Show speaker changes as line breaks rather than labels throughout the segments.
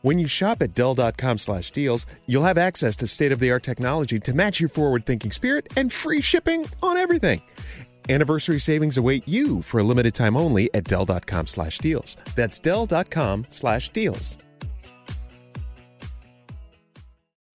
When you shop at Dell.com slash deals, you'll have access to state of the art technology to match your forward thinking spirit and free shipping on everything. Anniversary savings await you for a limited time only at Dell.com slash deals. That's Dell.com slash deals.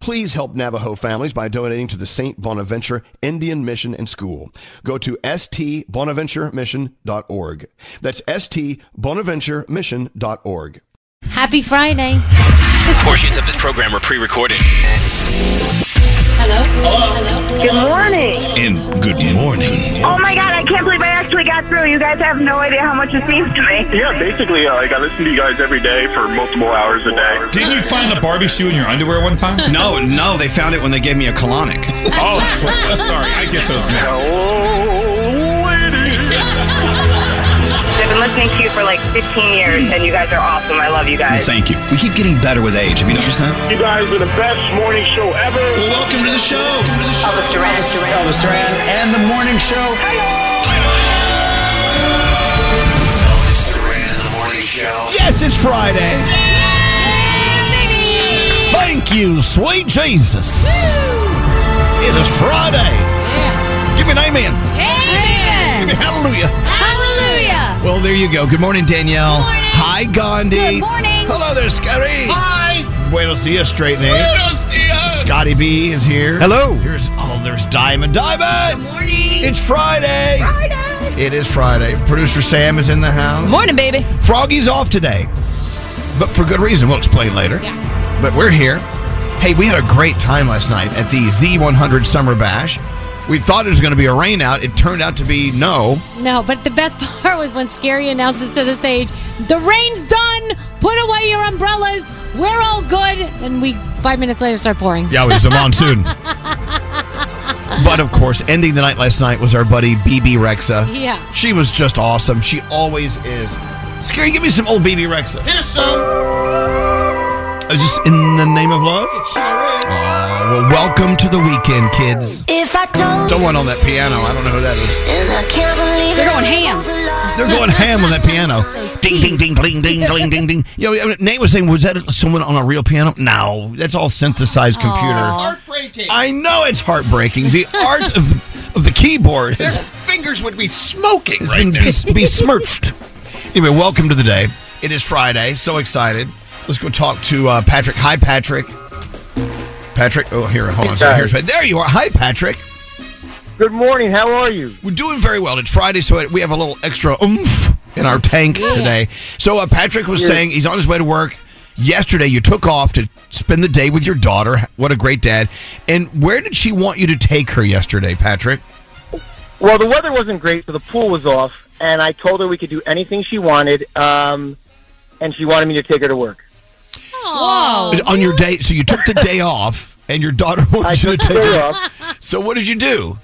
Please help Navajo families by donating to the St. Bonaventure Indian Mission and School. Go to stbonaventuremission.org. That's stbonaventuremission.org.
Happy Friday.
Portions of this program are pre-recorded.
Hello? Hello?
Good morning.
And good morning.
Oh my god, I can't believe I actually got through. You guys have no idea how much it seems to me.
Yeah, basically, uh, like I listen to you guys every day for multiple hours a day.
Didn't you find a Barbie shoe in your underwear one time?
No, no, they found it when they gave me a colonic.
Oh, that's what it was. sorry, I get those mixed. up.
I've been listening to you for like 15 years, and you guys are awesome. I love you guys.
Thank you. We keep getting better with age. Have you noticed that?
You guys are the best morning show ever.
Welcome to the show.
Elvis Duran. Elvis Duran. Elvis
and the morning show.
Elvis Duran in the morning show.
Yes, it's Friday. Thank you, sweet Jesus. It is Friday. Give me an amen. Give me
Amen.
hallelujah.
Hallelujah.
Well, there you go. Good morning, Danielle.
Good morning.
Hi, Gandhi.
Good morning.
Hello there, Scotty.
Hi. Buenos dias, straight name. Scotty B is here.
Hello.
Here's oh, there's Diamond. Diamond. Good morning. It's Friday.
It is Friday.
Producer Sam is in the house.
Morning, baby.
Froggy's off today, but for good reason. We'll explain later. But we're here. Hey, we had a great time last night at the Z100 Summer Bash. We thought it was going to be a rain out. It turned out to be no.
No, but the best part was when Scary announces to the stage, the rain's done. Put away your umbrellas. We're all good. And we, five minutes later, start pouring.
Yeah, it was a monsoon. but of course, ending the night last night was our buddy BB Rexa.
Yeah.
She was just awesome. She always is. Scary, give me some old BB Rexa. Here's some. Is this Uh, in the name of love? Aw, well, welcome to the weekend, kids.
If I told
Someone on that piano. I don't know who that is.
and I can't believe
They're
it,
going
I
ham.
was alive.
They're going ham on that piano. Ding, ding, ding, ding, ding, ding, ding, ding. You know, Nate was saying, was that someone on a real piano? No, that's all synthesized computer.
Heartbreaking.
I know it's heartbreaking. The art of, of the keyboard
Their
has,
fingers would be smoking
has
right
been
now.
bes- besmirched. Anyway, welcome to the day. It is Friday. So excited. Let's go talk to uh, Patrick. Hi, Patrick. Patrick. Oh, here. Hold on. a second. Here's, there you are. Hi, Patrick.
Good morning. How are you?
We're doing very well. It's Friday, so we have a little extra oomph in our tank today. So uh, Patrick was saying he's on his way to work. Yesterday, you took off to spend the day with your daughter. What a great dad. And where did she want you to take her yesterday, Patrick?
Well, the weather wasn't great, so the pool was off, and I told her we could do anything she wanted, um, and she wanted me to take her to work.
Whoa. On your day, so you took the day off, and your daughter wants you to
took the
take
day
it
off.
So what did you do?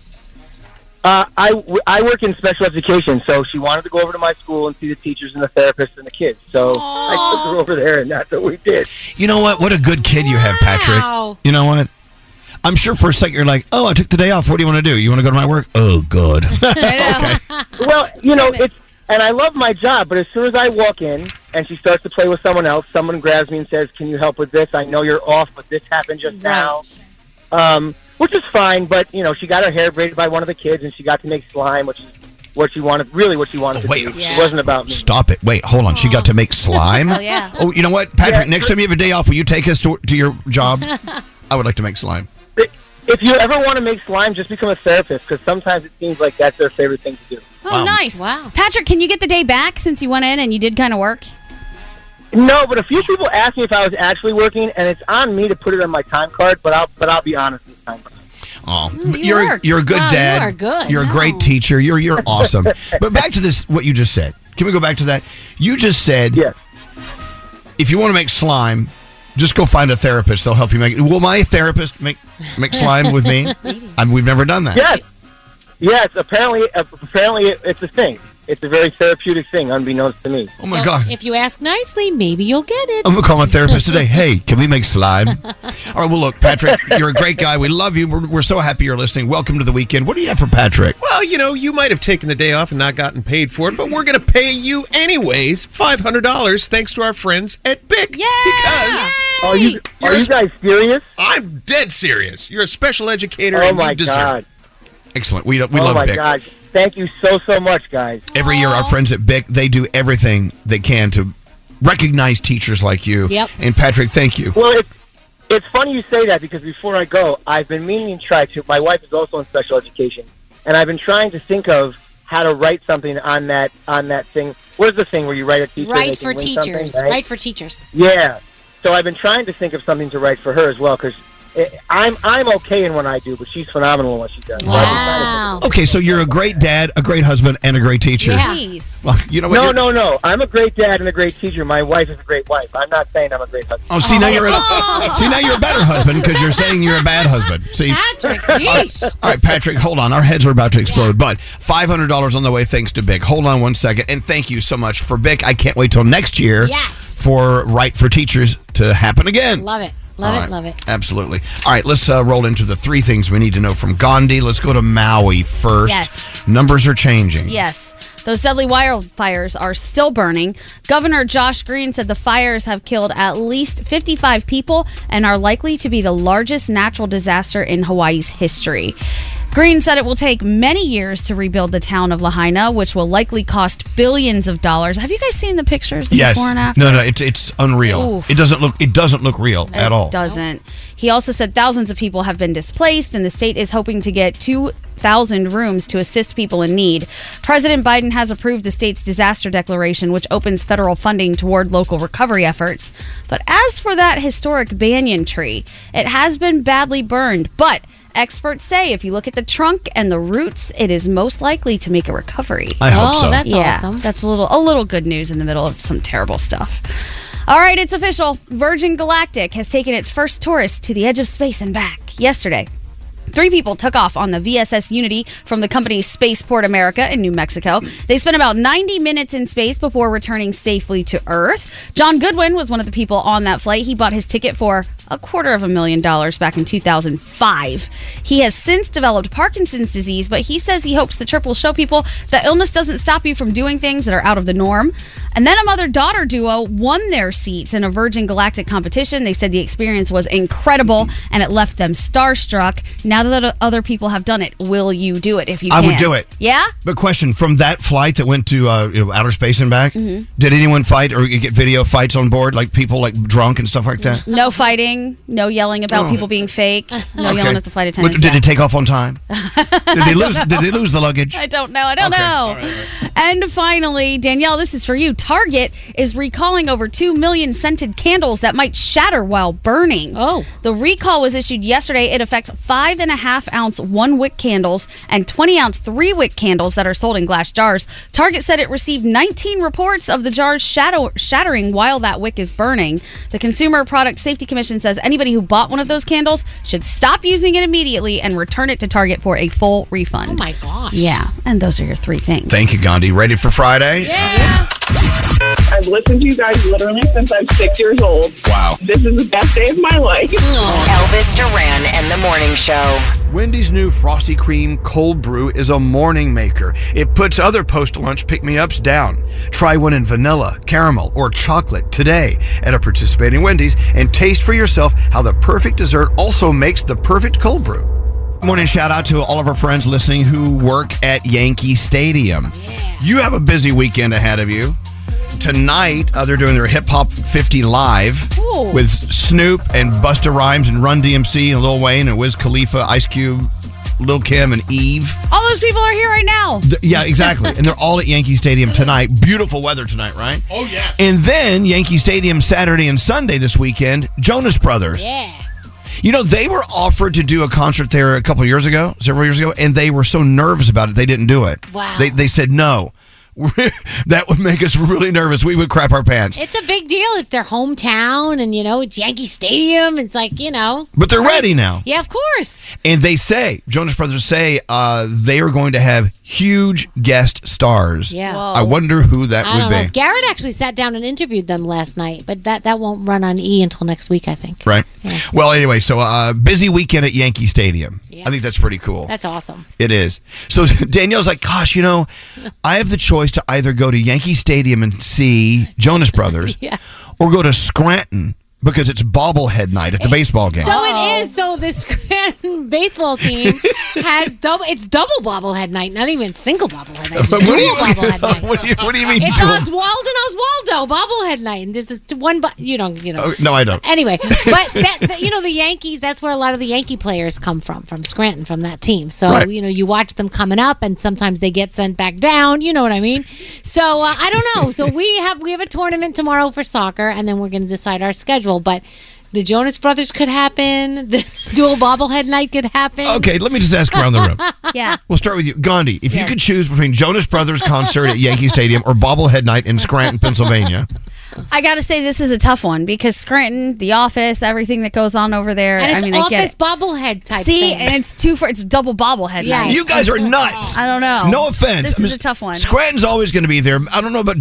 Uh, I, w- I work in special education, so she wanted to go over to my school and see the teachers and the therapists and the kids. So I took her over there, and that's what we did.
You know what? What a good kid you have, Patrick.
Wow.
You know what? I'm sure for a second you're like, oh, I took the day off. What do you want to do? You want to go to my work? Oh, good.
Well, you know, it's and I love my job, but as soon as I walk in and she starts to play with someone else, someone grabs me and says, "Can you help with this? I know you're off, but this happened just now." Um, which is fine, but you know, she got her hair braided by one of the kids, and she got to make slime, which is what she wanted, really what she wanted to do. It wasn't about me.
Stop it. Wait, hold on. She got to make slime?
Oh, yeah.
Oh, you know what? Patrick,
Yeah.
next time you have a day off, will you take us to, to your job? I would like to make slime.
If you ever want to make slime, just become a therapist, because sometimes it seems like that's their favorite thing to do.
Oh, nice. Wow. Patrick, can you get the day back since you went in and you did kind of work?
No, but a few people asked me if I was actually working, and it's on me to put it on my time card. But I'll, but I'll be honest this time.
Oh,
you
you're
worked.
you're a good
Wow, you
dad.
are good.
You're a great teacher. You're you're awesome. but back to this, what you just said. Can we go back to that? You just said, If you want to make slime, just go find a therapist. They'll help you make it. Will my therapist make make slime with me? I mean, we've never done that.
Yes, yes. Apparently, apparently, it, it's a thing. It's a very therapeutic thing, unbeknownst to me.
Oh my god.
If you ask nicely, maybe you'll get it.
I'm gonna call my therapist today. Hey, can we make slime? All right. Well, look, Patrick, you're a great guy. We love you. We're, we're so happy you're listening. Welcome to the weekend. What do you have for Patrick?
Well, you know, you might have taken the day off and not gotten paid for it, but we're going to pay you anyways $500 thanks to our friends at BIC. Yeah! Because.
Are you,
are you
guys serious?
I'm dead serious. You're a special educator
Oh
and
my
you deserve
God.
Excellent. We we
oh
love
my
Dick.
god! Thank you so so much, guys.
Every year, our friends at BIC they do everything they can to recognize teachers like you.
Yep.
And Patrick, thank you.
Well, it's it's funny you say that because before I go, I've been meaning to try to. My wife is also in special education, and I've been trying to think of how to write something on that on that thing. What is the thing where you write a teacher? and
Right
they can
for
win something,
teachers.
right?
Right for teachers.
Yeah. So I've been trying to think of something to write for her as well because I'm I'm okay in what I do, but she's phenomenal in what she does. Wow.
Okay, so you're a great dad, a great husband, and a great teacher. Well, you know what?
no,
you're-
no, no. I'm a great dad and a great teacher. My wife is a great wife. I'm not saying I'm a great husband.
Oh, see now you're a, see now you're a better husband because you're saying you're a bad husband. See,
Patrick,
All right, Patrick, hold on. Our heads are about to explode, but $500 on the way thanks to Bick. Hold on one second, and thank you so much for Bick. I can't wait till next year
Yes.
for Right for Teachers to happen again.
Love it. Love
All
it.
right.
Love it.
Absolutely. All right, let's uh, roll into the three things we need to know from Gandhi. Let's go to Maui first.
Yes.
Numbers are changing.
Yes. Those deadly wildfires are still burning. Governor Josh Green said the fires have killed at least 55 people and are likely to be the largest natural disaster in Hawaii's history. Green said it will take many years to rebuild the town of Lahaina, which will likely cost billions of dollars. Have you guys seen the pictures the
Yes.
before and after?
No, no, it's it's unreal.
Oof.
It doesn't look it doesn't look real at
It
all.
Doesn't. He also said thousands of people have been displaced, and the state is hoping to get 2,000 rooms to assist people in need. President Biden has approved the state's disaster declaration, which opens federal funding toward local recovery efforts. But as for that historic banyan tree, it has been badly burned, but. Experts say if you look at the trunk and the roots, it is most likely to make a recovery.
I hope Oh, so. that's
Yeah,
awesome.
That's a little a little good news in the middle of some terrible stuff. All right, it's official. Virgin Galactic has taken its first tourist to the edge of space and back yesterday. Three people took off on the VSS Unity from the company's Spaceport America in New Mexico. They spent about 90 minutes in space before returning safely to Earth. John Goodwin was one of the people on that flight. He bought his ticket for a quarter of a million dollars back in 2005. He has since developed Parkinson's disease, but he says he hopes the trip will show people that illness doesn't stop you from doing things that are out of the norm. And then a mother daughter duo won their seats in a Virgin Galactic competition. They said the experience was incredible and it left them starstruck. Now that other people have done it, will you do it if you
I
can?
would do it.
Yeah?
But question from that flight that went to uh, you know, outer space and back,
Mhm.
did anyone fight or you get video fights on board, like people like drunk and stuff like that?
No fighting, yelling. No yelling about
Oh.
people being fake. No yelling
Okay.
at the flight
What-
attendants.
Did
yeah.
it take off on time? Did they
don't
lose? Did
know.
they lose the luggage?
I don't know. I don't
Okay.
know.
All right,
And finally, Danielle, this is for you. Target is recalling over 2 million scented candles that might shatter while burning. Oh. The recall was issued yesterday. It affects five and a half ounce one wick candles and 20 ounce three wick candles that are sold in glass jars. Target said it received 19 reports of the jars shadow- shattering while that wick is burning. The Consumer Product Safety Commission says anybody who bought one of those candles should stop using it immediately and return it to Target for a full refund. Oh my gosh. Yeah. And those are your three things.
Thank you, Gandhi. Ready for Friday?
I've listened to you guys literally since I'm six years old. Wow. This is the best day of my life.
Elvis Duran and the Morning Show.
Wendy's new Frosty Cream Cold Brew is a morning maker. It puts other post lunch pick me ups down. Try one in vanilla, caramel, or chocolate today at a participating Wendy's and taste for yourself how the perfect dessert also makes the perfect cold brew. Morning shout out to all of our friends listening who work at Yankee Stadium. You have a busy weekend ahead of you. Tonight, uh, they're doing their Hip Hop 50 Live
Ooh.
with Snoop and Busta Rhymes and Run DMC and Lil Wayne and Wiz Khalifa, Ice Cube, Lil Kim and Eve.
All those people are here right now.
Th- Yeah, exactly. and they're all at Yankee Stadium tonight. Beautiful weather tonight, right?
Oh, yes.
And then Yankee Stadium Saturday and Sunday this weekend, Jonas Brothers.
Yeah.
You know, they were offered to do a concert there a couple years ago, several years ago, and they were so nervous about it, they didn't do it.
Wow.
They, they said no. that would make us really nervous. We would crap our pants.
It's a big deal. It's their hometown, and you know it's Yankee Stadium. It's like you know.
But they're ready now.
Yeah, of course.
And they say, Jonas Brothers say, uh, they are going to have huge guest stars.
Yeah. Whoa.
I wonder who that
I
would
don't
be.
know. Garrett actually sat down and interviewed them last night, but that that won't run on E until next week, I think.
Right. Well, anyway, so uh, busy weekend at Yankee Stadium. I think that's pretty cool.
That's awesome.
It is. So Danielle's like, gosh, you know, I have the choice to either go to Yankee Stadium and see Jonas Brothers or go to Scranton because it's bobblehead night at the baseball game.
So it is. So this Scranton baseball team has double. It's double bobblehead night, not even single bobblehead night. It's
But
dual
what do you-
bobblehead night.
what, do you, what do you mean?
It's
dual-
Oswald and Oswaldo bobblehead night, and this is to one. But you don't. You know.
Oh, no, I don't.
Anyway, but that, that- you know the Yankees. That's where a lot of the Yankee players come from, from Scranton, from that team. So
Right.
you know you watch them coming up, and sometimes they get sent back down. You know what I mean? So uh, I don't know. So we have we have a tournament tomorrow for soccer, and then we're going to decide our schedule. But the Jonas Brothers could happen. The dual bobblehead night could happen.
Okay, let me just ask around the room.
yeah.
We'll start with you, Gandhi. If you could choose between Jonas Brothers concert at Yankee Stadium or bobblehead night in Scranton, Pennsylvania,
I got to say, this is a tough one because Scranton, the office, everything that goes on over there.
And
I
it's
mean, I get
office
it.
bobblehead type.
See,
things.
and it's two for it's double bobblehead.
Yeah.
night.
You guys are nuts.
I don't
Oh,
know.
No offense.
This
I mean,
is a tough one.
Scranton's always going to be there. I don't know about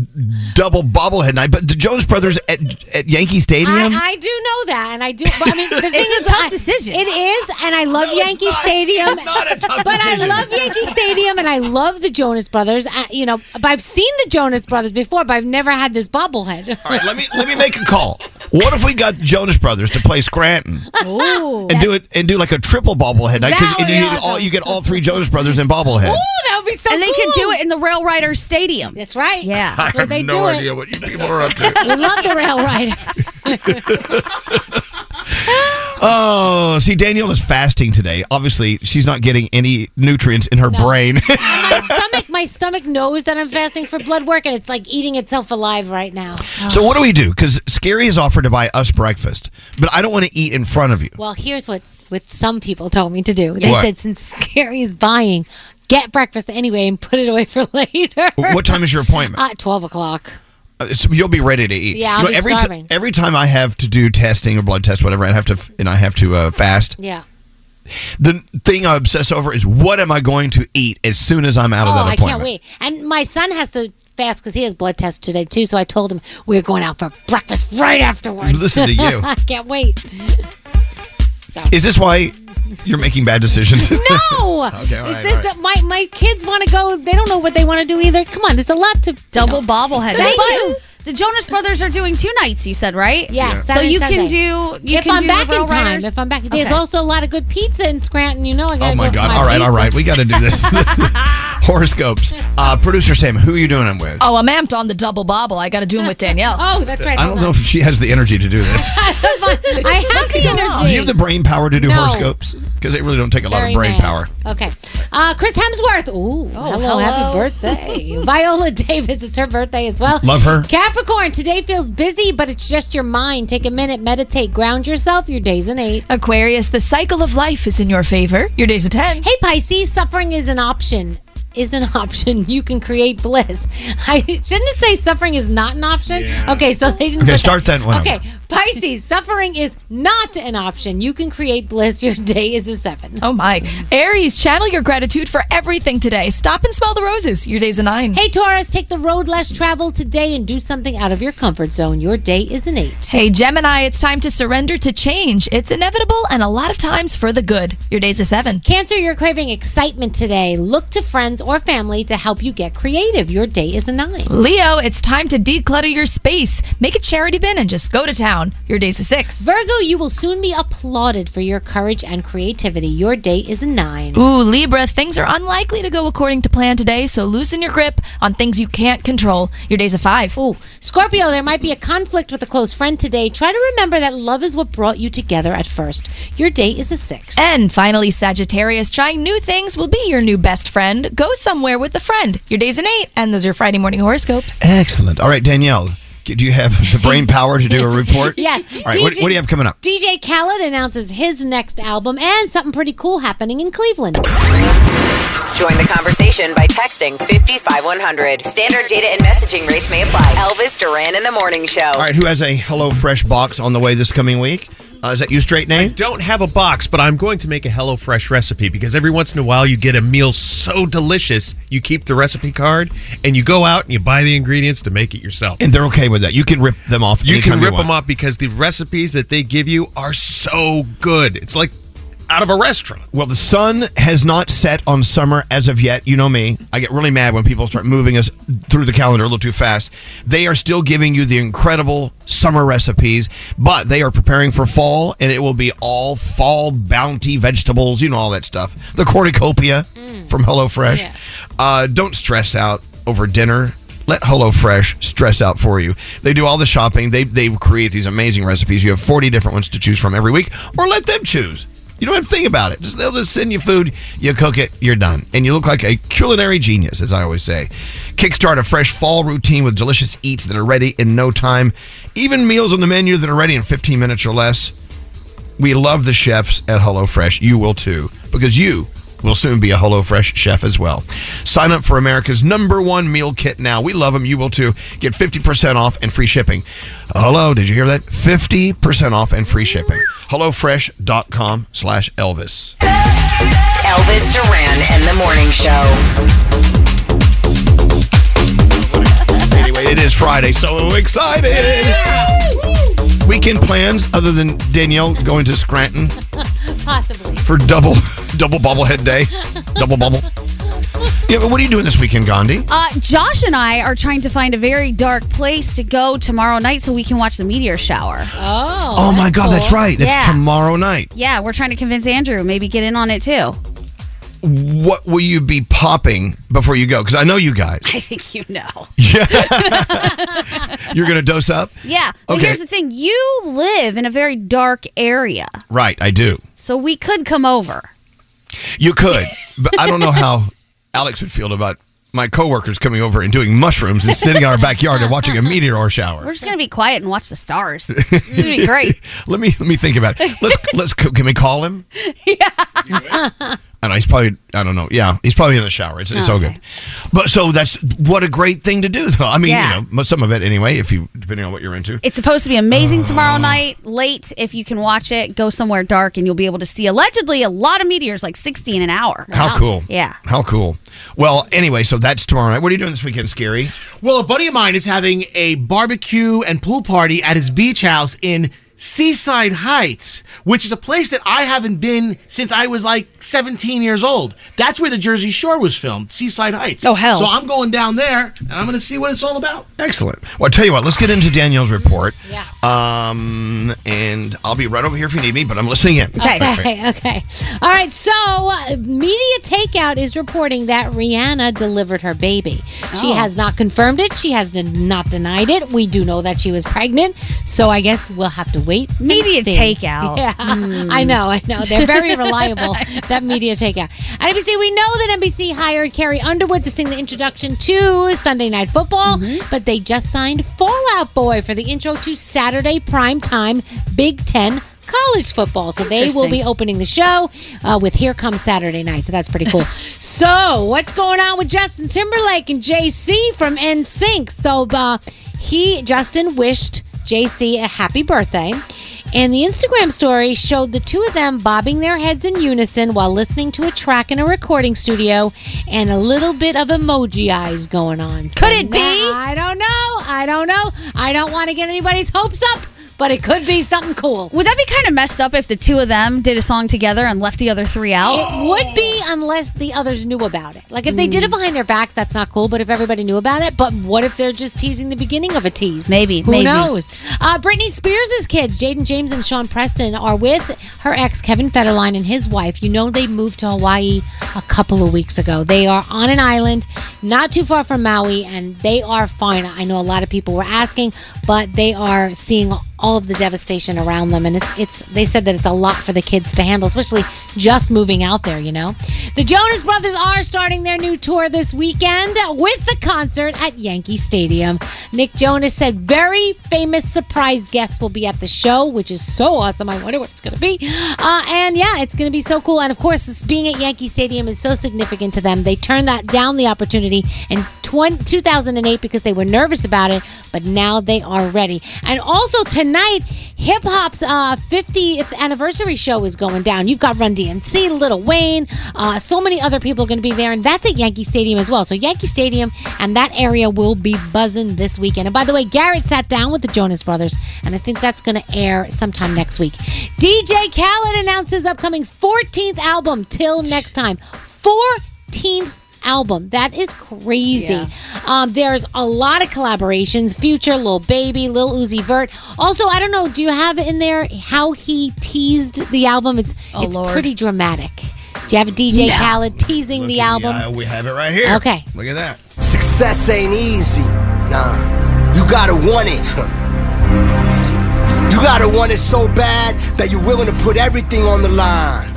double bobblehead night, but the Jonas Brothers at, at Yankee Stadium.
I, I do know that, and I do. But I mean, the thing
It's
is, tough decision. It is, and I love Yankee Stadium. but I love Yankee Stadium, and I love the Jonas Brothers. I, you know, but I've seen the Jonas Brothers before, but I've never had this bobblehead.
All right, let me let me make a call. What if we got Jonas Brothers to play Scranton
Ooh,
and do it and do like a triple bobblehead night
That
because
would
you
be
get all you get all three Jonas Brothers in bobblehead.
that would be so. And they could do it in the Rail Rider Stadium.
That's right.
Yeah.
I have no idea what you people are up to.
we love the Rail Rider.
Oh, see, Danielle is fasting today. Obviously, she's not getting any nutrients in her brain.
My stomach, my stomach knows that I'm fasting for blood work, and it's like eating itself alive right now.
so, what do we do? Because Scary has offered to buy us breakfast, but I don't want to eat in front of you.
Well, here's what what some people told me to do. They
What?
said since Scary is buying, get breakfast anyway and put it away for later.
What time is your appointment?
Uh, Twelve o'clock.
Uh, so you'll be ready to eat.
Yeah, I'll be
every ti-
starving.
every time I have to do testing or blood test, whatever, I have to f- and I have to uh, fast.
Yeah.
The thing I obsess over is what am I going to eat as soon as I'm out of
oh,
that
I can't wait.
appointment.
And my son has to fast because he has blood test today too. So I told him we're going out for breakfast right afterwards.
Listen to you.
I can't wait.
Is this why you're making bad decisions?
No.
okay, all
Is
right,
this
all right.
my my kids want to go? They don't know what they want to do either. Come on, there's a lot to
double bobblehead.
Thank
But
you.
The Jonas Brothers are doing two nights. You said right?
Yeah,
So
Saturday,
you
Sunday.
can do. You
if
can
I'm
do the
back in
Rail
time,
Riders.
if I'm back, there's
Okay.
also a lot of good pizza in Scranton. You know, I got.
Oh my God! All right, all right, we got to do this. Horoscopes. Uh, Producer Sam, who are you doing them with?
Oh, I'm amped on the double bobble. I got to do them with Danielle.
oh, that's
I don't know if she has the energy to do this.
I have the energy.
Do you have the brain power to do
No.
horoscopes? Because they really don't take a lot
Very
of brain
mad.
power.
Okay. Uh, Chris Hemsworth. Ooh, hello,
Oh, hello.
happy birthday. Viola Davis, it's her birthday as well.
Love her.
Capricorn, today feels busy, but it's just your mind. Take a minute, meditate, ground yourself. Your day's an eight.
Aquarius, the cycle of life is in your favor. Your day's a 10.
Hey, Pisces, suffering is an option. Is an option. You can create bliss. I shouldn't it say suffering is not an option? Okay, so they didn't.
Okay,
put
start that one
Okay,
over.
Pisces, suffering is not an option. You can create bliss. Your day is a seven.
Oh my. Aries, channel your gratitude for everything today. Stop and smell the roses. Your day's a 9.
Hey, Taurus, take the road less traveled today and do something out of your comfort zone. Your day is an eight.
Hey, Gemini, it's time to surrender to change. It's inevitable and a lot of times for the good. Your day's a 7.
Cancer, you're craving excitement today. Look to friends or family to help you get creative. Your day is a nine.
Leo, it's time to declutter your space. Make a charity bin and just go to town. Your day's a 6.
Virgo, you will soon be applauded for your courage and creativity. Your day is a nine.
Ooh, Libra, things are unlikely to go according to plan today, so loosen your grip on things you can't control. Your day's a 5.
Ooh. Scorpio, there might be a conflict with a close friend today. Try to remember that love is what brought you together at first. Your day is a six.
And finally, Sagittarius, trying new things will be your new best friend. Go somewhere with a friend. Your day's an 8, and those are Friday morning horoscopes.
Excellent. All right, Danielle, do you have the brain power to do a report?
Yes.
All right, what,
DJ
what do you have coming up?
DJ Khaled announces his next album and something pretty cool happening in Cleveland.
Join the conversation by texting 55100. Standard data and messaging rates may apply. Elvis Duran in the Morning Show.
All right, who has a Hello Fresh box on the way this coming week? Uh, is that you, straight name?
don't have a box, but I'm going to make a HelloFresh recipe because every once in a while you get a meal so delicious, you keep the recipe card and you go out and you buy the ingredients to make it yourself.
And they're okay with that. You can rip them off.
You
anytime
can rip
want.
them off because the recipes that they give you are so good. It's like out of a restaurant.
Well, the sun has not set on summer as of yet. You know me. I get really mad when people start moving us through the calendar a little too fast. They are still giving you the incredible summer recipes, but they are preparing for fall, and it will be all fall bounty vegetables, you know, all that stuff. The cornucopia from HelloFresh. Uh, don't stress out over dinner. Let HelloFresh stress out for you. They do all the shopping. They, they create these amazing recipes. You have 40 different ones to choose from every week, or let them choose. You don't have to think about it. Just, they'll just send you food, you cook it, you're done. And you look like a culinary genius, as I always say. Kickstart a fresh fall routine with delicious eats that are ready in no time, even meals on the menu that are ready in 15 minutes or less. We love the chefs at HelloFresh. You will too, because you will soon be a HelloFresh chef as well. Sign up for America's number one meal kit now. We love them. You will too. Get 50% off and free shipping. Hello, did you hear that? 50% off and free shipping. HelloFresh.com slash Elvis.
Elvis Duran and the Morning Show.
Anyway, it is Friday, so we're excited. Weekend plans other than Danielle going to Scranton
Possibly.
for double double bobblehead day. Double bubble. Yeah, but what are you doing this weekend, Gandhi?
Uh, Josh and I are trying to find a very dark place to go tomorrow night so we can watch the meteor shower.
Oh.
Oh, my God, that's right. That's
yeah.
tomorrow night.
yeah, we're trying to convince Andrew maybe get in on it too.
What will you be popping before you go? Because I know you guys.
I think you know.
You're going to dose up?
Yeah. But
Okay.
here's the thing you live in a very dark area,
Right, I do.
so we could come over.
You could, but I don't know how Alex would feel about my coworkers coming over and doing mushrooms and sitting in our backyard and watching a meteor shower.
We're just going to be quiet and watch the stars. It's going to be great.
Let me let me think about it. Let's let's co- can we call him? I know he's probably I don't know. Yeah, he's probably in the shower. It's, it's
Oh,
all good. But so that's what a great thing to do though. I mean,
Yeah.
you know, mo- some of it anyway if you depending on what you're into.
It's supposed to be amazing
Uh.
tomorrow night, late if you can watch it. Go somewhere dark and you'll be able to see allegedly a lot of meteors, like 60 in an hour.
How cool.
Yeah.
How cool. Well, anyway, so that's tomorrow night. What are you doing this weekend, Scary?
Well, a buddy of mine is having a barbecue and pool party at his beach house in Seaside Heights, which is a place that I haven't been since I was like 17 years old. That's where the Jersey Shore was filmed, Seaside Heights.
Oh, hell.
So I'm going down there and I'm going to see what it's all about.
Excellent. Well, I tell you what, let's get into Danielle's report. Yeah. Um, and I'll be right over here if you need me, but I'm listening in.
Okay, okay. All right, so uh, Media Takeout is reporting that Rihanna delivered her baby. She
Oh.
has not confirmed it, she has den- not denied it. We do know that she was pregnant, so I guess we'll have to wait. and
Media
see.
Takeout. Hmm.
Yeah, I know, I know. They're very reliable, that Media Takeout. At NBC, we know that NBC hired Carrie Underwood to sing the introduction to Sunday Night Football, but they just signed Fallout Boy for the intro to Saturday primetime Big Ten college football. So they will be
Interesting.
opening the show uh, with Here Comes Saturday Night. So that's pretty cool. so, what's going on with Justin Timberlake and JC from NSYNC? So, uh, he, Justin, wished JC a happy birthday. And the Instagram story showed the two of them bobbing their heads in unison while listening to a track in a recording studio and a little bit of emoji eyes going on. So
Could it
now-
be?
I don't know. I don't know. I don't want to get anybody's hopes up, but it could be something cool.
Would that be kind of messed up if the two of them did a song together and left the other three out?
It would be unless the others knew about it. Like if they did it behind their backs, that's not cool. But if everybody knew about it, but what if they're just teasing the beginning of a tease? Maybe. Who
maybe.
knows? Uh, Britney Spears' kids, Jaden James and Sean Preston, are with her ex Kevin Federline and his wife. You know they moved to Hawaii a couple of weeks ago. They are on an island not too far from Maui, and they are fine. I know a lot of people were asking, but they are seeing all of the devastation around them and it's it's they said that it's a lot for the kids to handle especially just moving out there you know the jonas brothers are starting their new tour this weekend with the concert at yankee stadium nick jonas said very famous surprise guests will be at the show which is so awesome i wonder what it's going to be uh, and yeah it's going to be so cool and of course this being at yankee stadium is so significant to them they turned that down the opportunity and 20, 2008 because they were nervous about it, but now they are ready. And also tonight, hip hop's uh, 50th anniversary show is going down. You've got Run DMC, Little Wayne, uh, so many other people are going to be there, and that's at Yankee Stadium as well. So Yankee Stadium and that area will be buzzing this weekend. And by the way, Garrett sat down with the Jonas Brothers, and I think that's going to air sometime next week. DJ Khaled announced his upcoming 14th album. Till next time, 14th album. That is crazy. Um, there's a lot of collaborations. Future, Lil Baby, Lil Uzi Vert. Also, I don't know. Do you have in there how he teased the album? It's
Oh,
it's
Lord.
pretty dramatic. Do you have DJ
No.
Khaled teasing the album?
Yeah, we have it right here.
Okay.
Look at that.
Success ain't easy. Nah. You gotta want it. You gotta want it so bad that you're willing to put everything on the line.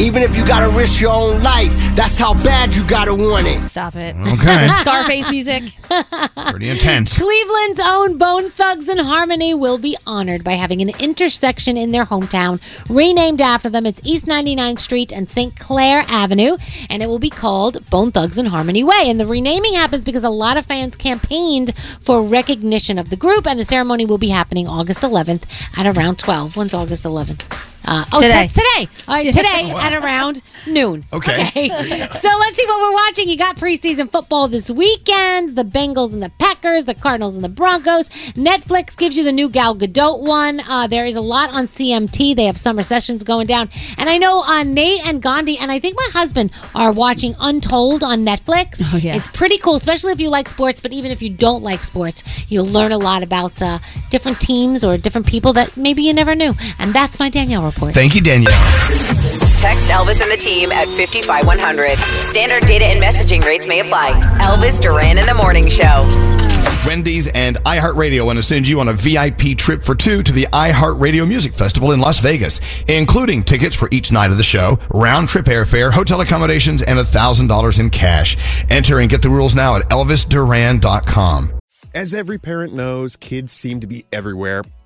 Even if you gotta risk your own life, that's how bad you gotta want it.
Stop it.
Okay.
Scarface music.
Pretty intense.
Cleveland's own Bone Thugs and Harmony will be honored by having an intersection in their hometown renamed after them. It's East 99th Street and St. Clair Avenue, and it will be called Bone Thugs and Harmony Way. And the renaming happens because a lot of fans campaigned for recognition of the group, and the ceremony will be happening August 11th at around 12. When's August 11th? Uh, oh,
Today.
that's today. All right, today
Wow.
at around noon.
Okay.
so let's see what we're watching. You got preseason football this weekend. The Bengals and the Packers, the Cardinals and the Broncos. Netflix gives you the new Gal Gadot one. Uh, there is a lot on CMT. They have summer sessions going down. And I know uh, Nate and Gandhi and I think my husband are watching Untold on Netflix. Oh, yeah. It's pretty cool, especially if you like sports. But even if you don't like sports, you'll learn a lot about uh, different teams or different people that maybe you never knew. And that's my Danielle report.
Thank you, Danielle.
Text Elvis and the team at 55100. Standard data and messaging rates may apply. Elvis Duran in the Morning Show.
Wendy's and iHeartRadio want to send you on a VIP trip for two to the iHeartRadio Music Festival in Las Vegas, including tickets for each night of the show, round trip airfare, hotel accommodations, and $1,000 in cash. Enter and get the rules now at ElvisDuran.com.
As every parent knows, kids seem to be everywhere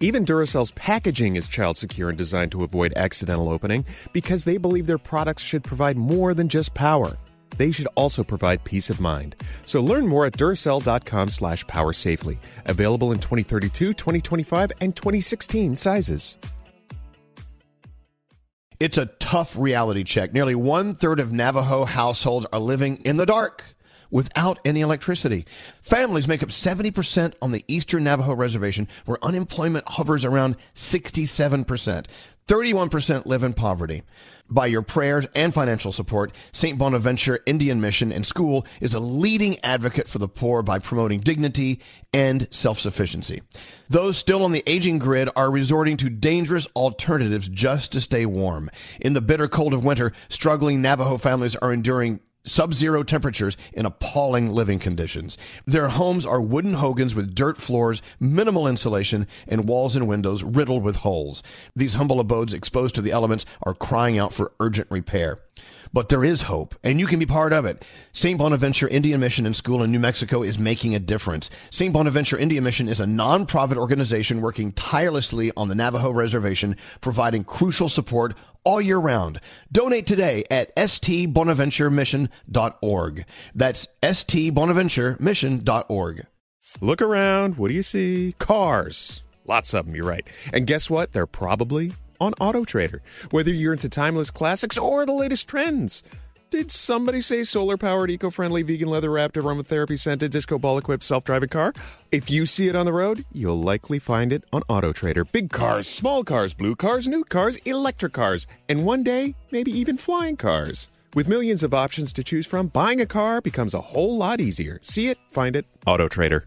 Even Duracell's package packaging is child secure and designed to avoid accidental opening because they believe their products should provide more than just power. They should also provide peace of mind. So learn more at Duracell.com slash power safely. Available in 2032, 2025, and 2016 sizes.
It's a tough reality check. Nearly one third of Navajo households are living in the dark without any electricity. Families make up 70% on the Eastern Navajo Reservation, where unemployment hovers around 67%. 31% live in poverty. By your prayers and financial support, St. Bonaventure Indian Mission and School is a leading advocate for the poor by promoting dignity and self-sufficiency. Those still on the aging grid are resorting to dangerous alternatives just to stay warm. In the bitter cold of winter, struggling Navajo families are enduring sub-zero temperatures in appalling living conditions. Their homes are wooden hogans with dirt floors, minimal insulation, and walls and windows riddled with holes. These humble abodes exposed to the elements are crying out for urgent repair. But there is hope, and you can be part of it. St. Bonaventure Indian Mission and School in New Mexico is making a difference. St. Bonaventure Indian Mission is a nonprofit organization working tirelessly on the Navajo Reservation, providing crucial support all year round. Donate today at stbonaventuremission.org. That's stbonaventuremission.org.
Look around. What do you see? Cars. Lots of them, you're right. And guess what? They're probably on Auto Trader. Whether you're into timeless classics or the latest trends. Did somebody say solar powered, eco friendly, vegan leather wrapped, aromatherapy scented, disco ball equipped, self driving car? If you see it on the road, you'll likely find it on Auto Trader. Big cars, small cars, blue cars, new cars, electric cars, and one day, maybe even flying cars. With millions of options to choose from, buying a car becomes a whole lot easier. See it, find it, Auto Trader.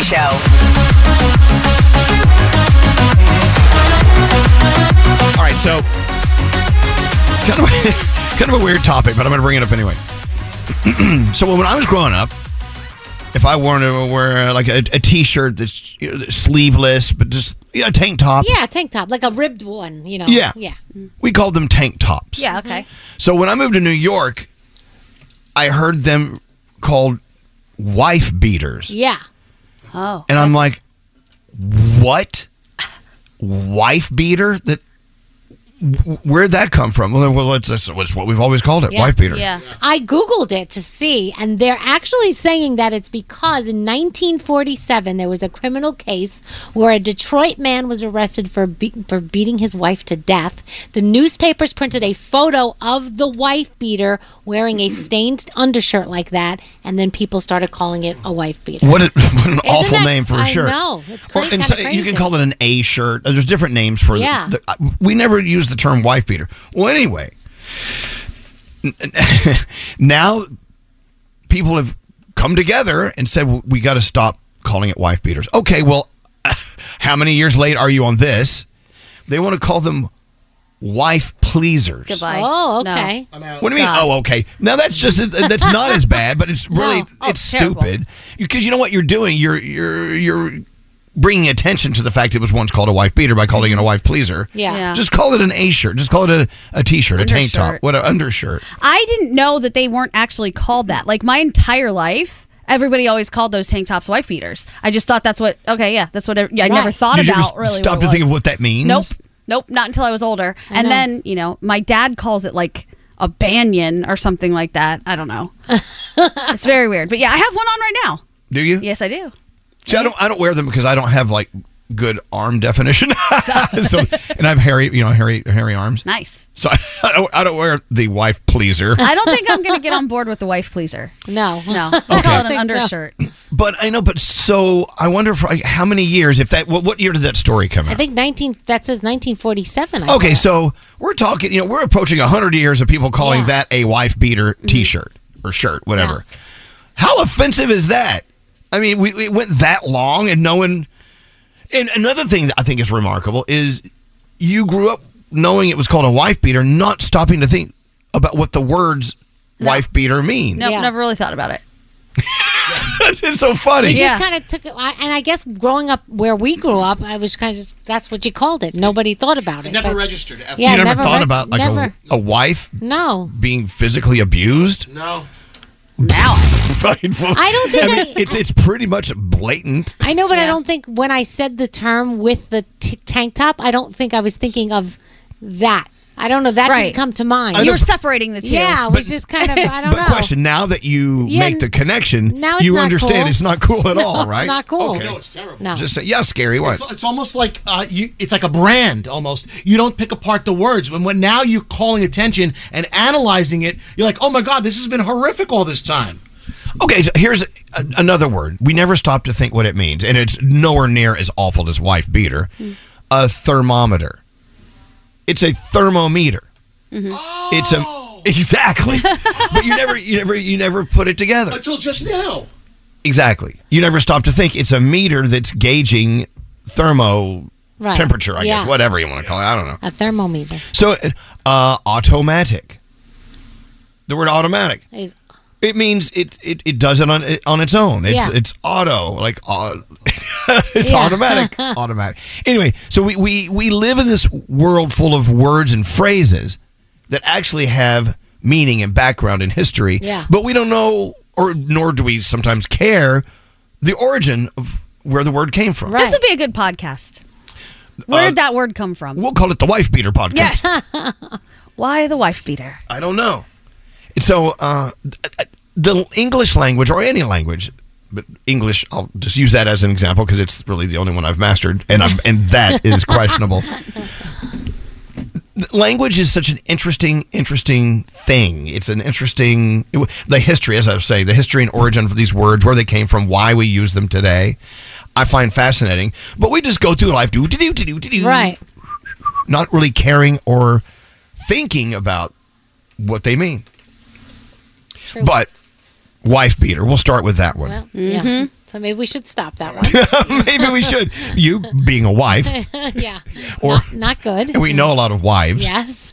Show.
All right, so kind of a, kind of a weird topic, but I'm going to bring it up anyway. so when I was growing up, if I wanted to wear like a, a t-shirt that's you know, sleeveless, but just you know, a tank top,
Yeah, tank top, like a ribbed one, you know.
Yeah.
Yeah. Mm.
we called them tank tops.
Yeah, okay.
So when I moved to New York, I heard them called wife beaters.
Yeah. Oh.
And I'm like, what? Wife beater? That wh- where'd that come from? Well, well that's, that's, that's what we've always called it,
Yeah,
wife beater.
Yeah. I Googled it to see, and they're actually saying that it's because in 1947 there was a criminal case where a Detroit man was arrested for, be- for beating his wife to death. The newspapers printed a photo of the wife beater wearing a stained undershirt like that, and then people started calling it a wife beater.
What, a, what an awful
that-
name for a
I
shirt.
know. It's
Or-
cra-
and
kinda
so you
crazy.
can call it an A shirt. Uh, There's different names for
Yeah.
the, the- we never use the term wife beater. Well, anyway, now people have come together and said "Well, we got to stop calling it wife beaters. Okay, well, how many years late are you on this? They want to call them wife pleasers.
Goodbye.
Oh, okay.
What do you mean? Oh, okay. Now that's just that's not as bad, but it's really
Oh,
it's
terrible.
stupid because you know what you're doing. You're you're you're bringing attention to the fact it was once called a wife beater by calling it a wife pleaser.
Yeah. Yeah.
Just call it an A shirt. Just call it a, a t shirt, a tank top,
Undershirt.
what an undershirt.
I didn't know that they weren't actually called that. Like my entire life, everybody always called those tank tops wife beaters. I just thought that's what. Okay, yeah, that's what. I, yeah, I never thought
you should
about
just
really.
Stop
what it
to think of
was.
what that means.
Nope, nope, not until I was older. and
know.
then you know, my dad calls it like a banyan or something like that. I don't know. it's very weird, but yeah, I have one on right now.
Do you?
Yes, I do.
See, I don't I don't wear them because I don't have like good arm definition. so and I have hairy you know hairy hairy arms.
Nice.
So I don't I don't wear the wife pleaser.
I don't think I'm gonna get on board with the wife pleaser.
No,
no, I call it an undershirt.
But I know, but so I wonder for like, how many years, if that, what, what year did that story come
I
out?
think 19 that says 1947. I
Okay, so we're talking, you know, we're approaching 100 years of people calling
Mm-hmm.
that a wife beater t shirt or shirt, whatever. How offensive is that? I mean, we it went that long, and no one. And another thing that I think is remarkable is you grew up knowing it was called a wife beater, not stopping to think about what the words wife beater mean.
Nope, never really thought about it.
it's so funny.
We just kind of took it, I- and I guess growing up where we grew up, I was kind of just that's what you called it. Nobody thought about it.
never
but-
registered ever.
Yeah,
you never,
never
thought
re-
about like
never.
A, a wife
No,
being physically abused?
No.
Now. I don't
think
mean, it's it's pretty much blatant.
I know, but I don't think when I said the term with the t- tank top, I don't think I was thinking of that. I don't know. That
Right.
didn't come to mind.
I know, You were but-
separating the
two.
Yeah, it was
But-
just kind of. I don't
but
know.
question: Now that you
Yeah,
make the connection,
now it's
you
not
understand
cool.
it's not cool at
No,
all,
it's
right?
not cool.
Okay.
No, it's terrible.
No.
Just say, yeah, scary one.
It's, it's almost like uh, you. It's like a brand almost. You don't pick apart the words. When, when now you're calling attention and analyzing it, you're like, oh my god, this has been horrific all this time.
Okay, so here's a, another word. We never stop to think what it means, and it's nowhere near as awful as wife beater. A thermometer. It's a thermometer.
Mm-hmm.
Oh,
It's a exactly. but you never, you never, you never put it together.
Until just now.
Exactly. You never stop to think it's a meter that's gauging thermo
Right.
temperature, I
Yeah.
guess, whatever you want to call it. I don't know.
A thermometer
So, uh, automatic. The word automatic.
is
It means it, it, it does it on on its own. It's
Yeah.
it's auto like au- it's
Yeah.
automatic automatic. Anyway, so we, we we live in this world full of words and phrases that actually have meaning and background and history.
Yeah.
But we don't know, or nor do we sometimes care, the origin of where the word came from.
This would be a good podcast. Where
Uh,
did that word come from?
We'll call it the wife beater podcast.
Yes. Why the wife beater?
I don't know. So uh, the English language or any language, but English, I'll just use that as an example because it's really the only one I've mastered, and I'm, and that is questionable. The Language is such an interesting, interesting thing. It's an interesting the history, as I was saying, the history and origin of these words, where they came from, why we use them today. I find fascinating, but we just go through life, do do do do do do,
right.
not really caring or thinking about what they mean. But wife beater, we'll start with that one.
Well, yeah.
Mm-hmm.
So maybe we should stop that one.
Maybe we should. You being a wife,
yeah.
or
Not good.
and we know a lot of wives.
Yes.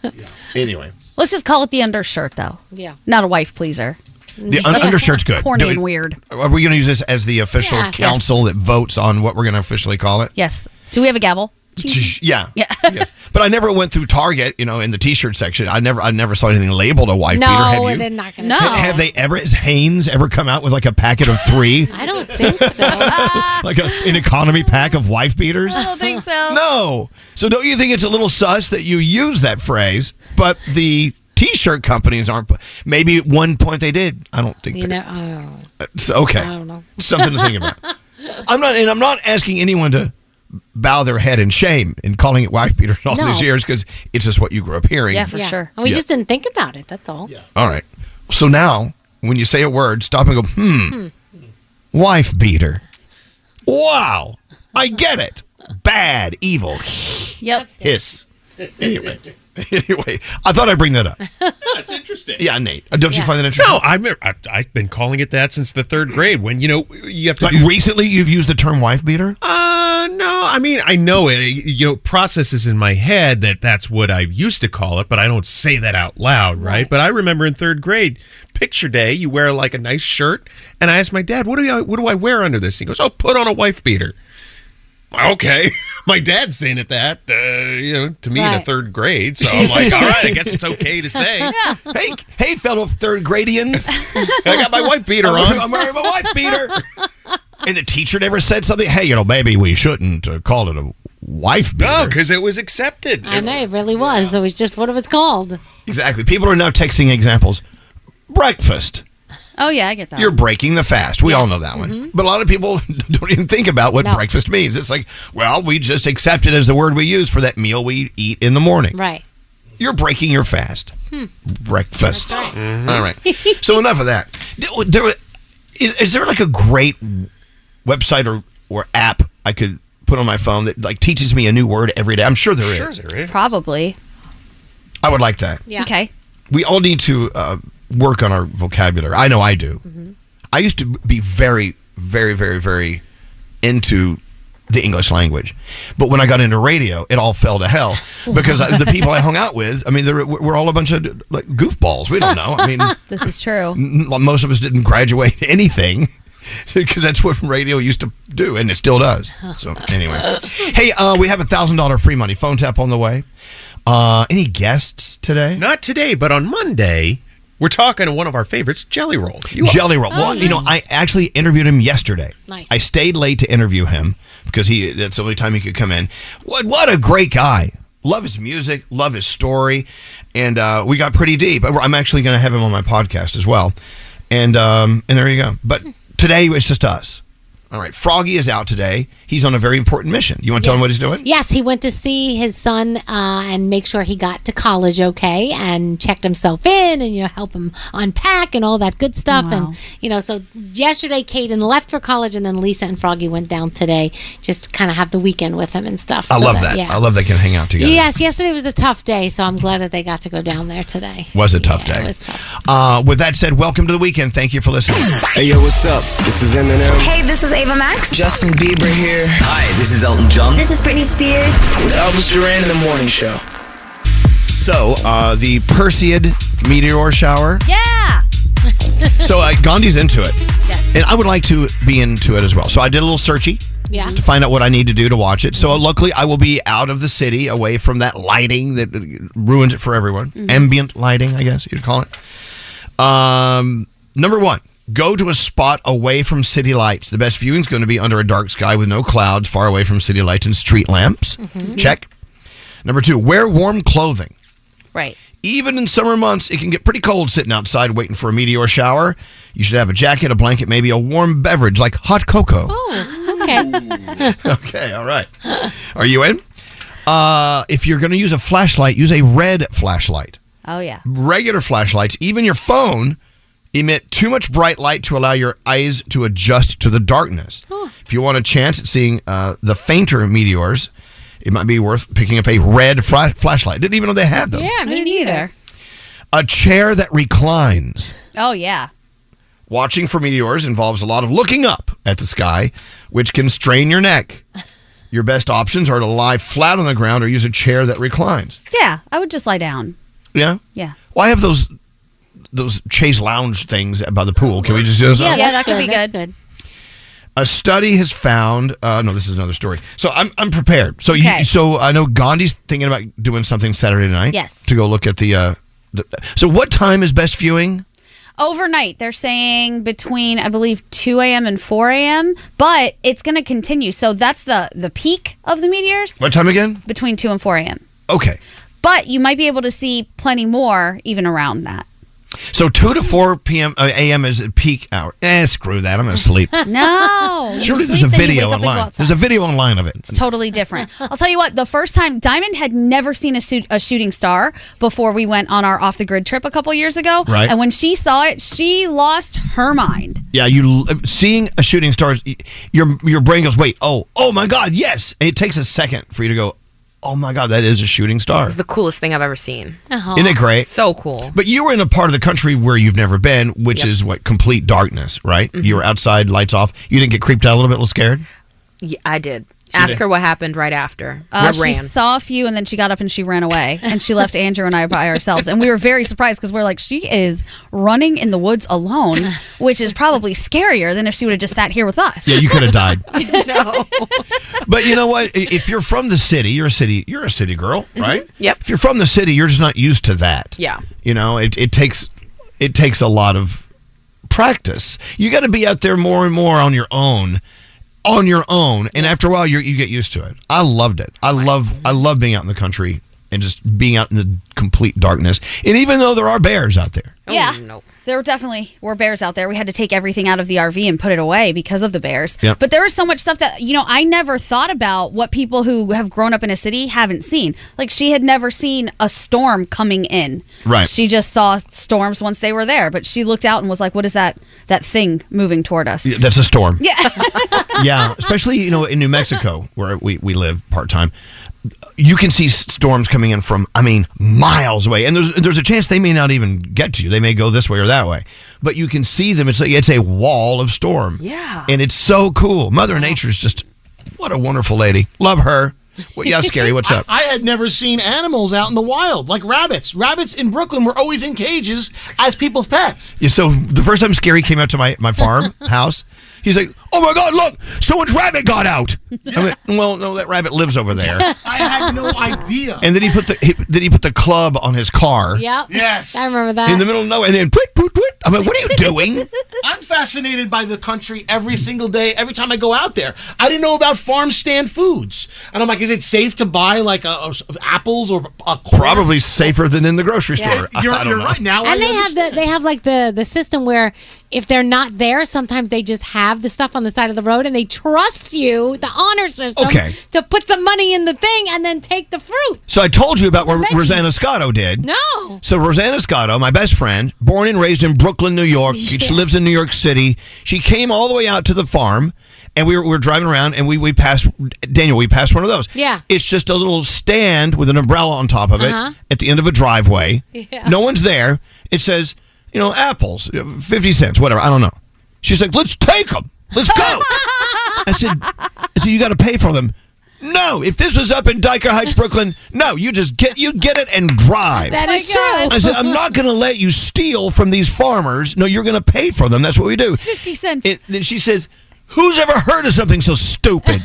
Anyway,
Let's just call it the undershirt, though.
Yeah.
Not a wife pleaser.
the un- undershirt's good.
Corny
Do
and
we-
weird.
Are we going to use this as the official
Yeah.
council that votes on what we're going to officially call it?
Yes. Do we have a gavel?
Yeah.
Yeah.
But I never went through Target, you know, in the T-shirt section. I never, I never saw anything labeled a wife
no,
beater. Have you?
they're not going to.
Ha- Have they ever? Has Haynes ever come out with like a packet of three,
I don't think so.
like a, an economy pack of wife beaters?
think so.
No. So don't you think it's a little sus that you use that phrase, but the T-shirt companies aren't? pu- Maybe at one point they did. I don't think.
You know, I don't know.
It's okay.
I don't know.
Something to think about. I'm not, and I'm not asking anyone to bow their head in shame and calling it wife beater all
No.
these years because it's just what you grew up hearing.
Yeah. And we
Yeah.
just didn't think about it. That's all.
All right. So now, when you say a word, stop and go,
Hmm.
hmm, wife beater. Wow. I get it. Bad, evil,
Yep.
hiss. Anyway. Anyway, I thought I'd bring that up.
That's interesting.
Yeah, Nate. Uh, Don't you find that interesting?
No, I'm, I, I've been calling it that since the third grade. When you know you have to
Like
do-
recently, you've used the term wife beater?
Uh, no. I mean, I know it. You know, processes in my head that that's what I used to call it, but I don't say that out loud, right? But I remember in third grade, picture day, you wear like a nice shirt, and I asked my dad, "What do I what do I wear under this?" He goes, "Oh, put on a wife beater." Okay, my dad's saying it that uh, you know to me in a
Right.
third grade, so I'm like, all right, I guess it's okay to say.
Hey, hey, fellow third gradians. I
got my wife beater on.
I'm wearing my wife beater. and the teacher never said something. Hey, you know, maybe we shouldn't uh, call it a wife beater.
No, because it was accepted.
I know it really was. It was just what it was called.
Exactly. People are now texting examples. Breakfast.
Oh, yeah, I get that.
You're breaking the fast. We all know that one. But a lot of people don't even think about what
No.
breakfast means. It's like, well, we just accept it as the word we use for that meal we eat in the morning.
Right.
You're breaking your fast.
Hmm.
Breakfast.
That's right.
All right. So enough of that. There, is, is there like a great website or, or app I could put on my phone that like teaches me a new word every day? I'm sure there is.
Probably.
I would like that.
Yeah. Okay.
we all need to uh, work on our vocabulary. I know I do. I used to be very very, very, very into the English language. But when I got into radio, it all fell to hell because I, the people I hung out with, I mean, they're, we're all a bunch of like goofballs. We don't know. I mean,
this is true.
m- m- most of us didn't graduate anything because that's what radio used to do and it still does so anyway hey uh, we have a thousand dollar free money phone tap on the way uh, any guests today
not today but on monday we're talking to one of our favorites jelly roll You are-
jelly roll well you know i actually interviewed him yesterday
Nice.
i stayed late to interview him because he that's the only time he could come in what what a great guy love his music love his story and uh, we got pretty deep I- i'm actually going to have him on my podcast as well and um, and there you go but today it's just us all right froggy is out today he's on a very important mission you want to tell him what he's doing
Yes, he went to see his son uh, and make sure he got to college okay and checked himself in and, you know, help him unpack and all that good stuff. And, you know, so yesterday, Caden left for college and then Lisa and Froggy went down today just to kind of have the weekend with him and stuff.
i
So
love that
Yeah.
i love they can hang out together
Yes, yesterday was a tough day, so I'm glad that they got to go down there today.
was a tough day
It was tough.
Uh, with that said, welcome to the weekend. Thank you for listening. Hey, yo, what's up? This is Eminem.
Hey, this is Ava Max.
Justin Bieber here. Hi, this is Elton John.
This is Britney Spears.
Elvis Duran in the morning show.
So, uh, the Perseid meteor shower.
Yeah.
So, uh, Gandhi's into it. And I would like to be into it as well. So, I did a little searchy
Yeah.
to find out what I need to do to watch it. So, uh, luckily, I will be out of the city, away from that lighting that uh, ruins it for everyone.
Mm-hmm.
Mhm.
Ambient lighting, I guess you'd call it. Um, number one, go to a spot away from city lights. The best viewing is going to be under a dark sky with no clouds, far away from city lights and street lamps.
Mm-hmm.
Mm-hmm.
Mhm.
Check. Number two, wear warm clothing.
Right.
Even in summer months, it can get pretty cold sitting outside waiting for a meteor shower. You should have a jacket, a blanket, maybe a warm beverage like hot cocoa.
Okay.
okay, all right. Are you in? Uh, if you're going to use a flashlight, use a red flashlight.
Oh yeah.
Regular flashlights, even your phone, emit too much bright light to allow your eyes to adjust to the darkness. If you want a chance at seeing uh, the fainter meteors, it might be worth picking up a red fla- flashlight. Didn't even know they had them.
Yeah, me neither.
A chair that reclines.
Oh yeah.
Watching for meteors involves a lot of looking up at the sky, which can strain your neck. Your best options are to lie flat on the ground or use a chair that reclines.
Yeah. I would just lie down.
Yeah.
Yeah.
Well, I have those those chase lounge things by the pool. Can we just do those?
Yeah, that
that's
could be
that's
good.
A study has found. Uh, no, this is another story. So I'm I'm prepared. So
Okay.
you, so I know Gandhi's thinking about doing something Saturday night.
Yes.
To go look at the. Uh, the so what time is best viewing?
Overnight, they're saying between I believe 2 a.m. and 4 a.m., but it's going to continue. So that's the the peak of the meteors
What time again?
between 2 and 4 a.m.
Okay.
But you might be able to see plenty more even around that.
So two to four p.m. Uh, a.m. is at peak hour. Eh, screw that. I'm gonna sleep.
No.
Surely
You
there's a
sleep, then you
video
wake up and go
online.
outside.
There's a video online of it.
It's totally different. I'll tell you what, the first time Diamond had never seen a, shoot, a shooting star before we went on our off the grid trip a couple years ago.
Right.
And when she saw it, she lost her mind.
Yeah, you l- seeing a shooting star, is- y- your your brain goes, wait, oh, oh my God, yes. And it takes a second for you to go, oh my God, that is a shooting star.
It's the coolest thing I've ever seen.
Uh-huh.
Isn't it great?
So cool.
But you were in a part of the country where you've never been, which
Yep. Mm-hmm.
is what complete darkness, right? You were outside, lights off. You didn't get creeped out a little bit, a little scared.
Yeah, I did. Ask
did.
her what happened right after.
Uh,
I
she
ran.
saw a few and then she got up and she ran away. And she left Andrew and I by ourselves. And we were very surprised because we're like, she is running in the woods alone, which is probably scarier than if she would have just sat here with us.
Yeah, you could have died. no. But you know what? I- If you're from the city, you're a city, you're a city girl, right?
Mm-hmm. Yep.
If you're from the city, you're just not used to that.
Yeah.
You know, it, it takes it takes a lot of practice. You got to be out there more and more on your own, on your own, and after a while, you you get used to it. I loved it. I love I love being out in the country and just being out in the complete darkness. And even though there are bears out there,
yeah. There were definitely were bears out there. We had to take everything out of the RV and put it away because of the bears.
Yep.
But there was so much stuff that, you know, I never thought about what people who have grown up in a city haven't seen. Like she had never seen a storm coming in.
Right.
She just saw storms once they were there, but she looked out and was like, what is that that thing moving toward us?
Yeah, that's a storm.
Yeah.
yeah, especially you know in New Mexico where we we live part time. you can see s- storms coming in from, I mean, miles away, and there's there's a chance they may not even get to you. They may go this way or that way, but you can see them. It's like, it's a wall of storm.
Yeah.
and it's so cool. Mother Nature's just what a wonderful lady. Love her. Well, yeah, scary. What's
I-
up?
I, had never seen animals out in the wild, like rabbits. Rabbits in Brooklyn were always in cages as people's pets.
Yeah, so the first time Scary came out to my, my farm house, he's like, "Oh my God, look! Someone's rabbit got out." I went, "Well, no, that rabbit lives over there."
I had no idea.
And then he put the he, then he put the club on his car
Yep. Yes. I remember that.
in the middle of nowhere, and then tweet, tweet, tweet. I'm like, "What are you doing?"
I'm fascinated by the country every single day, every time I go out there. I didn't know about farm stand foods. And I'm like, is it safe to buy like a, a- apples or a corn?
Probably safer than in the grocery store. I-
You're,
I don't
you're
know.
right now. I
and they have the
understand.
they have like the the system where if they're not there, sometimes they just have the stuff on the side of the road, and they trust you, the honor system,
Okay.
to put some money in the thing and then take the fruit.
So I told you about what
Veggies.
Rosanna Scotto did.
No.
So Rosanna Scotto, my best friend, born and raised in Brooklyn, New York. She lives in New York City. She came all the way out to the farm, and we were, we were driving around, and we we passed Daniel. We passed one of those.
Yeah.
It's just a little stand with an umbrella on top of it
Uh-huh.
at the end of a driveway.
Yeah.
No one's there. It says, you know, apples, fifty cents, whatever. I don't know. She's like, let's take them. Let's go. I said, I said, you got to pay for them. No, if this was up in Diker Heights, Brooklyn, no, you just get you get it and drive.
That is Oh my God. true.
I said, I'm not going to let you steal from these farmers. No, you're going to pay for them. That's what we do.
50 cents.
And then she says, Who's ever heard of something so stupid?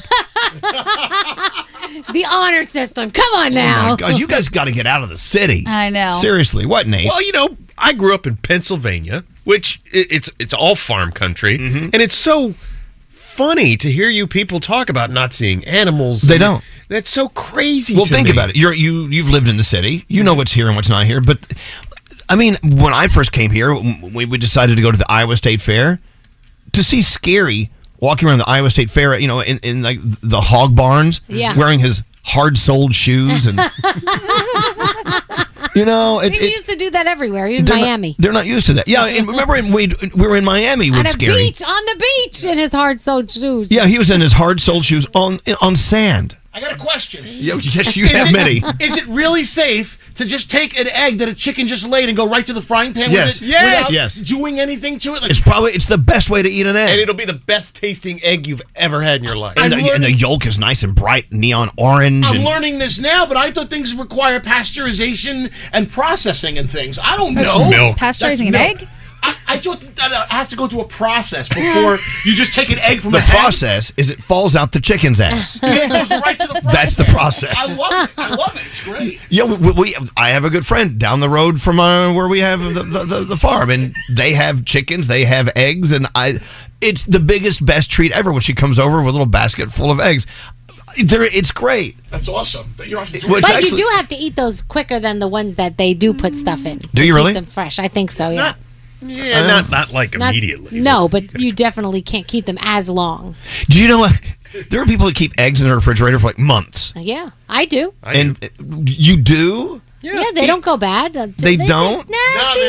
The honor system. Come on now.
Oh my God, you guys got to get out of the city.
I know.
Seriously, what Nate?
Well, you know, I grew up in Pennsylvania, which i- it's it's all farm country, and it's so funny to hear you people talk about not seeing animals.
They
and-
don't.
That's so crazy.
Well,
to
think
me.
about it. You're you you've lived in the city. You know what's here and what's not here. But I mean, when I first came here, m- we, we decided to go to the Iowa State Fair to see Scary walking around the Iowa State Fair. You know, in, in like the hog barns,
Yeah.
wearing his hard-soled shoes, and you know, it,
we
it-
used to do that everywhere, even
they're not-
Miami.
they're not used to that. Yeah, and remember, when we we were in Miami with
on a
Scary.
beach, on the beach, in his hard-soled shoes.
Yeah, he was in his hard-soled shoes on on sand.
I got a question.
Yeah, yes, you
Is
have
it-
many.
Is it really safe to just take an egg that a chicken just laid and go right to the frying pan
Yes.
with it
Yes.
without
Yes.
doing anything to it? Like,
It's probably it's the best way to eat an egg.
And it'll be the best tasting egg you've ever had in your life.
And, the, and the yolk is nice and bright, neon orange.
I'm
and-
learning this now, but I thought things require pasteurization and processing and things. I don't
That's
know.
milk.
That's
Pasteurizing an
milk. I, I thought that it has to go through a process before you just take an egg from
the
a hen.
process is it falls out the chicken's ass.
And it goes right to the frying
That's the
pan.
process.
I love it. I love it. It's great.
Yeah, we, we, we- I have a good friend down the road from uh, where we have the, the, the, the farm, and they have chickens, they have eggs, and I, it's the biggest, best treat ever when she comes over with a little basket full of eggs. There, it's great.
That's awesome. But you don't have to do
Well,
it.
it's
but you
actually-
do have to eat those quicker than the ones that they do put stuff in. to
you
keep
really?
them fresh. I think so. Yeah.
Yeah,
not-
not like
Not- No, but you definitely can't keep them as long.
Do you know what? There are people that keep eggs in their refrigerator for like months,
Uh, Yeah, I do.
and uh, you do.
Yeah, they don't go bad. Uh, They,
they
They, nah, they
don't?
don't.
don't.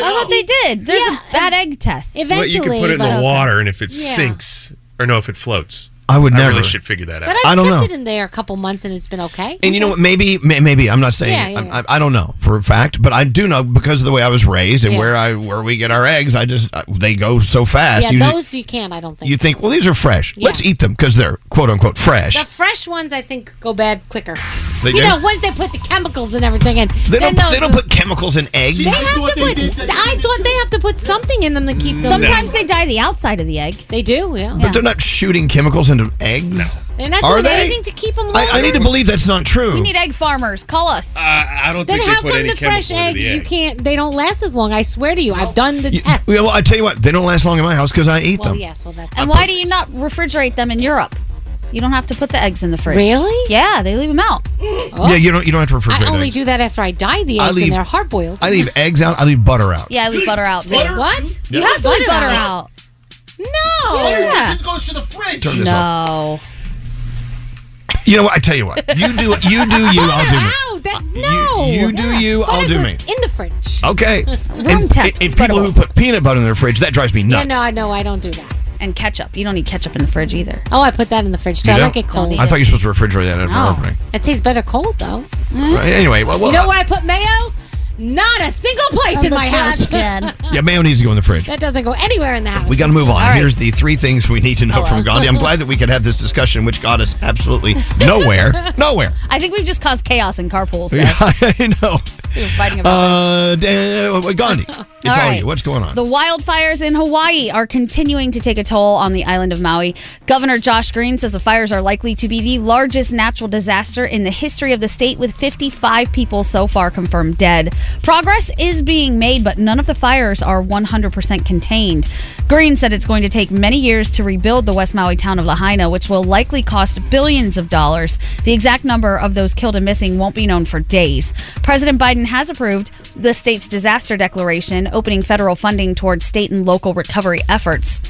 I thought they
did.
There's
a bad egg test.
Well, you
Eventually,
can put it in
but-
the water, and if it
Yeah.
sinks, or no, if it floats,
I would
I
never.
really should figure that out.
But I've
I don't
kept
know.
it in there a couple months and it's been okay.
And you know what? Maybe, may- maybe I'm not saying
Yeah, yeah,
I'm- I, I don't know for a fact, but I do know because of the way I was raised and
Yeah.
where I where we get our eggs. I just I, they go so fast.
yeah,
you,
those you can. I don't think.
you think, well, these are fresh.
Yeah.
Let's eat them because they're quote unquote fresh.
The fresh ones, I think, go bad quicker.
They
you
do?
know, once they put the chemicals and everything in,
They
Then
don't. They
those-
don't put chemicals in eggs.
They have to put. I thought they have to put something in them to keep. them.
Sometimes
they dye the outside of the egg. They do, yeah.
But they're not shooting chemicals into eggs.
They're not
Are
doing
they?
anything to keep them.
I, I need to believe that's not true.
We
need egg farmers. Call us.
I don't
Then
think they
how
put
come
any
the fresh
chemical into
eggs
the
you
egg.
can't? They don't last as long. I swear to you, I've done the test.
Yeah, well, I tell you what, they don't last long in my house because I eat
Well,
them.
yes, well that's.
I
And why do you not refrigerate them in Europe? You don't have to put the eggs in the fridge.
Really?
Yeah, they leave them out.
Yeah, you don't. You don't have to refrigerate.
I only
eggs.
do that after I dye the
I
eggs
leave-
and they're hard boiled.
I leave eggs out. I leave butter out.
Yeah, I leave butter out too.
Butter? What?
You
Yeah.
have to leave
Butter
butter
out.
out.
No.
Yeah.
It goes to the fridge.
Turn this
no.
You know what? I tell you what. You do. You do. You. I'll do. Me.
Ow, that, no.
you do you, I'll
Butter
do
goes
me.
In the fridge.
Okay.
Room temp.
And people who put peanut butter in their fridge, that drives me
Yeah,
nuts.
no, I know. I don't do that.
and ketchup. You don't need ketchup in the fridge either.
Oh, I put that in the fridge too.
You
I
do?
like it cold. Oh.
I thought you were supposed to refrigerate that after
No.
opening.
It tastes better cold though.
Right, anyway, well, well,
you know where I put mayo? Not a single place in my house. that
Yeah, mayo needs to go in the fridge.
doesn't go anywhere in the house.
We got to move on.
All right.
Here's the three things we need to know from Gandhi. I'm glad that we could have this discussion, which got us absolutely nowhere. nowhere.
I think we've just caused chaos in carpools. There.
I know.
We were fighting about
Uh, da- Gandhi, it's all,
All right.
you. What's going on?
The wildfires in Hawaii are continuing to take a toll on the island of Maui. Governor Josh Green says the fires are likely to be the largest natural disaster in the history of the state, with 55 people so far confirmed dead. Progress is being made, but none of the fires are 100% contained. Green said it's going to take many years to rebuild the West Maui town of Lahaina, which will likely cost billions of dollars. The exact number of those killed and missing won't be known for days. President Biden has approved the state's disaster declaration, opening federal funding towards state and local recovery efforts.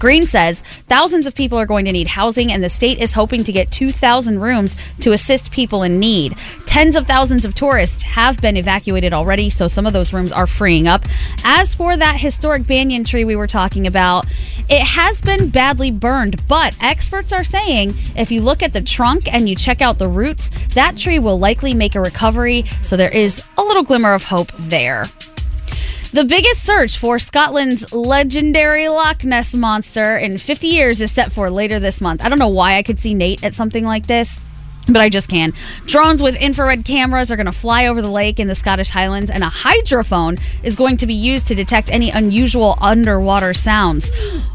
Green says thousands of people are going to need housing, and the state is hoping to get 2,000 rooms to assist people in need. Tens of thousands of tourists have been evacuated already, so some of those rooms are freeing up. As for that historic banyan tree we were talking about, it has been badly burned, but experts are saying if you look at the trunk and you check out the roots, that tree will likely make a recovery, so there is a little glimmer of hope there. The biggest search for Scotland's legendary Loch Ness monster in 50 years is set for later this month. I don't know why I could see Nate at something like this. But I just can. Drones with infrared cameras are going to fly over the lake in the Scottish Highlands, and a hydrophone is going to be used to detect any unusual underwater sounds.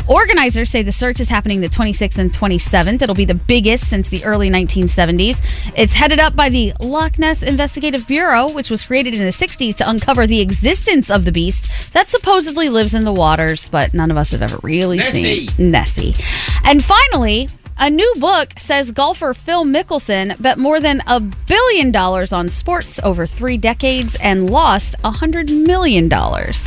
Organizers say the search is happening the 26th and 27th. It'll be the biggest since the early 1970s. It's headed up by the Loch Ness Investigative Bureau, which was created in the 60s to uncover the existence of the beast that supposedly lives in the waters, but none of us have ever really
Nessie.
seen Nessie. And finally, a new book says golfer Phil Mickelson bet more than a billion dollars on sports over three decades and lost a hundred million dollars.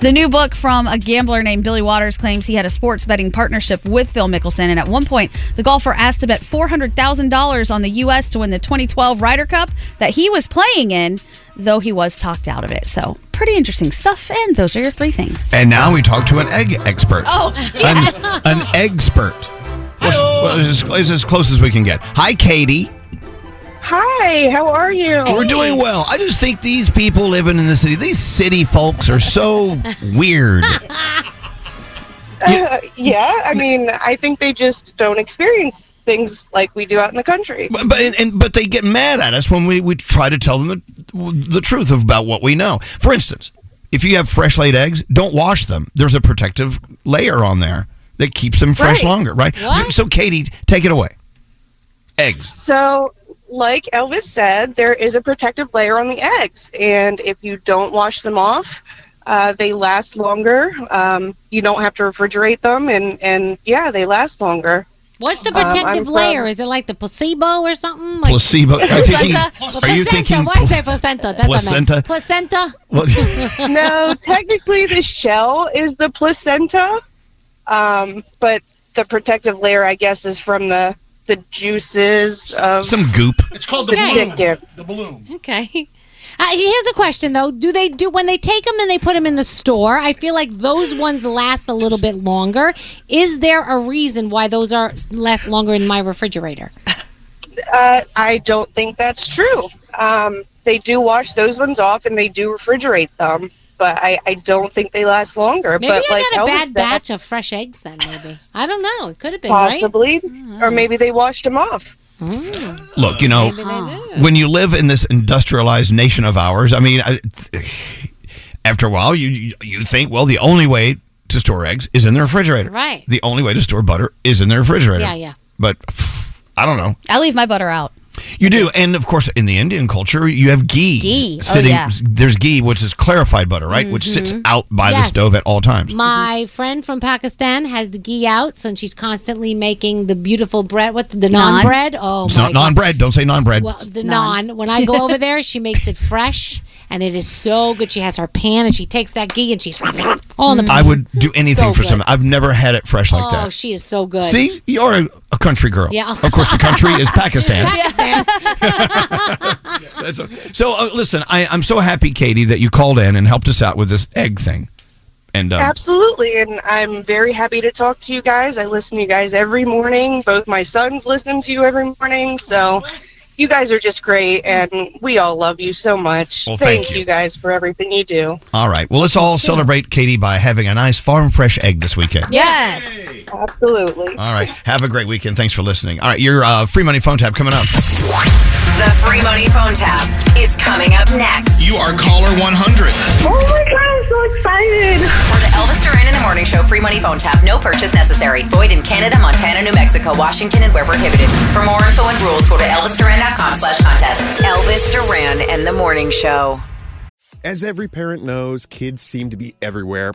The new book from a gambler named Billy Waters claims he had a sports betting partnership with Phil Mickelson, and at one point, the golfer asked to bet four hundred thousand dollars on the U.S. to win the 2012 Ryder Cup that he was playing in, though he was talked out of it. So, pretty interesting stuff. And those are your three things.
and now we talk to an egg expert.
Oh, yeah.
An, an expert. Well, well, it's, as, it's as close as we can get. Hi, Katie.
Hi, how are you?
We're doing well. I just think these people living in the city, these city folks are so weird.
Uh, yeah, I mean, I think they just don't experience things like we do out in the country.
But but, and, but they get mad at us when we, we try to tell them the, the truth about what we know. For instance, if you have fresh laid eggs, don't wash them. There's a protective layer on there that keeps them fresh
Right.
longer, right?
What?
So, Katie, take it away. Eggs.
So, like Elvis said, there is a protective layer on the eggs, and if you don't wash them off, uh, they last longer. Um, you don't have to refrigerate them, and and yeah, they last longer.
What's the
Um,
protective
I'm from-
layer? Is it like the placebo or something? Like
Placebo. Are you thinking-
Placenta?
are
placenta.
you thinking
Why is that placenta? That's what I meant.
placenta?
Placenta.
What-
no, technically the shell is the placenta, um, but the protective layer, I guess, is from the the juices of
some goop.
It's
called
the balloon.
The balloon.
Okay. Uh, here's a question though: Do they do when they take them and they put them in the store? I feel like those ones last a little bit longer. Is there a reason why those are last longer in my refrigerator?
Uh, I don't think that's true. Um, they do wash those ones off and they do refrigerate them, but I, I don't think they last longer.
Maybe
but
I
like
got a
Elvis
bad
said,
batch of fresh eggs then. Maybe I don't know. It could have been
possibly, or maybe they washed them off.
right.
Look, you know,
Maybe they
when you live in this industrialized nation of ours, I mean, I, after a while, you- you you think, well, the only way to store eggs is in the refrigerator.
Right.
The only way to store butter is in the refrigerator.
Yeah, yeah.
But pff, I don't know.
I leave my butter out.
You do, and of course, in the Indian culture, you have ghee.
Ghee. Oh,
sitting.
yeah.
There's ghee, which is clarified butter, right? Which sits
Mhm.
out by
Yes.
the stove at all times.
My friend from Pakistan has the ghee out, so she's constantly making the beautiful bread. What the non
Naan?
bread? Oh,
it's
my
not
God.
non bread. Don't say non bread.
Well, the naan. When I go over there, she makes it fresh, and it is so good. She has her pan, and she takes that ghee, and she's all in the.
I
pan.
would do anything
mm-hmm. So
for
good.
something. I've never had it fresh like
oh,
that.
she is so good.
See, you're a, a country girl.
Yeah.
Of course, the country is Pakistan.
Pakistan.
That's so, uh, listen, I, I'm so happy, Katie, that you called in and helped us out with this egg thing.
And um,
Absolutely, and I'm very happy to talk to you guys. I listen to you guys every morning. Both my sons listen to you every morning, so you guys are just great, and we all love you so much.
Well, thank
you. guys for everything you do.
All right. Well, let's all celebrate Katie by having a nice farm fresh egg this weekend.
Yes, absolutely.
All right. Have a great weekend. Thanks for listening. All right. Your uh, free money phone tab coming up.
The free money phone tap is coming up next.
You are caller 100.
Oh my god, I'm so excited! For the Elvis Duran in the Morning Show free money phone tap, no purchase necessary. Void in Canada, Montana, New Mexico, Washington, and where prohibited. For more info and rules, go to elvisduran.com slash contests. Elvis Duran and the Morning Show.
As every parent knows, kids seem to be everywhere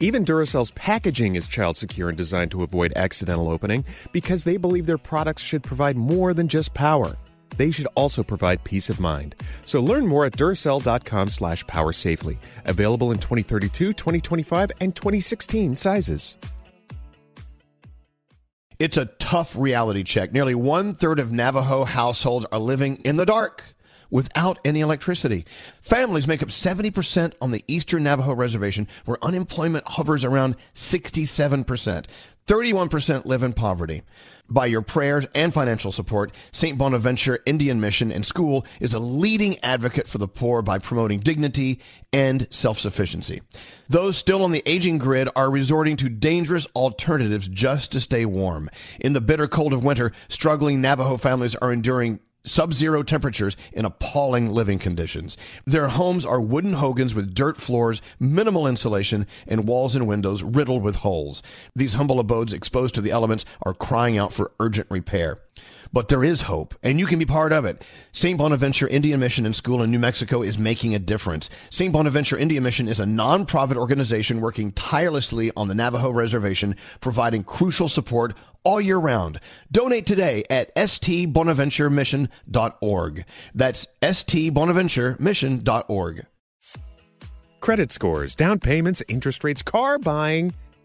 Even Duracell's packaging is child secure and designed to avoid accidental opening because they believe their products should provide more than just power. They should also provide peace of mind. So learn more at Duracell.com slash power safely. Available in 2032, 2025, and 2016 sizes.
It's a tough reality check. Nearly one third of Navajo households are living in the dark without any electricity. Families make up 70% on the Eastern Navajo Reservation, where unemployment hovers around 67%. 31% live in poverty. By your prayers and financial support, St. Bonaventure Indian Mission and School is a leading advocate for the poor by promoting dignity and self sufficiency. Those still on the aging grid are resorting to dangerous alternatives just to stay warm. In the bitter cold of winter, struggling Navajo families are enduring sub zero temperatures in appalling living conditions. Their homes are wooden hogans with dirt floors, minimal insulation, and walls and windows riddled with holes. These humble abodes exposed to the elements are crying out for urgent repair. But there is hope, and you can be part of it. St. Bonaventure Indian Mission and School in New Mexico is making a difference. St. Bonaventure Indian Mission is a nonprofit organization working tirelessly on the Navajo Reservation, providing crucial support all year round. Donate today at stbonaventuremission.org. That's stbonaventuremission.org.
Credit scores, down payments, interest rates, car buying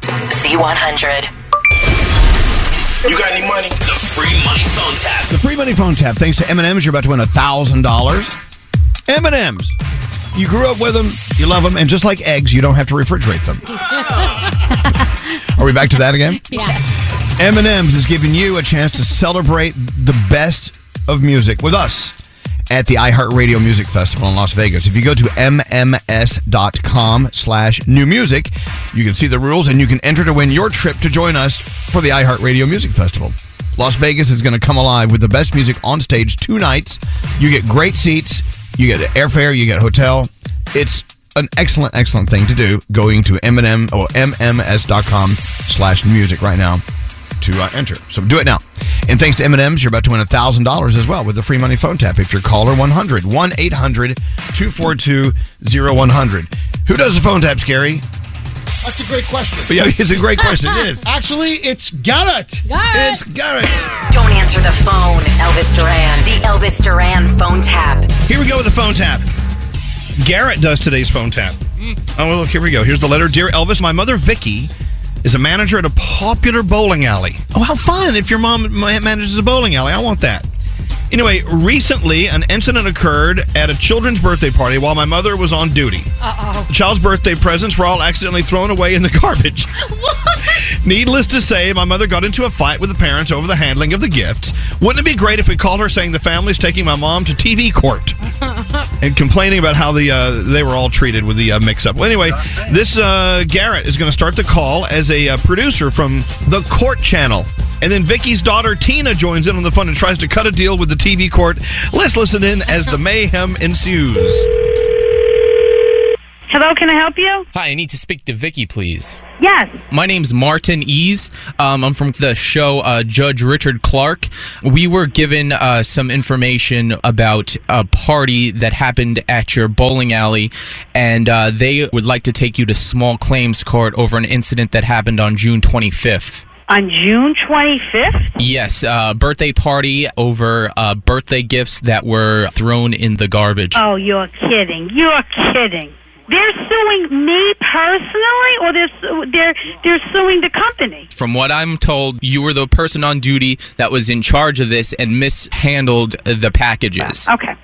C100.
You got any money? The free money phone tap.
The free money phone tab. Thanks to M&M's, you're about to win $1,000. M&M's. You grew up with them, you love them, and just like eggs, you don't have to refrigerate them. Are we back to that again?
Yeah.
M&M's is giving you a chance to celebrate the best of music with us at the iHeartRadio Music Festival in Las Vegas. If you go to mms.com slash new music, you can see the rules and you can enter to win your trip to join us for the iHeartRadio Music Festival. Las Vegas is going to come alive with the best music on stage two nights. You get great seats, you get airfare, you get hotel. It's an excellent, excellent thing to do going to M&M or mms.com slash new music right now to uh, enter. So do it now. And thanks to M&M's, you're about to win $1,000 as well with the free money phone tap if you're caller 100, 1-800-242-0100. Who does the phone tap, Scary?
That's a great question.
But yeah, it's a great question. It is.
Actually, it's Garrett.
It's Garrett.
Don't answer the phone, Elvis Duran. The Elvis Duran phone tap.
Here we go with the phone tap. Garrett does today's phone tap. Oh, well, look, here we go. Here's the letter. Dear Elvis, my mother, Vicky, is a manager at a popular bowling alley. Oh, how fun if your mom ma- manages a bowling alley. I want that. Anyway, recently an incident occurred at a children's birthday party while my mother was on duty.
Uh
The child's birthday presents were all accidentally thrown away in the garbage. Needless to say, my mother got into a fight with the parents over the handling of the gifts. Wouldn't it be great if we called her saying the family's taking my mom to TV court? and complaining about how the uh, they were all treated with the uh, mix-up. Well, anyway, this uh, Garrett is going to start the call as a uh, producer from the Court Channel, and then Vicky's daughter Tina joins in on the fun and tries to cut a deal with the TV court. Let's listen in as the mayhem ensues.
Hello, can I help you?
Hi, I need to speak to Vicky, please.
Yes.
My name's Martin Ease. Um, I'm from the show uh, Judge Richard Clark. We were given uh, some information about a party that happened at your bowling alley, and uh, they would like to take you to small claims court over an incident that happened on June 25th.
On June 25th?
Yes, uh, birthday party over uh, birthday gifts that were thrown in the garbage.
Oh, you're kidding. You're kidding. They're suing me personally, or they're su- they're they're suing the company.
From what I'm told, you were the person on duty that was in charge of this and mishandled the packages.
Okay.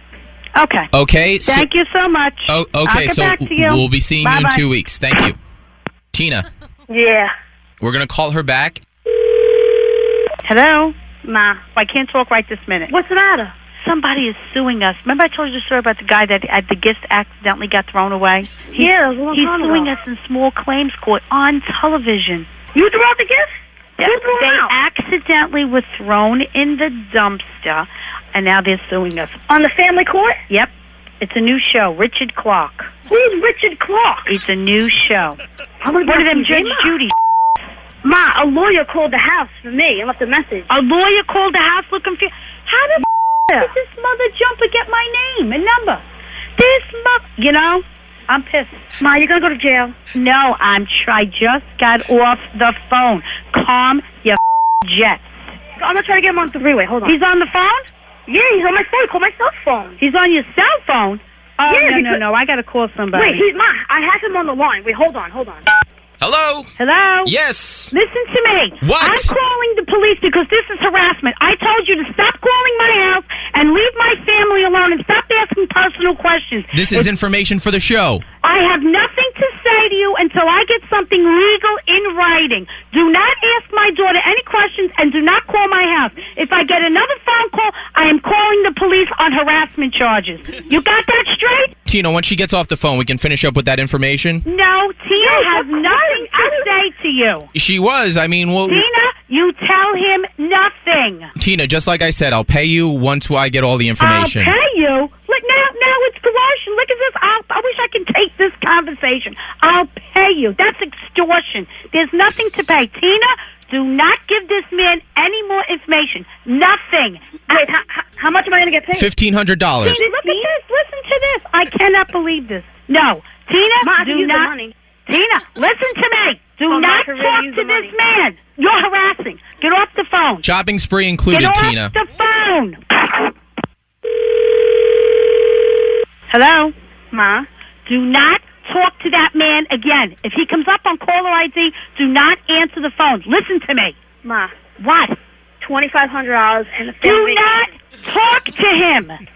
Okay.
Okay. so-
Thank you so much.
Oh,
I'll
okay.
get
So
back to you.
we'll be seeing you in
Bye-bye.
two weeks. Thank you, Tina.
Yeah.
We're gonna call her back.
Hello? Ma, I can't talk right this minute. What's the matter? Somebody is suing us. Remember, I told you the story about the guy that at the gift accidentally got thrown away. He-
Yeah, that was a long
he's
time
suing
ago.
us in small claims court on television. You threw out the gift.
Who threw it
they
out?
accidentally were thrown in the dumpster, and now they're suing us on the family court. Yep, it's a new show. Richard Clark. Who's Richard Clark? It's a new show. One of them, Judge Judy.
Ma, a lawyer called the house for me and left a message.
A lawyer called the house looking for. How did did this mother jumper get my name and number? This mother, you know, I'm pissed. Ma, you're gonna go to jail. No, I'm. Tr- I just got off the phone. Calm your jets.
I'm gonna try to get him on the freeway. Hold on.
He's on the phone.
Yeah, he's on my phone. Call my cell phone.
He's on your cell phone. Oh
Yeah,
no, no,
because-
no! I gotta call somebody.
Wait, he's Ma. I have him on the line. Wait, hold on, hold on.
Hello.
Hello.
Yes.
Listen to me.
What?
I'm calling the police because this is harassment. I told you to stop calling my house and leave my family alone and stop asking personal questions.
This is
It's-
information for the show.
I have nothing to say to you until I get something legal in writing. Do not ask my daughter any questions and do not call my house. If I get another phone call, I am calling the police on harassment charges. You got that straight?
Tina, once she gets off the phone, we can finish up with that information.
No, Tina has nothing to say to you.
She was. I mean, well,
Tina, you tell him nothing.
Tina, just like I said, I'll pay you once I get all the information.
I'll pay you. Look now, now it's coercion. Look at this. I'll, I wish I can take this conversation. I'll pay you. That's extortion. There's nothing to pay. Tina, do not give this man any more information. Nothing. Wait, how, how much am I going to get paid?
$1,500.
Tina, look at this. Listen to this. I cannot believe this. No, Tina,
Ma, I can
do
use the
not.
money.
Tina, listen to me. Do
Oh, Ma, I
not
can
talk
really use
to
the
this man. You're harassing. Get off the phone.
Shopping spree included,
Get off
Tina.
the phone. Hello, Ma. Do not talk to that man again. If he comes up on caller ID, do not answer the phone. Listen to me.
Ma,
What?
twenty five hundred dollars and the
Do
family.
not talk to him.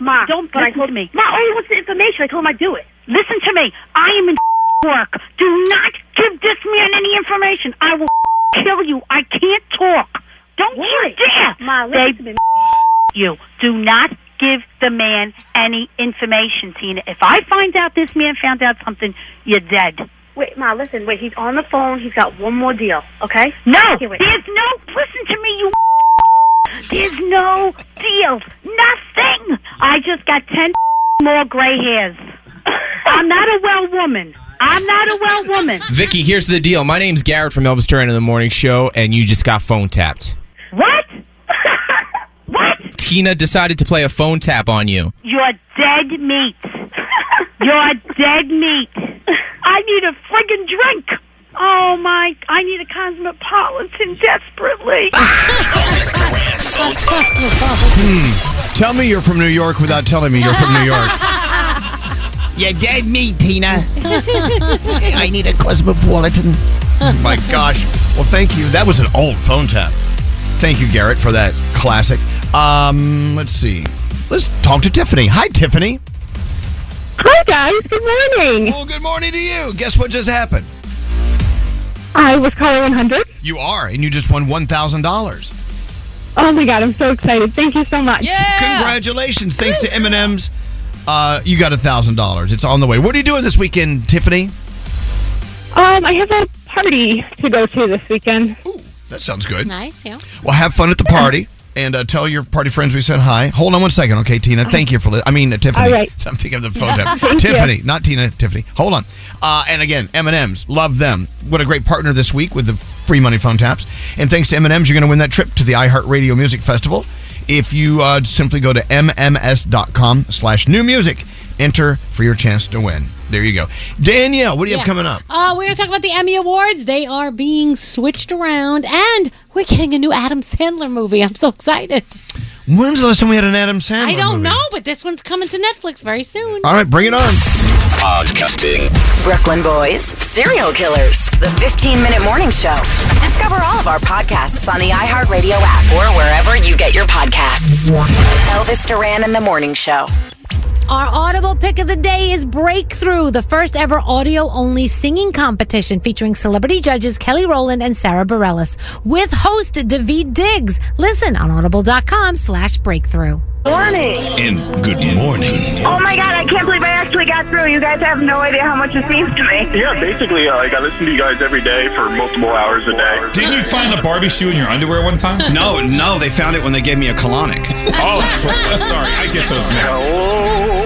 Ma,
Don't
but I
listen to me.
Ma only wants the information. I told him I'd do it.
Listen to me. I am in work. Do not give this man any information. I will kill you. I can't talk. Don't you dare.
Ma, listen
They
to me.
you. Do not give the man any information, Tina. If I find out this man found out something, you're dead.
Wait, Ma, listen. Wait, he's on the phone. He's got one more deal. Okay?
No,
Here, wait.
there's no. Listen to me, you. There's no deal. Nothing. I just got ten more gray hairs. I'm not a well woman. I'm not a well woman.
Vicky, here's the deal. My name's Garrett from Elvis Duran in the Morning Show, and you just got phone tapped.
What?
Tina decided to play a phone tap on you.
You're dead meat. You're dead meat. I need a friggin' drink. Oh my! I need a cosmopolitan desperately.
Hmm. Tell me you're from New York without telling me you're from New York.
You dead meat, Tina. I need a cosmopolitan.
Oh my gosh. Well, thank you. That was an old phone tap. Thank you, Garrett, for that classic. Um, let's see. Let's talk to Tiffany. Hi, Tiffany.
Hi, guys. Good morning.
Well, good morning to you. Guess what just happened?
I was caller 100.
You are, and you just won one thousand dollars.
Oh my god, I'm so excited! Thank you so much.
Congratulations! Thanks to M&M's, uh, you got thousand dollars. It's on the way. What are you doing this weekend, Tiffany?
Um, I have a party to go to this weekend.
That sounds good.
Nice, yeah.
Well, have fun at the party and uh, tell your party friends we said hi. Hold on one second, okay, Tina? Thank you for li- I mean uh, Tiffany.
Uh-huh. All right.
I'm thinking of the phone tap.
Thank you.
Tiffany, not Tina. Tiffany. Hold on. Uh, and again, M and M's. Love them. What a great partner this week with the free money phone taps. And thanks to M and M's, you're going to win that trip to the iHeartRadio Music Festival if you uh, simply go to mms.com/slash new music. Enter for your chance to win. There you go. Danielle, what do you have
Yeah.
coming up?
Uh, we're going to talk about the Emmy Awards. They are being switched around, and we're getting a new Adam Sandler movie. I'm so excited.
When's the last time we had an Adam Sandler?
I don't
movie?
know, but this one's coming to Netflix very soon.
All right, bring it on.
Podcasting. Brooklyn Boys, Serial Killers, The 15 Minute Morning Show. Discover all of our podcasts on the iHeartRadio app or wherever you get your podcasts. Elvis Duran and the Morning Show.
Our audible pick of the day is Breakthrough, the first ever audio only singing competition featuring celebrity judges Kelly Rowland and Sarah Bareilles with host David Diggs. Listen on audible.com slash breakthrough.
Morning.
And good morning.
Oh my god, I can't believe I actually got through. You guys have no idea how much it means to me.
Yeah, basically, uh, like I listen to you guys every day for multiple hours a day. Didn't you find a Barbie shoe in your underwear one time?
No, no, they found it when they gave me a colonic.
Oh, that's what- that's- sorry, I get those mixed.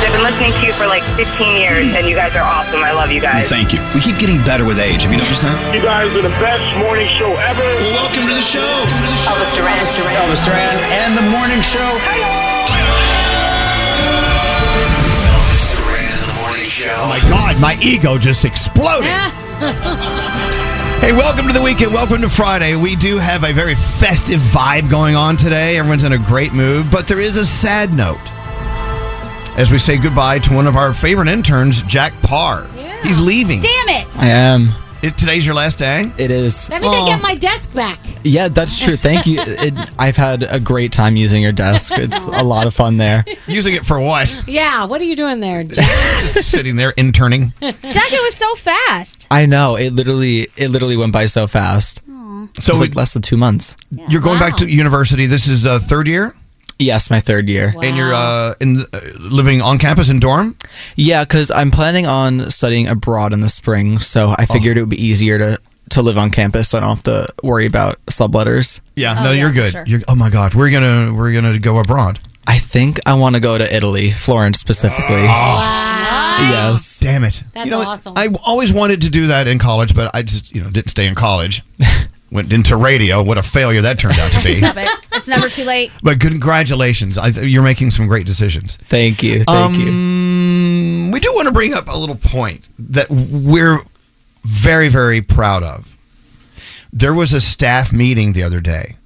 I've been listening to you for like 15 years, and you guys are awesome. I love you guys.
Thank you. We keep getting better with age. Have you noticed that?
You guys are the best morning show ever.
Welcome to the show. Elvis
Duran. Elvis Duran.
Elvis Duran and the morning show.
Oh my God, my ego just exploded. Hey, welcome to the weekend. Welcome to Friday. We do have a very festive vibe going on today. Everyone's in a great mood, but there is a sad note as we say goodbye to one of our favorite interns, Jack Parr. He's leaving.
Damn it!
I am. today's your last day?
It is.
That means
Oh.
I get my desk back.
Yeah, that's true. Thank you. It, I've had a great time using your desk. It's a lot of fun there.
Using it for what?
Yeah, what are you doing there, Jack?
Just sitting there interning.
Jack, it was so fast.
I know. It literally it literally went by so fast. So it was like less than two months.
You're going back to university. This is uh, third year?
Yes, my third year.
And you're uh, in uh, living on campus in dorm?
Yeah, because I'm planning on studying abroad in the spring, so
Oh.
I figured it would be easier to to live on campus. So I don't have to worry about subletters.
Yeah, no, you're good. You're, oh my God, we're gonna we're gonna go abroad.
I think I want to go to Italy, Florence specifically. Yes.
Damn it.
That's
awesome. I always wanted to do that in college, but I just you know didn't stay in college. Went into radio. What a failure that turned out to be.
Stop it. It's never too late.
But congratulations, I, th- you're making some great decisions.
Thank you. Thank
Um, you. We do want to bring up a little point that we're very, very proud of. There was a staff meeting the other day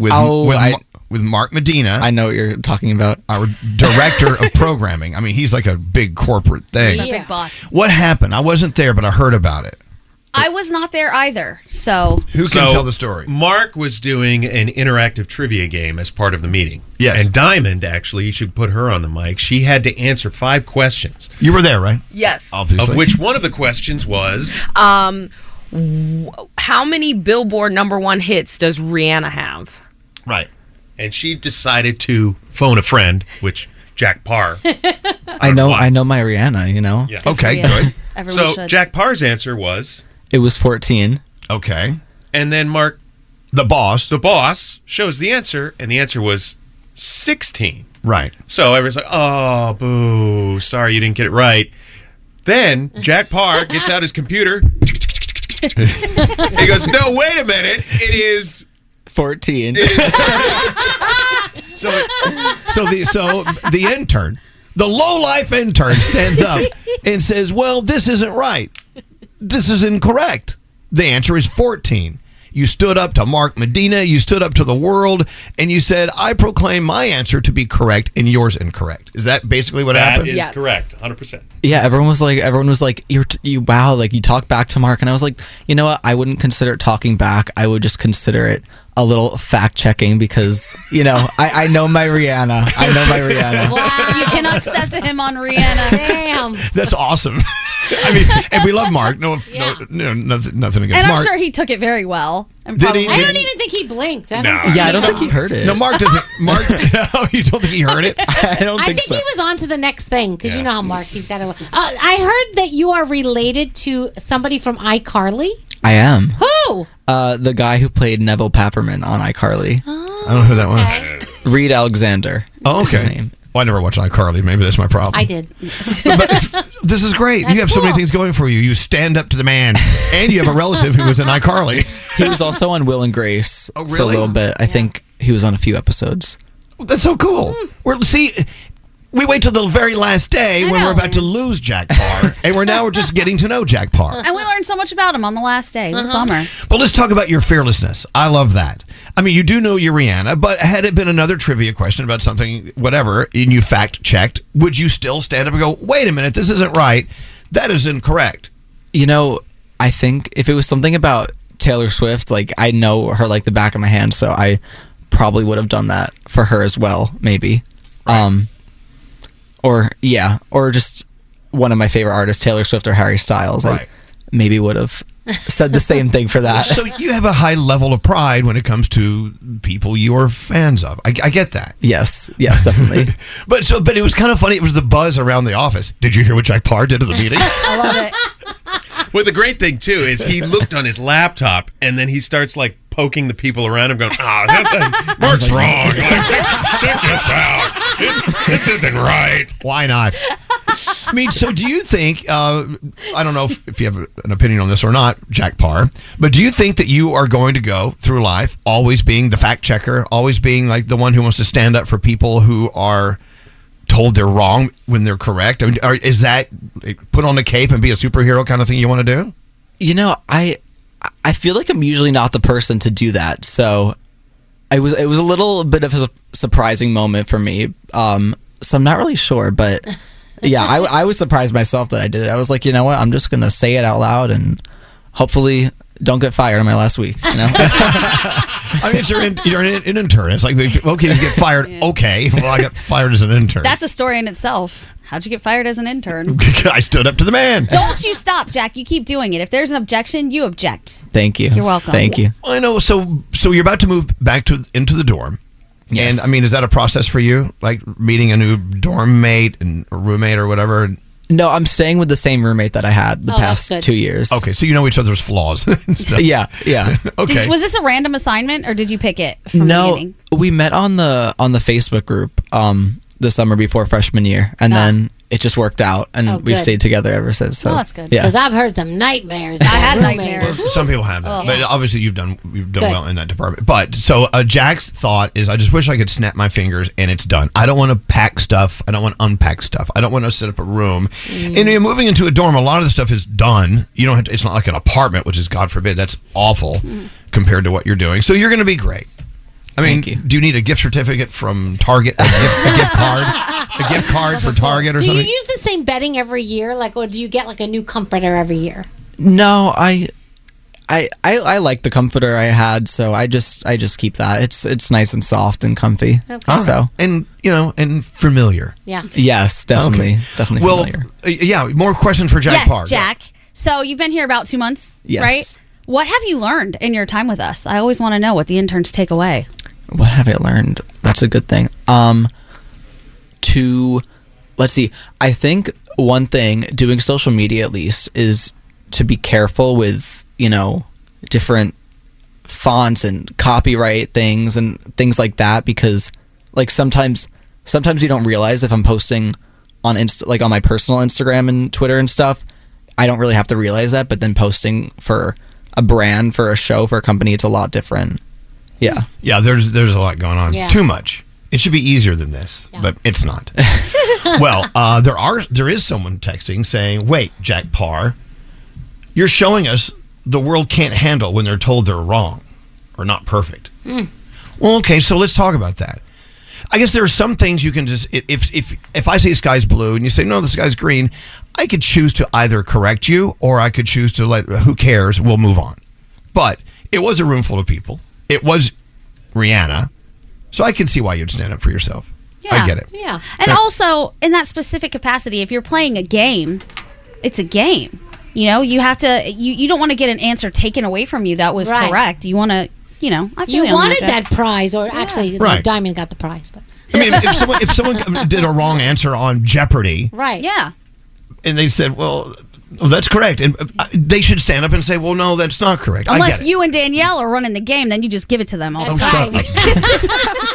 with
Oh,
with,
I-
Ma- with Mark Medina. I
know what you're talking about.
Our director of programming. I mean, he's like a big corporate thing.
My big boss.
What happened? I wasn't there, but I heard about it.
I was not there either. So
Who can
So,
tell the story?
Mark was doing an interactive trivia game as part of the meeting. Yes. And Diamond, actually, you should put her on the mic. She had to answer five questions.
You were there, right?
Yes.
Obviously.
Of which one of the questions was
Um, w- how many Billboard number one hits does Rihanna have?
Right. And she decided to phone a friend, which Jack Parr.
I know. I know my Rihanna. You know.
Okay,
Yeah. good.
so Jack Parr's answer was
It was 14.
Okay.
And then Mark,
the boss,
the boss shows the answer, and the answer was sixteen.
Right.
So everyone's like, "Oh, boo! Sorry, you didn't get it right." Then Jack Parr gets out his computer. he goes, "No, wait a minute! It is
14."
so, so the so the intern, the low life intern, stands up and says, "Well, this isn't right. This is incorrect. The answer is 14." You stood up to Mark Medina. You stood up to the world, and you said, "I proclaim my answer to be correct and yours incorrect." Is that basically what
That
happened?
is correct, 100%.
Yeah, everyone was like, everyone was like, you're t- you wow, like you talk back to Mark, and I was like, you know what? I wouldn't consider it talking back. I would just consider it a little fact checking because you know I, I know my Rihanna. I know my Rihanna.
You cannot step to him on Rihanna.
Damn.
That's awesome. I mean, and we love Mark. No, no, no, nothing, nothing against
And I'm
Mark.
sure he took it very well. And
Did he?
probably-
I don't
even think he blinked. I
No.
don't
Yeah, I don't think he
heard it.
No, Mark doesn't. Mark, no, you don't think he heard it?
I don't
I think he was on to the next thing because you know how Mark he's got to. Uh, I heard that you are related to somebody from iCarly.
I am
Who?
uh, the guy who played Neville Papperman on iCarly.
I don't know who that was.
Reed Alexander.
Oh,
is
okay.
his name.
Well, I never watched iCarly. Maybe that's my problem.
I did.
This is great. you have so many things going for you. You stand up to the man, and you have a relative who was in iCarly. Oh,
He was also on Will and Grace for a
really?
little bit. I think he was on a few episodes.
That's so cool. We're see, we wait till the very last day when we're about to lose Jack Parr, and we're now we're just getting to know Jack Parr.
And we learned so much about him on the last day.
Uh-huh.
What a Bummer.
But let's talk about your fearlessness. I love that. I mean, you do know your Rihanna, but had it been another trivia question about something, whatever, and you fact checked, would you still stand up and go, "Wait a minute, this isn't right. That is incorrect."
You know, I think if it was something about Taylor Swift, like I know her like the back of my hand, so I probably would have done that for her as well, maybe. Um or yeah, or just one of my favorite artists, Taylor Swift or Harry Styles.
Right.
I maybe would have said the same thing for that.
So you have a high level of pride when it comes to people you are fans of. I, I get that.
Yes, yes, definitely.
but so, but it was kind of funny. It was the buzz around the office. Did you hear what Jack Parr did at the meeting?
I love it.
Well, the great thing too is he looked on his laptop and then he starts like poking the people around him, going, "Ah, oh, Mark's wrong. Like, check, check this out. This, this isn't right."
Why not? I mean, so do you think? Uh, I don't know if, if you have an opinion on this or not, Jack Parr. But do you think that you are going to go through life always being the fact checker, always being like the one who wants to stand up for people who are told they're wrong when they're correct? I mean, are, is that like, put on a cape and be a superhero kind of thing you want to do?
You know, I I feel like I'm usually not the person to do that. So I was it was a little bit of a su- surprising moment for me. Um so I'm not really sure, but yeah, I I was surprised myself that I did it. I was like, you know what? I'm just going to say it out loud and hopefully don't get fired on my last week, you know?
I mean, it's you're, in, you're an, an intern. It's like okay, you get fired. Okay, well, I got fired as an intern.
That's a story in itself. How'd you get fired as an intern?
I stood up to the man.
Don't you stop, Jack. You keep doing it. If there's an objection, you object.
Thank you.
You're welcome.
Thank you.
I know. So, so you're about to move back to into the dorm.
Yes.
And I mean, is that a process for you? Like meeting a new dorm mate and a roommate or whatever.
No, I'm staying with the same roommate that I had the
Oh, that's
past
good.
2 years.
Okay, so you know each other's flaws. and stuff.
Yeah, yeah.
Okay.
Did, was this a random assignment or did you pick it from the
no
beginning?
we met on the on the facebook group um the summer before freshman year and then it just worked out and
Oh,
we've
good. Oh,
stayed together ever since so yeah
Because I've heard some nightmares. I had nightmares.
Some people have that,
Oh.
but obviously you've done you've done
Good.
well in that department. But so uh, Jack's thought is, I just wish I could snap my fingers and it's done. I don't want to pack stuff. I don't want to unpack stuff. I don't want to set up a room.
Mm.
And you're moving into a dorm. A lot of the stuff is done. You don't have to. It's not like an apartment, which is God forbid. That's awful
Mm.
compared to what you're doing. So you're going to be great. I mean, do you need a gift certificate from Target? A gift, a gift card? A gift card for Target or
Do you
something?
use the same bedding every year? Like, or do you get like a new comforter every year?
no i I, I, I like the comforter I had, so I just I just keep that. It's it's nice and soft and comfy.
Okay.
So
and you know and familiar.
Yeah.
Yes, definitely,
Okay.
definitely
well,
familiar.
uh, yeah. More questions for Jack
yes,
Parr.
Jack. So you've been here about two months,
Yes.
right? What have you learned in your time with us? I always want to know what the interns take away.
What have I learned? That's a good thing. Um, to let's see. I think one thing doing social media at least is to be careful with you know different fonts and copyright things and things like that because like sometimes sometimes you don't realize if I'm posting on Insta like on my personal Instagram and Twitter and stuff I don't really have to realize that but then posting for a brand for a show for a company it's a lot different yeah
Yeah, there's there's a lot going on.
Yeah.
Too much. It should be easier than this, but it's not. well, uh, there are there is someone texting saying, "Wait, Jack Parr, you're showing us the world can't handle when they're told they're wrong."
are not perfect.
Well, okay, so let's talk about that. I guess there are some things you can just i- if if if I say the sky's blue and you say no, the sky's green, I could choose to either correct you or I could choose to let uh, who cares, we'll move on. But it was a room full of people. It was Rihanna, so I can see why you'd stand up for yourself. I get it.
Yeah. And
Yeah.
also, in that specific capacity, if you're playing a game, it's a game. You know, you have to, you, you don't want to get an answer taken away from you that was
Right.
correct. You want to, you know, I feel
You
on
wanted
Jack.
that prize, or actually, no,
Right.
Diamond got the prize, but
I mean, if, if someone if someone did a wrong answer on Jeopardy
Right. Yeah.
and they said, well. that's correct, and uh, they should stand up and say, "Well, no, that's not correct." I
Unless
get it. Oh,
you and Danielle are running the game, then you just give it to them all the
That's
time.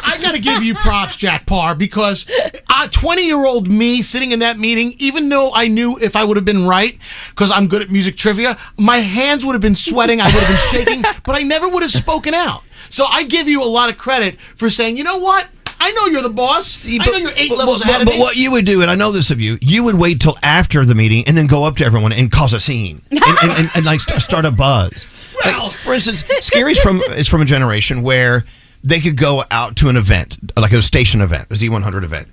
I gotta give you props, Jack Parr, because uh, twenty-year-old me sitting in that meeting, even though I knew if I would have been right, because I'm good at music trivia, my hands would have been sweating, I would have been shaking, but I never would have spoken out. So I give you a lot of credit for saying, you know what? I know you're the boss. I know you're eight
But-
levels
but,
ahead of
but
me.
what you would do, and I know this of you, you would wait till after the meeting and then go up to everyone and cause a scene and, and, and, and, like st- start a buzz. Like, for instance, Scary's from is from a generation where they could go out to an event, like a station event, a Z100 event,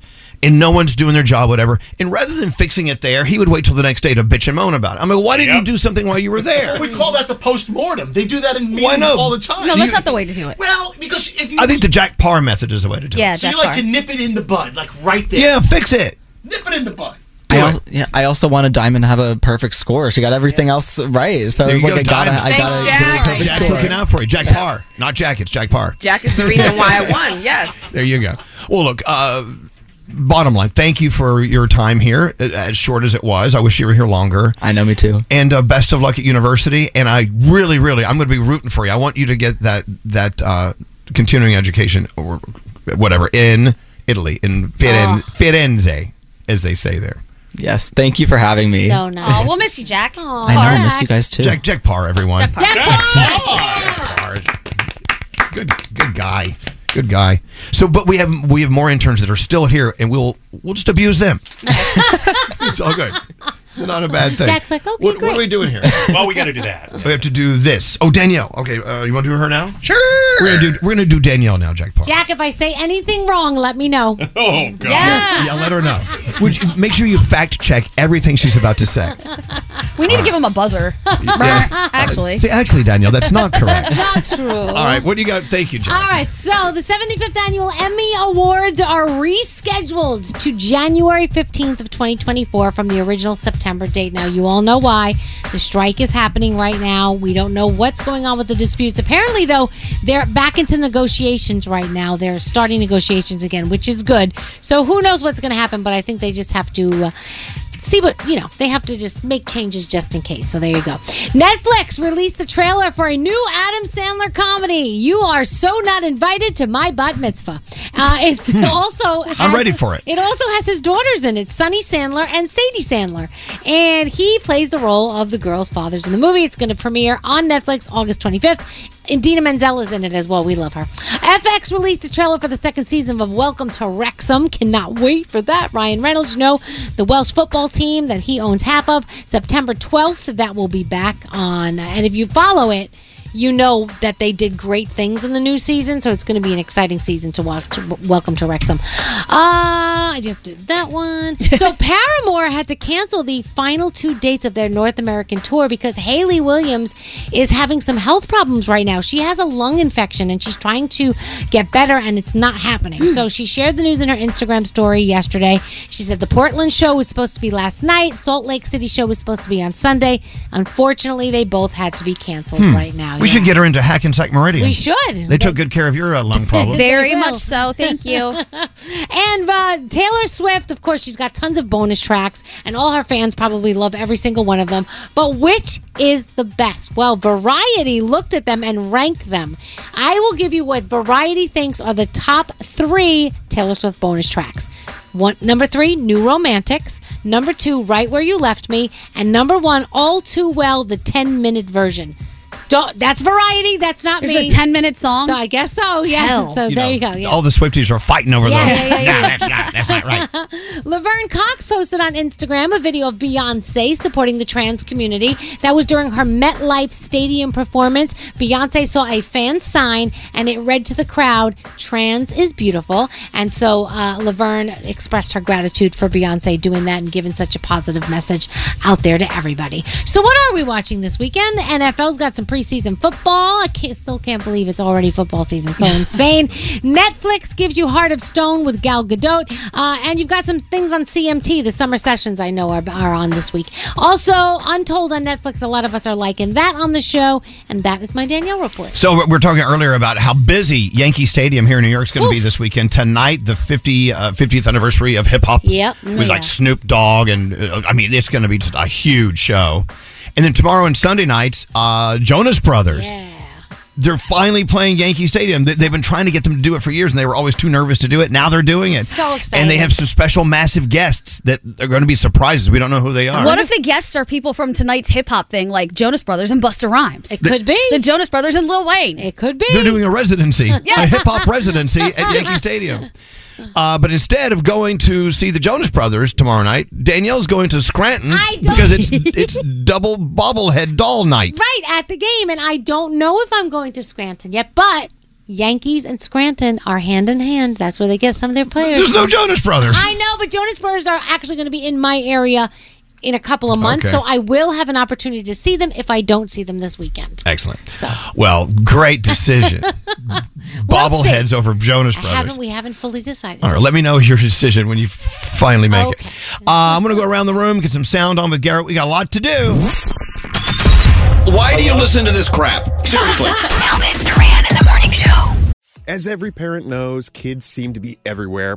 and no one's doing their job, whatever. And rather than fixing it there, he would wait till the next day to bitch and moan about it. I mean, why didn't you do something while you were there?
We call that the post-mortem. They do that in meetings
Why not?
all the time.
No, that's You- not
the way to do it.
Well, because if you
I think the Jack Parr method is the way to do it.
so you like to nip it in the bud, like right there.
Yeah, fix it.
Nip it in the bud.
I al- yeah, I also wanted Diamond to have a perfect score. She got everything else right, so I
There
was
you
like,
go,
I gotta,
Diamond.
I gotta
Thanks,
give her a
Jack.
perfect
Jack's
score.
looking out for you. Jack Parr, not Jack. It's Jack Parr.
Jack is the reason why I won. Yes.
There you go. Well, look. Uh, bottom line, thank you for your time here, uh, as short as it was. I wish you were here longer.
I know, me too.
And uh, best of luck at university. And I really, really, I'm going to be rooting for you. I want you to get that that uh, continuing education or whatever in Italy in Firen- Firenze, as they say there.
Yes, thank you for having me.
So nice. Oh, we'll miss you, Jack.
I know, I miss you guys too.
Jack, Jack Parr, everyone.
Jack Parr. Jack
Good, good guy. Good guy. So, but we have we have more interns that are still here, and we'll we'll just abuse them. it's all good. It's not a bad thing.
Jack's like, okay,
What- what
great.
are we doing here?
well, we got to do that.
We have to do this. Oh, Danielle. Okay, uh, you want to do her now?
Sure.
We're gonna do we're gonna do Danielle now, Jack Parr.
Jack, if I say anything wrong, let me know.
Oh God!
Yeah. let her know. Would you, make sure you fact check everything she's about to say.
We need to give him a buzzer.
Yeah.
Actually.
See, actually, Danielle, that's not correct.
That's not true.
All right, what do you got? Thank you, Jack.
All right, so the 75th annual Emmy Awards are rescheduled to January 15th of 2024 from the original September date. Now, you all know why. The strike is happening right now. We don't know what's going on with the disputes. Apparently, though, they're back into negotiations right now. They're starting negotiations again, which is good. So who knows what's going to happen, but I think they just have to uh, see what you know they have to just make changes just in case so there you go netflix released the trailer for a new adam sandler comedy you are so not invited to my bat mitzvah uh, it's also has,
ready for it.
it also has his daughters in it sunny sandler and sadie sandler and he plays the role of the girls fathers in the movie it's going to premiere on netflix august 25th and Dina Menzel is in it as well. We love her. FX released a trailer for the second season of Welcome to Wrexham. Cannot wait for that. Ryan Reynolds, you know, the Welsh football team that he owns half of. September 12th, that will be back on. And if you follow it, you know that they did great things in the new season, so it's going to be an exciting season to watch. Welcome to Wrexham. Uh, I just did that one. So Paramore had to cancel the final two dates of their North American tour because Haley Williams is having some health problems right now. She has a lung infection and she's trying to get better, and it's not happening. so she shared the news in her Instagram story yesterday. She said the Portland show was supposed to be last night, Salt Lake City show was supposed to be on Sunday. Unfortunately, they both had to be canceled
Hmm.
right now.
We should get her into Hackensack Meridian.
We should.
They took good care of your uh, lung problem.
Very
They will.
much so. Thank you.
and uh, Taylor Swift, of course, she's got tons of bonus tracks, and all her fans probably love every single one of them. But which is the best? Well, Variety looked at them and ranked them. I will give you what Variety thinks are the top three Taylor Swift bonus tracks. One, number three, New Romantics. Number two, Right Where You Left Me. And number one, All Too Well, the 10 minute version. Don't, that's variety. That's not
There's
me.
a 10-minute song.
So I guess so. Yeah.
Hell.
So
You
there
know,
you go. Yeah.
All the Swifties are fighting over
Yeah,
those.
yeah, yeah, yeah.
Nah, that's not, that's not right.
Laverne Cox posted on Instagram a video of Beyonce supporting the trans community. That was during her MetLife Stadium performance. Beyonce saw a fan sign and it read to the crowd, Trans is beautiful. And so uh, Laverne expressed her gratitude for Beyonce doing that and giving such a positive message out there to everybody. So, what are we watching this weekend? The NFL's got some preseason football. I can't, still can't believe it's already football season. So insane. Netflix gives you Heart of Stone with Gal Gadot. Uh, and you've got some things on CMT. The summer sessions I know are, are on this week. Also, Untold on Netflix. A lot of us are liking that on the show. And that is my Danielle report.
So we- we were talking earlier about how busy Yankee Stadium here in New York is going to be
Oof.
this weekend. Tonight, the 50, uh, 50th anniversary of hip hop.
Yep.
With like Snoop Dogg, and uh, I mean, it's going to be just a huge show. And then tomorrow and Sunday nights, uh, Jonas Brothers. They're finally playing Yankee Stadium. They- They've been trying to get them to do it for years, and they were always too nervous to do it. Now they're doing it.
So exciting.
And they have some special massive guests that are going to be surprises. We don't know who they are.
What if the guests are people from tonight's hip hop thing, like Jonas Brothers and Busta Rhymes? It
could be.
The Jonas Brothers and Lil Wayne. It
could be.
They're doing a residency,
Yeah.
a hip hop residency at Yankee Stadium. Uh, but instead of going to see the Jonas Brothers tomorrow night, Danielle's going to Scranton because it's it's double bobblehead doll night.
Right at the game. And I don't know if I'm going to Scranton yet, but. Yankees and Scranton are hand in hand. That's where they get some of their players.
There's no Jonas Brothers.
I know, but Jonas Brothers are actually going to be in my area in a couple of months,
Okay.
so I will have an opportunity to see them if I don't see them this weekend.
Excellent.
So
Well, great decision. Bobbleheads over Jonas
I
Brothers.
haven't we haven't fully decided.
All right, let me know your decision when you finally make it.
Oh.
Uh, I'm going to go around the room, get some sound on with Garrett. We got a lot to do. Why do you listen to this crap? Seriously.
Elvis Duran in the morning show.
As every parent knows, kids seem to be everywhere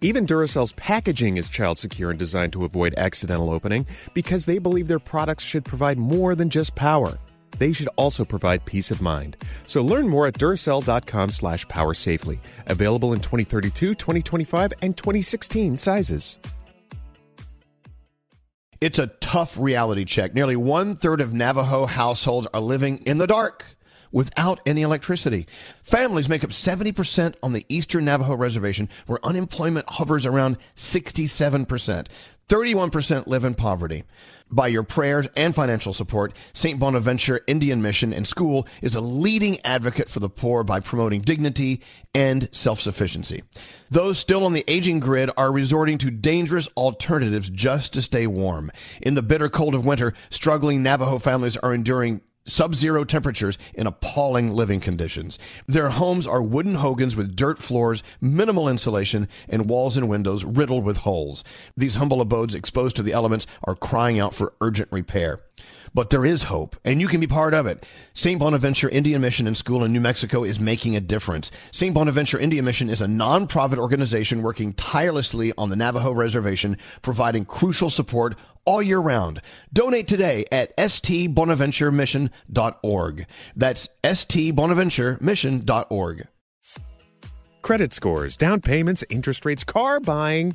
Even Duracell's packaging is child secure and designed to avoid accidental opening because they believe their products should provide more than just power. They should also provide peace of mind. So learn more at Duracell.com slash power safely. Available in 2032, 2025, and 2016 sizes.
It's a tough reality check.
Nearly one third of Navajo households are living in the dark without any electricity. Families make up 70% on the Eastern Navajo Reservation, where unemployment hovers around 67%. 31% live in poverty. By your prayers and financial support, St. Bonaventure Indian Mission and School is a leading advocate for the poor by promoting dignity and self sufficiency. Those still on the aging grid are resorting to dangerous alternatives just to stay warm. In the bitter cold of winter, struggling Navajo families are enduring sub zero temperatures in appalling living conditions. Their homes are wooden hogans with dirt floors, minimal insulation, and walls and windows riddled with holes. These humble abodes exposed to the elements are crying out for urgent repair. But there is hope, and you can be part of it. St. Bonaventure Indian Mission and School in New Mexico is making a difference. St. Bonaventure Indian Mission is a nonprofit organization working tirelessly on the Navajo Reservation, providing crucial support all year round. Donate today at stbonaventuremission.org. That's stbonaventuremission.org.
Credit scores, down payments, interest rates, car buying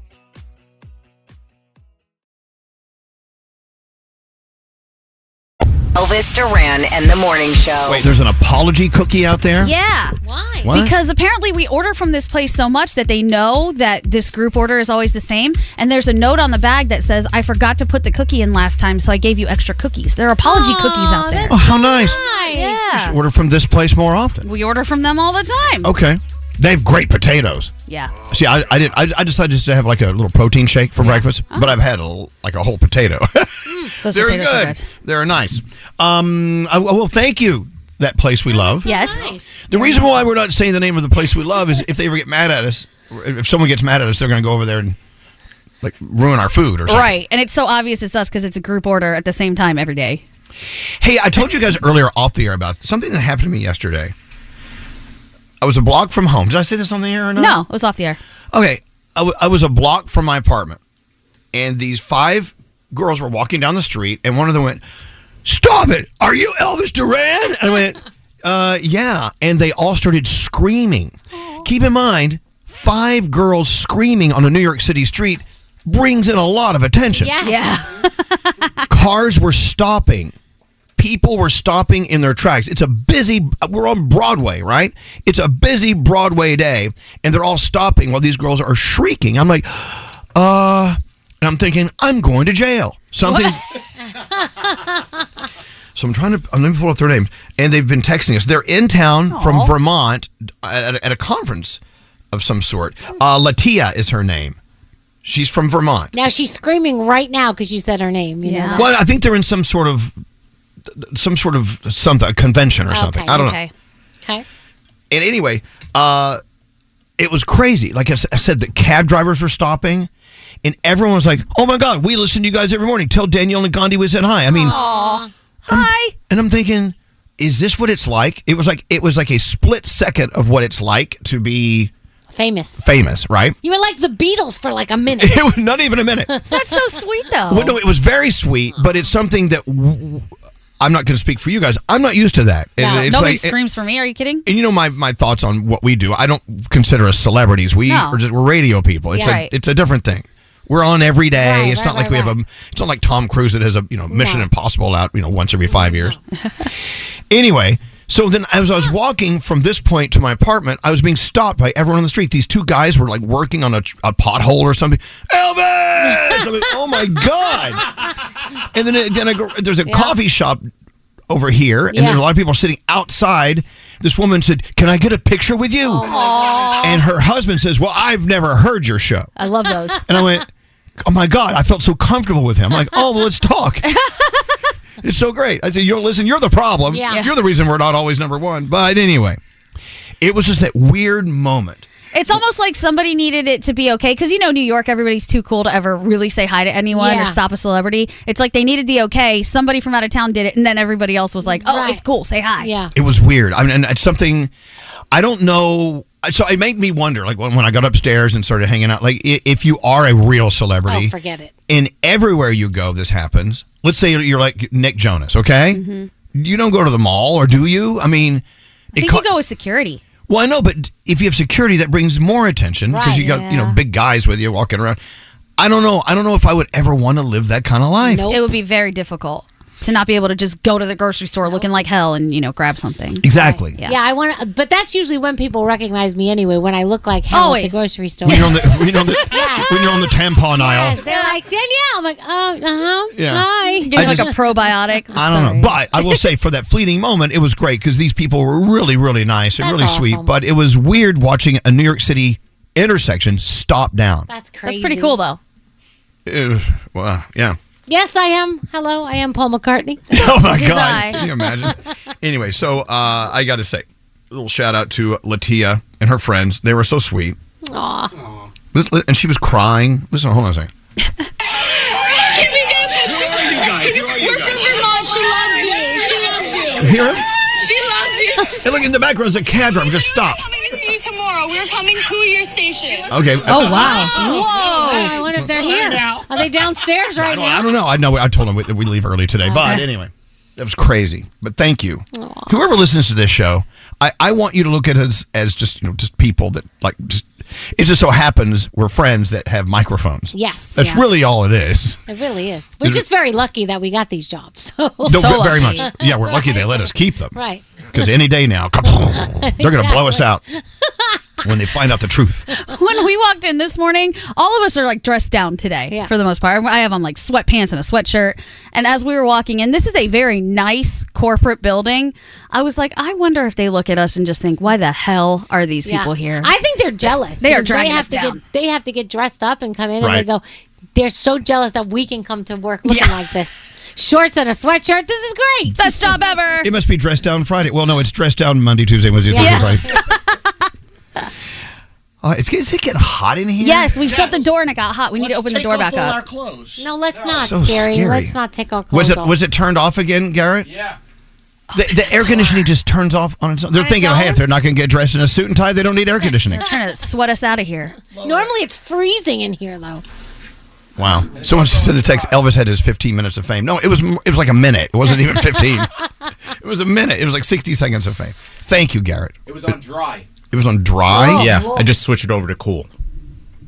Elvis Duran and the Morning Show.
Wait, there's an apology cookie out there?
Yeah.
Why?
What?
Because apparently we order from this place so much that they know that this group order is always the same. And there's a note on the bag that says, I forgot to put the cookie in last time, so I gave you extra cookies. There are apology cookies out there.
Oh, how nice.
Yeah.
Order from this place more often.
We order from them all the time.
Okay. They have great potatoes.
Yeah.
See, I, I did. I, I decided just to have like a little protein shake for breakfast, but I've had a, l- like a whole potato.
Uh-huh. Those
They're
potatoes are
good. They're nice. Um, I, well, thank you. That place we love.
Yes.
The reason why we're not saying the name of the place we love is if they ever get mad at us, or if someone gets mad at us, they're going to go over there and like ruin our food or something.
Right. And it's so obvious it's us because it's a group order at the same time every day.
Hey, I told you guys earlier off the air about something that happened to me yesterday. I was a block from home. Did I say this on the air or not?
No, it was off the air.
Okay, I, w- I was a block from my apartment, and these five girls were walking down the street, and one of them went, "Stop it! Are you Elvis Duran?" And I went, "Uh, yeah." And they all started screaming. Keep in mind, five girls screaming on a New York City street brings in a lot of attention
Yeah.
cars were stopping. People were stopping in their tracks. It's a busy, we're on Broadway, right? It's a busy Broadway day, and they're all stopping while these girls are shrieking. I'm like, uh, and I'm thinking, I'm going to jail. Something. so I'm trying to, let me pull up their names. And they've been texting us. They're in town
Aw.
from Vermont at a, at a conference of some sort. Uh, Latia is her name. She's from Vermont.
Now she's screaming right now because you said her name. You know.
Well, I think they're in some sort of some sort of something a convention or something. I don't know.
Okay.
And anyway, uh, it was crazy. Like I, s- I said, the cab drivers were stopping, and everyone was like, "Oh my God, we listen to you guys every morning." Tell Danielle and Gandhi we said hi. I mean,
Aw.
hi. And I'm thinking, is this what it's like? It was like it was like a split second of what it's like to be
Famous.
famous, right?
You were like the Beatles for like a minute.
It was not even a minute.
That's so sweet, though.
Well, no, it was very sweet, but it's something that w- w- I'm not going to speak for you guys. I'm not used to that. And
Yeah,
it's
Nobody
like-
screams for me. Are you kidding?
and you know my, my thoughts on what we do. I don't consider us celebrities. We
No.
are just we're radio people. It's
Yeah.
a
Right.
it's a different thing. We're on every day.
Right,
it's
right,
not like
right,
we have a it's not like Tom Cruise that has a you know Mission Impossible out you know once every five years. anyway, so then as I was walking from this point to my apartment, I was being stopped by everyone on the street. These two guys were like working on a, tr- a pothole or something. Elvis! I'm like, oh my god! And then it- then I go. There's a coffee shop over here, and there's a lot of people sitting outside. This woman said, "Can I get a picture with you?"
Oh
Aw.
And her husband says, "Well, I've never heard your show."
I love those.
And I went, "Oh my god!" I felt so comfortable with him. I'm like, "Oh, well, let's talk." it's so great. I said, "You don't listen. You're the problem.
Yeah.
You're the reason we're not always number one." But anyway, it was just that weird moment.
It's almost like somebody needed it to be okay because you know New York, everybody's too cool to ever really say hi to anyone
Yeah.
or stop a celebrity. It's like they needed the okay. Somebody from out of town did it, and then everybody else was like, "Oh, it's cool, say hi."
Yeah,
It was weird. I mean, and it's something I don't know. So it made me wonder, like when, when I got upstairs and started hanging out, like i- if you are a real celebrity,
Oh, forget it.
And everywhere you go, this happens. Let's say you're like Nick Jonas, okay? You don't go to the mall, or do you? I mean,
I think
co-
you go with security.
well, I know, but if you have security, that brings more attention because
Right.
you got you know
Yeah.
big guys with you walking around. I don't know. I don't know if I would ever want to live that kind of life.
It would be very difficult to not be able to just go to the grocery store looking like hell and you know grab something.
Exactly.
Yeah, I want, but that's usually when people recognize me anyway. When I look like hell at the
Always.
grocery store,
When you're on the when you're on the, when you're on the tampon aisle.
Yes, they're like Danielle. I'm like, oh, uh huh.
Yeah.
Hi.
Give me I like just-
a probiotic.
I don't know, but I will say for that fleeting moment, it was great because these people were really, really nice and
That's
really sweet.
awesome.
But it was weird watching a New York City intersection stop down.
That's crazy.
That's pretty cool though.
Ew, wow, Uh, yeah.
Yes, I am. Hello, I am Paul McCartney.
Oh my
Which is I.
god! Can you imagine? anyway, so uh, I got to say, a little shout out to Latia and her friends. They were so sweet,
Aw.
This- and she was crying. Listen, hold on a second. hear him?
She loves you.
Hey, look in the background. There's a cab driver. Just stop.
Coming to see you tomorrow. We're coming to your station.
Okay.
Whoa! Oh, I wonder if they're here. Are they downstairs right
Well, I
now?
don't know. I know. I told him we, we leave early today, but
Okay.
anyway, that was crazy. But thank you, whoever listens to this show. I, I want you to look at us as just you know just people that like. Just, it just so happens we're friends that have microphones.
Yes.
That's
yeah.
really all it is.
It really is. We're
There's-
just very lucky that we got these jobs. So,
Don't get very much. Yeah, we're lucky they let us keep them
Right.
because any day now they're going to blow us out when they find out the truth.
when we walked in this morning, all of us are like dressed down today for the most part. I have on like sweatpants and a sweatshirt. And as we were walking in, this is a very nice corporate building. I was like, I wonder if they look at us and just think, why the hell are these
Yeah.
people here?
I think they're jealous.
They are
'cause
dragging
have
us
to
down.
get they have to get dressed up and come in
Right.
and they go they're so jealous that we can come to work looking like this. Shorts and a sweatshirt. This is great.
Best job ever.
It must be dressed down Friday. Well, no, it's dressed down Monday, Tuesday, Wednesday,
Yeah.
Thursday, Friday. Uh, it's, is it getting hot in here?
Yes, we shut the door and it got hot. We need to open the door back up.
No, let's not,
So
scary.
scary.
Let's not take our clothes
Was it
off.
was it turned off again, Garrett? Yeah. The, the air conditioning just turns off on its own. They're thinking, hey, if they're not going to get dressed in a suit and tie, they don't need air conditioning.
They're trying to sweat us out of here.
Normally it's freezing in here though.
wow. Someone sent a text. Elvis had his 15 minutes of fame. No, it was m- it was like a minute. It wasn't even 15. it was a minute. It was like 60 seconds of fame. Thank you, Garrett.
It was on dry.
It was on dry.
Oh, Yeah, I
just switched it over to cool.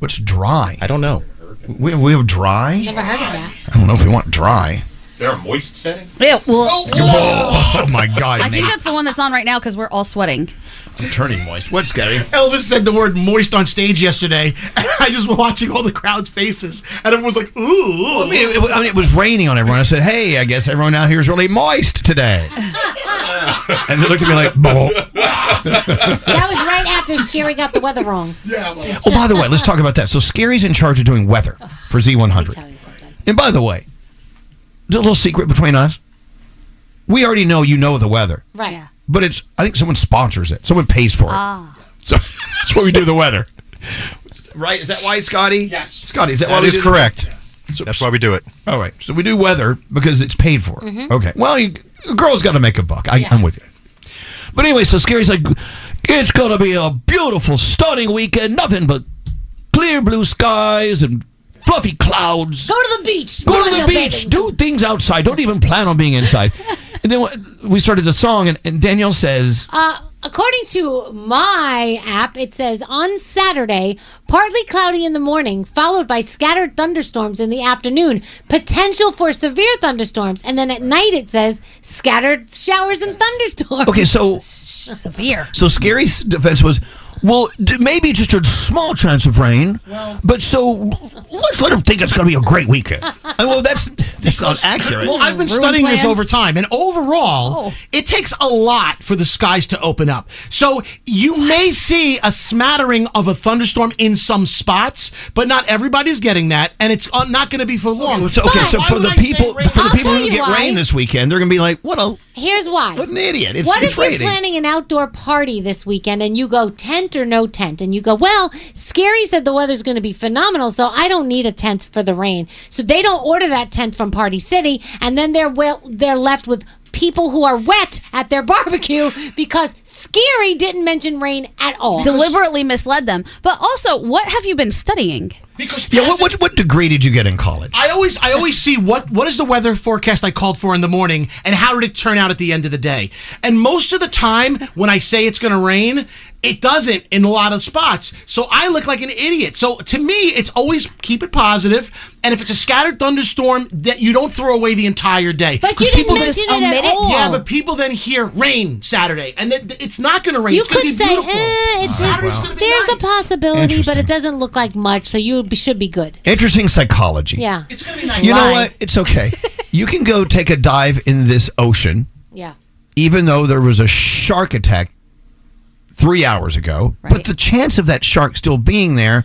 What's dry? I don't know. We, we have dry.
Never heard of that.
I don't know if we want dry.
Is there a moist setting?
Yeah, well,
Oh my God,
I think
Nate.
that's the one that's on right now because we're all sweating.
I'm turning moist. What's Gary?
Elvis said the word moist on stage yesterday, and I just was watching all the crowd's faces, and everyone's like, ooh.
I mean, it, I mean, it was raining on everyone. I said, "Hey, I guess everyone out here is really moist today." and they looked at me like, "Bull."
That was right after Scary got the weather wrong. Yeah.
"Oh, by the way, let's talk about that." So, Scary's in charge of doing weather for Z100. And by the way, a little secret between us: we already know you know the weather,
Right. Yeah.
but it's I think someone sponsors it, someone pays for it,
Ah.
so that's why we do the weather. Right? Is that why, Scotty? Yes. Scotty, is that, why
That
we
is
do the-
correct.
So-
That's why we do it.
All right. So we do weather because it's paid for.
Mhm.
Okay. Well, you, a girl's got to make a buck. I,
Yeah.
I'm with you. But anyway, so Scary's like, it's going to be a beautiful, stunning weekend. Nothing but clear blue skies and fluffy clouds.
Go to the beach.
Go
Throw
to
in
the
a
beach.
bathing
Do things outside. Don't even plan on being inside. and then we started the song, and, and Danielle says,
Uh, according to my app, it says on Saturday, partly cloudy in the morning, followed by scattered thunderstorms in the afternoon, potential for severe thunderstorms, and then at night it says scattered showers and thunderstorms.
okay, so
severe.
So Scary's defense was, well, d- maybe just a small chance of rain. but so let's let him think it's going to be a great weekend. And well, that's that's not accurate.
Well, I've been studying this over time, and overall,
Oh.
it takes a lot for the skies to open up. So you may see a smattering of a thunderstorm in some spots, but not everybody's getting that, and it's uh, not going to be for long.
So, okay, so
Why
for
would
the
I say
people
rain-
for the
I'll
people
tell
who
you
get
why.
rain this weekend, they're going to be like, what a
Here's why. What
an idiot. It's-
what
it's
if you're
raining.
planning an outdoor party this weekend and you go tent or no tent? And you go, well, Scary said the weather's going to be phenomenal, so I don't need a tent for the rain. So they don't order that tent from Party City, and then they're well, they're left with people who are wet at their barbecue because Scary didn't mention rain at all.
Deliberately misled them. But also, what have you been studying?
yeah. What, what what degree did you get in college?
I always I always see what what is the weather forecast I called for in the morning and how did it turn out at the end of the day. And most of the time when I say it's going to rain, it doesn't in a lot of spots. So I look like an idiot. So to me, it's always keep it positive and if it's a scattered thunderstorm that you don't throw away the entire day.
But you
'Cause
didn't
people
mention
just
it at
omit
all.
Yeah, but people then hear rain Saturday and then it's not going to rain.
You
it's gonna
could
be
say,
beautiful.
eh, it's
Saturday's gonna
there's a possibility, but it doesn't look like much, so you be- should be good.
Interesting psychology.
Yeah.
You know
Lie.
what? It's okay. you can go take a dive in this ocean.
Yeah.
even though there was a shark attack three hours ago, but the chance of that shark still being there,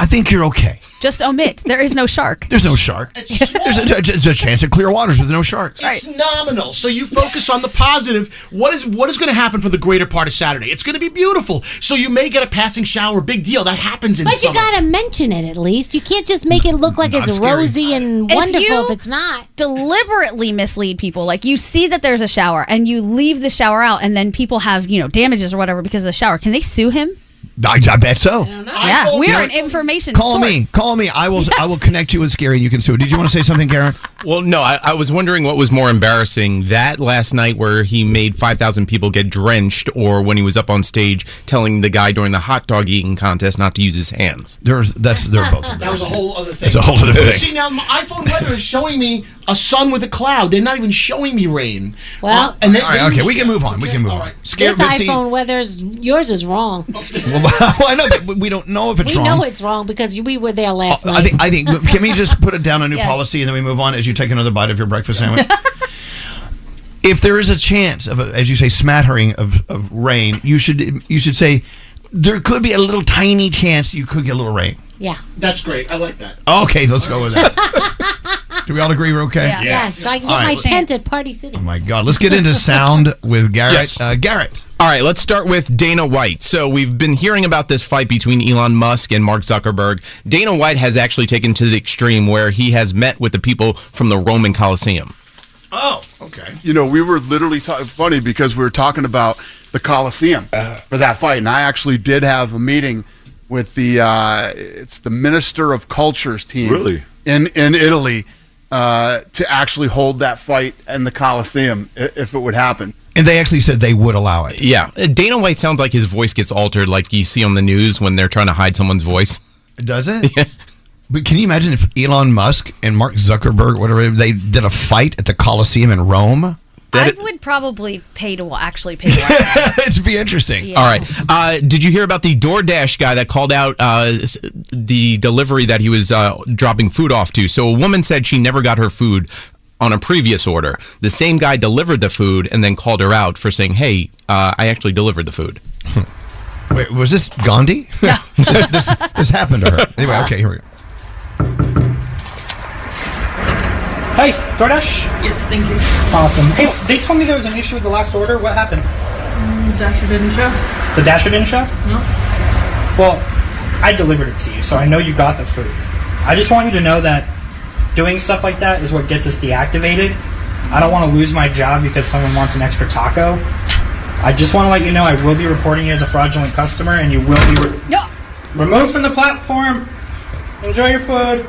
I think you're okay.
Just omit. There is no shark.
There's no shark. There's a, there's a chance of clear waters with no shark.
It's nominal. So you focus on the positive. What is what is going to happen for the greater part of Saturday? It's going to be beautiful. So you may get a passing shower. Big deal. That happens in
But you
summer.
gotta mention it at least. You can't just make it look like
Not
it's
scary.
rosy and
If
wonderful
you
if it's not.
deliberately mislead people. Like you see that there's a shower and you leave the shower out and then people have, you know, damages or whatever because of the shower. Can they sue him?
I, I bet so.
yeah. We are an information
Call
source.
me. Call me. I will. I will connect you with Scary, and you can sue. Did you want to say something, Karen?
Well, no, I, I was wondering what was more embarrassing that last night where he made 5,000 people get drenched, or when he was up on stage telling the guy during the hot dog eating contest not to use his hands.
There's, that's, they're both.
That was a whole other thing.
It's a whole other thing.
See now, my iPhone weather is showing me a sun with a cloud. They're not even showing me rain.
Well-
they-
All right,
they
okay,
use-
we can move on. We can move on. Scary,
this
but see-
iPhone weather's yours is wrong.
well, I know, but we don't know if it's
we
wrong. Oh,
know it's wrong because we were there last night.
I think. I think. Can we just put it down a new
Yes.
policy and then we move on as you take another bite of your breakfast sandwich? if there is a chance of, a, as you say, smattering of, of rain, you should you should say there could be a little tiny chance you could get a little rain.
Yeah.
That's great. I like that.
Okay, let's go with that. Do we all agree we're okay?
Yes, I can get
All
my
right.
tent at Party City.
Oh my God, let's get into sound with Garrett. Uh, Garrett.
All right, let's start with Dana White. So we've been hearing about this fight between Elon Musk and Mark Zuckerberg. Dana White has actually taken to the extreme where he has met with the people from the Roman Coliseum.
Oh, okay.
You know, we were literally ta- funny because we were talking about the Coliseum for that fight, and I actually did have a meeting with the uh, it's the Minister of Cultures team,
Really?
in in Italy, uh, to actually hold that fight in the Coliseum i- if it would happen.
And they actually said they would allow it.
Yeah, Uh, Dana White sounds like his voice gets altered, like you see on the news when they're trying to hide someone's voice.
Does it? But can you imagine if Elon Musk and Mark Zuckerberg, whatever, they did a fight at the Colosseum in Rome?
I would probably pay to wa- actually pay to watch.
It'd be interesting.
Yeah.
All right. Uh, did you hear about the DoorDash guy that called out uh, s- the delivery that he was uh, dropping food off to? So a woman said she never got her food on a previous order. The same guy delivered the food and then called her out for saying, "Hey, uh, I actually delivered the food."
Wait, was this Gandhi? Yeah. this, this, this happened to her. Anyway, okay, here we go.
Hey, DoorDash? Yes, thank you. Awesome. Hey, they told me there was an issue with the last order. What happened?
Mm, Dasher didn't show.
The Dasher didn't show?
No.
Well, I delivered it to you, so I know you got the food. I just want you to know that doing stuff like that is what gets us deactivated. I don't want to lose my job because someone wants an extra taco. I just want to let you know I will be reporting you as a fraudulent customer, and you will be re- removed from the platform. Enjoy your food.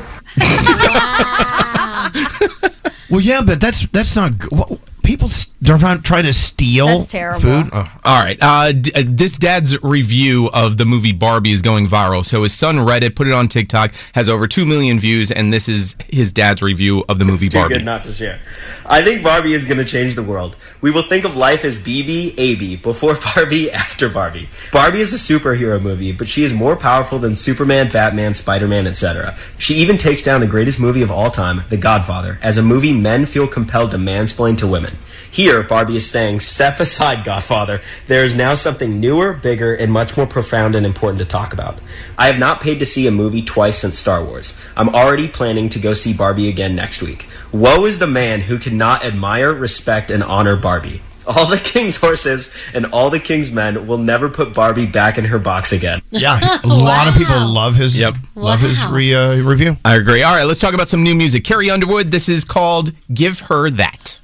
Well, yeah, but that's that's not good. What, people s- don't try- try to steal
That's terrible.
food. Oh.
All right. Uh, d- uh, this dad's review of the movie Barbie is going viral. So his son read it, put it on TikTok, has over 2 million views, and this is his dad's review of the movie
Too
Barbie.
good not to share. I think Barbie is going to change the world. We will think of life as BB, AB, before Barbie, after Barbie. Barbie is a superhero movie, but she is more powerful than Superman, Batman, Spider-Man, etc. She even takes down the greatest movie of all time, The Godfather, as a movie men feel compelled to mansplain to women. Here, Barbie is staying step aside Godfather. There is now something newer, bigger, and much more profound and important to talk about. I have not paid to see a movie twice since Star Wars. I'm already planning to go see Barbie again next week. Woe is the man who cannot admire, respect, and honor Barbie. All the king's horses and all the king's men will never put Barbie back in her box again.
Yeah, a lot of people love his love his re, uh, review.
I agree. All right, let's talk about some new music. Carrie Underwood, this is called Give Her That.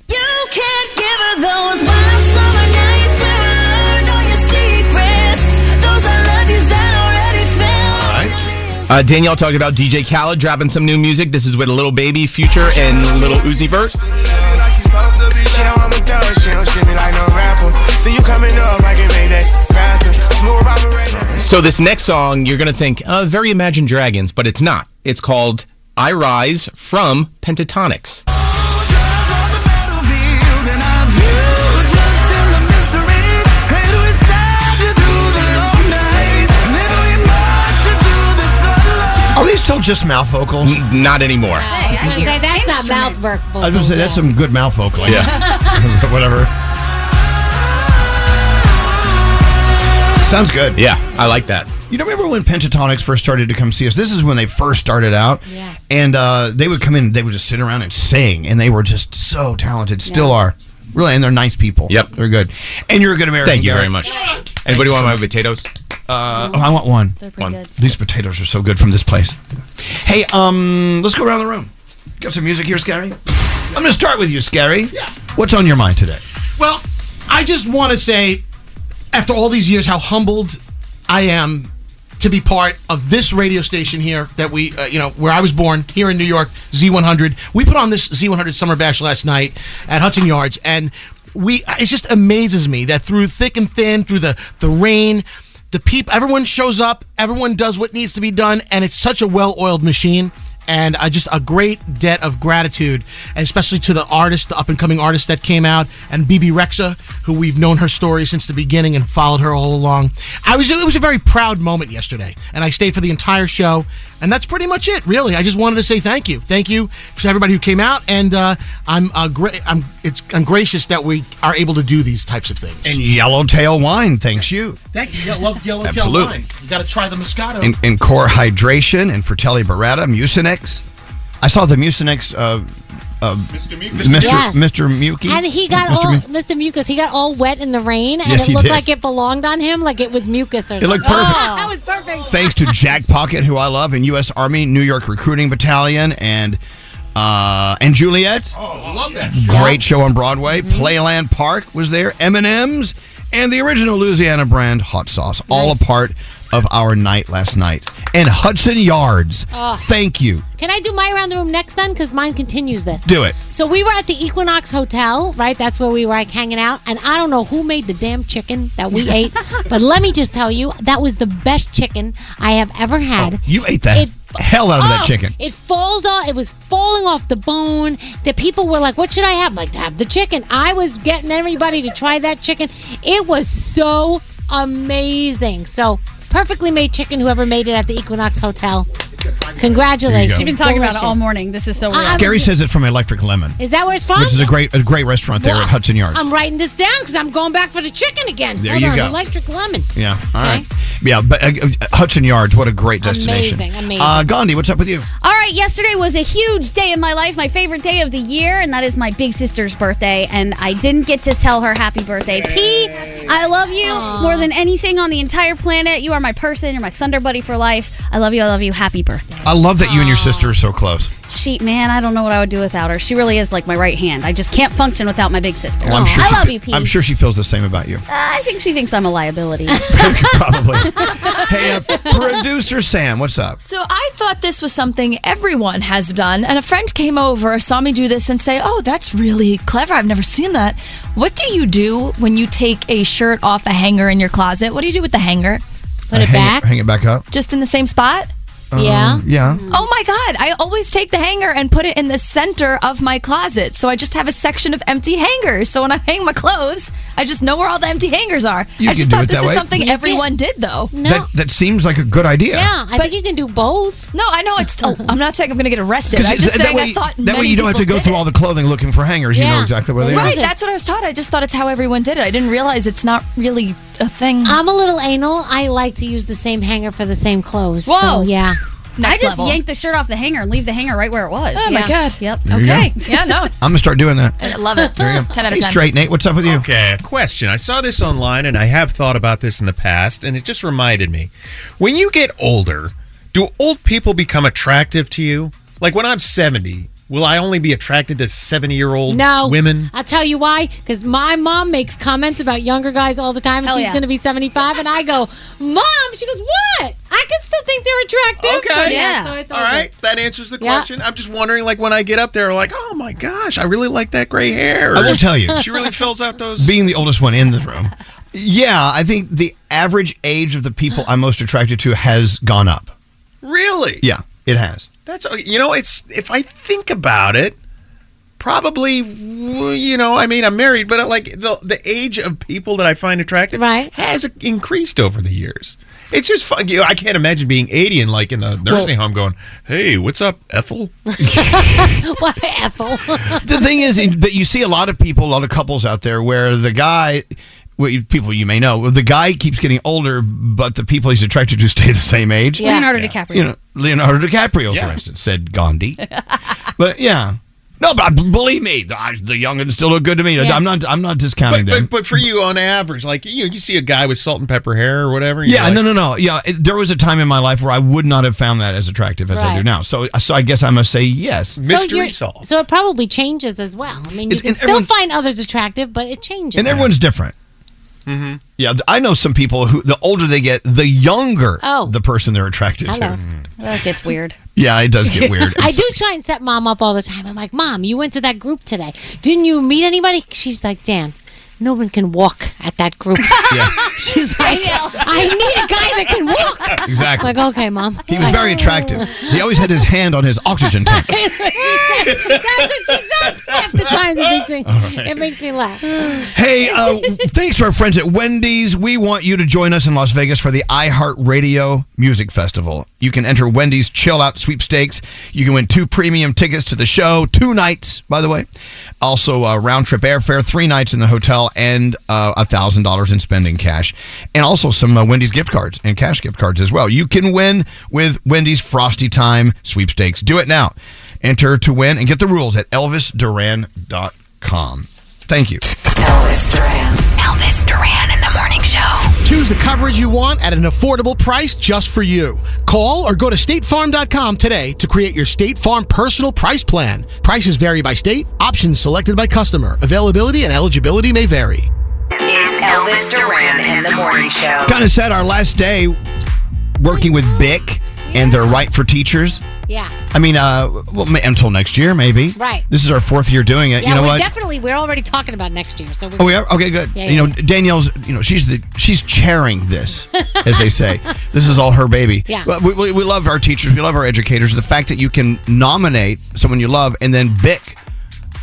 Can't give her those wild summer nights where I learned all your secrets. Those I love yous that already fell.
Uh, Danielle talked about DJ Khaled dropping some new music. This is with Little Baby, Future, and Little Uzi Vert.
She know I'm a thug, she don't treat me like no rapper. See you coming up, I can make that faster. Smooth operator.
So, this next song, you're going to think, uh, very Imagine Dragons, but it's not. It's called I Rise from Pentatonics.
Are these still just mouth vocals?
not anymore.
I was gonna say, that's not mouth work.
I was gonna say that's some good mouth vocal.
Yeah.
Whatever. Sounds good.
Yeah, I like that.
You don't remember when Pentatonics first started to come see us? This is when they first started out. Yeah. And uh, they would come in, they would just sit around and sing, and they were just so talented, still are. Really, and they're nice people. Yep. They're good. And you're a good American.
Thank you
Gary.
very much. Anybody want my potatoes?
Uh, oh, I want one.
They're
one. These potatoes are so good from this place. Hey, um, let's go around the room. Got some music here, Scary? I'm going to start with you, Scary. Yeah. What's on your mind today?
Well, I just want to say, after all these years, how humbled I am to be part of this radio station here that we, uh, you know, where I was born here in New York, Z100. We put on this Z100 Summer Bash last night at Hudson Yards, and we, it just amazes me that through thick and thin, through the, the rain, the people, everyone shows up, everyone does what needs to be done, and it's such a well oiled machine. And uh, just a great debt of gratitude, and especially to the artists, the up and coming artists that came out, and BB Rexa, who we've known her story since the beginning and followed her all along. I was it was a very proud moment yesterday, and I stayed for the entire show, and that's pretty much it, really. I just wanted to say thank you, thank you to everybody who came out, and uh, I'm uh, gra- I'm it's I'm gracious that we are able to do these types of things.
And Yellowtail Wine, thanks you.
Thank you. Yeah, love yellow tail
Absolutely.
wine. You got to try the Moscato.
And, and Core Hydration and Fratelli Beretta, Mucinex. I saw the Mucinex. Uh, uh, Mr. Mucus. Mr.
Yes.
Mr. Muki.
And he got
Mr.
all
Mu-
Mr. Mucus. He got all wet in the rain, and
Yes,
it
he
looked
did.
like it belonged on him, like it was mucus or
It
something.
looked perfect. Oh.
that was perfect.
Thanks to Jack Pocket, who I love, and U.S. Army New York Recruiting Battalion, and uh, and Juliet.
Oh.
I Oh, love that.
Great show on Broadway.
Mm-hmm.
Playland Park was there. M and M's and the original Louisiana brand hot sauce, all a part of our night last night. And Hudson Yards.
Ugh.
Thank you.
Oh, Can I do my around the room next then? Because mine continues this.
Do it.
So we were at the Equinox Hotel, right? That's where we were like hanging out, and I don't know who made the damn chicken that we ate, but let me just tell you, that was the best chicken I have ever had.
Oh, You ate the hell out of that
Oh,
chicken.
It falls off. It was falling off the bone. The people were like, "What should I have?" I'm like, have the chicken. I was getting everybody to try that chicken. It was so amazing. So perfectly made chicken. Whoever made it at the Equinox Hotel. Congratulations.
There you go. She's
been talking about it all
morning. This is so
Scary says it from Electric Lemon,
Is that where it's from?
which is a great a great restaurant there
Well,
at Hudson Yards.
I'm writing this down because I'm going back for the chicken again.
There
Hold
you
on,
go.
Electric lemon.
yeah. All right. Yeah, but uh, uh, Hudson Yards, what a great destination.
Amazing, amazing.
Uh, Gandhi, what's up with you?
All right, yesterday was a huge day in my life, my favorite day of the year, and that is my big sister's birthday. And I didn't get to tell her happy birthday. P, I love you more than anything on the entire planet. You are my person. You're my thunder buddy for life. I love you. I love you. Happy birthday.
I love that you and your sister are so close.
She, man, I don't know what I would do without her. She really is like my right hand. I just can't function without my big sister.
Well, I'm sure
I
she
love
fe-
you, P. Uh,
I'm sure she feels the same about you.
I think she thinks I'm a liability.
Probably. hey, uh, producer Sam, what's up?
So I thought this was something everyone has done, and a friend came over, saw me do this, and say, "Oh, that's really clever. I've never seen that. What do you do when you take a shirt off a hanger in your closet? What do you do with the hanger?
Uh, hang Hang it back up.
Just in the same spot?
Um, Yeah.
Oh my God! I always take the hanger and put it in the center of my closet, so I just have a section of empty hangers. So when I hang my clothes, I just know where all the empty hangers are.
You
I
can
just
do
thought
it
this
that
is
way.
something
You can-
everyone did, though.
That that seems like a good idea.
Mm, I think you can do both. No, I know it's. i I'm not saying I'm going to get arrested.
'Cause
I'm
it-
just
that
saying
way,
I thought
that way
many
you don't have to
people
go
did
through
it.
all the clothing looking for hangers. You know
Yeah.
exactly where they
Right,
are.
that's what I was taught. I just thought it's how everyone did it. I didn't realize it's not really a thing.
I'm a little anal. I like to use the same hanger for the same clothes.
Whoa.
So, yeah.
I just yanked the shirt off the hanger and leave the hanger right where it was.
Oh, my God.
Yep.
There you go.
Yeah, no.
I'm gonna start doing that.
I love it.
There you go.
10 out of
Hey,
10.
straight Nate, what's up with you?
Okay, a question. I saw this online and I have thought about this in the past, and it just reminded me. When you get older, do old people become attractive to you? Like when I'm 70, will I only be attracted to 70 year old
No.
women?
I'll tell you why. Because my mom makes comments about younger guys all the time, and
Hell
she's
yeah.
going to be 75. And I go, Mom, she goes, What? I can still think they're attractive. So,
Okay.
So it's
all right. That answers the
Yeah.
question. I'm just wondering, like, when I get up there, like, oh my gosh, I really like that gray hair.
I will tell you.
She really fills out those.
Being the oldest one in the room. Yeah, I think the average age of the people I'm most attracted to has gone up.
Really?
Yeah, it has.
That's you know, it's if I think about it, probably w- you know, I mean, I'm married, but uh, like the the age of people that I find attractive has increased over the years. It's just fun. You know, I can't imagine being 80 and like in the nursing home going, "Hey, what's up, Ethel?"
what apple?
the thing is, but you see a lot of people, a lot of couples out there where the guy well, you- people you may know. The guy keeps getting older, but the people he's attracted to stay the same age.
Yeah. Leonardo DiCaprio.
You know, Leonardo DiCaprio, for
Yeah.
instance, said Gandhi. but yeah. No, but believe me, the the youngins still look good to me.
Yeah.
I'm not. I'm not discounting
But,
them.
but, but for you, on average, like you, you see a guy with salt and pepper hair or whatever. and you're
Yeah,
like,
no, no, no. Yeah, it, there was a time in my life where I would not have found that as attractive as I do
Right.
now. So, uh, so I guess I must say yes.
you're- So it probably changes as well. I mean, you
It's-
can
and
still
everyone-
find others attractive, but it changes.
and everyone's different.
Mm-hmm.
Yeah, th- I know some people who the older they get, the younger
Oh.
the person they're attracted
Hello.
to.
Well, it gets weird.
Yeah, it Mm. does get weird.
I do try and set mom up all the time. I'm like, Mom, you went to that group today. Didn't you meet anybody? She's like, Dan, no one can walk at that group. She's like, I need a guy that can walk.
Exactly.
I'm like, okay, mom.
He was very attractive. He always had his hand on his oxygen tank.
That's what she says half the time. It makes me, it makes me laugh.
Hey, uh, thanks to our friends at Wendy's, we want you to join us in Las Vegas for the iHeartRadio Music Festival. You can enter Wendy's Chill Out Sweepstakes. You can win two premium tickets to the show, two nights, by the way. Also, uh, round trip airfare, three nights in the hotel, and uh, $1,000 in spending cash. And also some uh, Wendy's gift cards and cash gift cards as well. You can win with Wendy's Frosty Time Sweepstakes. Do it now. Enter to win and get the rules at elvisduran.com. Thank you.
Elvis Duran. Elvis Duran in the morning show.
Choose the coverage you want at an affordable price just for you. Call or go to statefarm.com today to create your State Farm personal price plan. Prices vary by state, options selected by customer. Availability and eligibility may vary.
Is Elvis Duran in the morning show.
kind of said our last day working with Bic and their right for teachers.
Yeah.
I mean, uh, well, ma- until next year, maybe.
Right.
This is our fourth year doing it.
Yeah,
you know
we're
what?
definitely, we're already talking about next year. So we're,
Oh, we are? Okay, good.
Yeah,
you
yeah,
know, Danielle's, you know, she's the she's chairing this, as they say. this is all her baby.
Yeah.
But we, we, we love our teachers. We love our educators. The fact that you can nominate someone you love and then Bic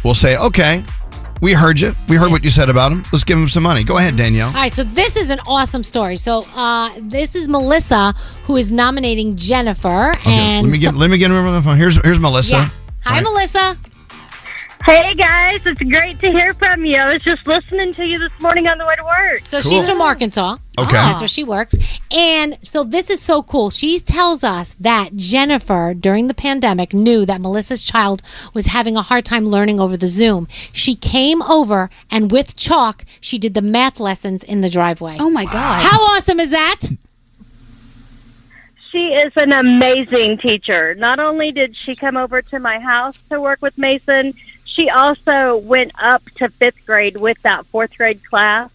will say, okay, we heard you. We heard what you said about him. Let's give him some money. Go ahead, Danielle.
All right, so this is an awesome story. So uh, this is Melissa who is nominating Jennifer,
Okay,
and
let me get let me get her on the phone. Here's here's Melissa.
Yeah. hi Melissa.
Hey guys, it's great to hear from you. I was just listening to you this morning on the way to work.
So she's from Arkansas. Ah,
Okay.
that's where she works. And so this is so cool. She tells us that Jennifer, during the pandemic, knew that Melissa's child was having a hard time learning over the Zoom. She came over and with chalk, she did the math lessons in the driveway. Oh
my God.
How awesome is that?
She is an amazing teacher. Not only did she come over to my house to work with Mason, she also went up to fifth grade with that fourth grade class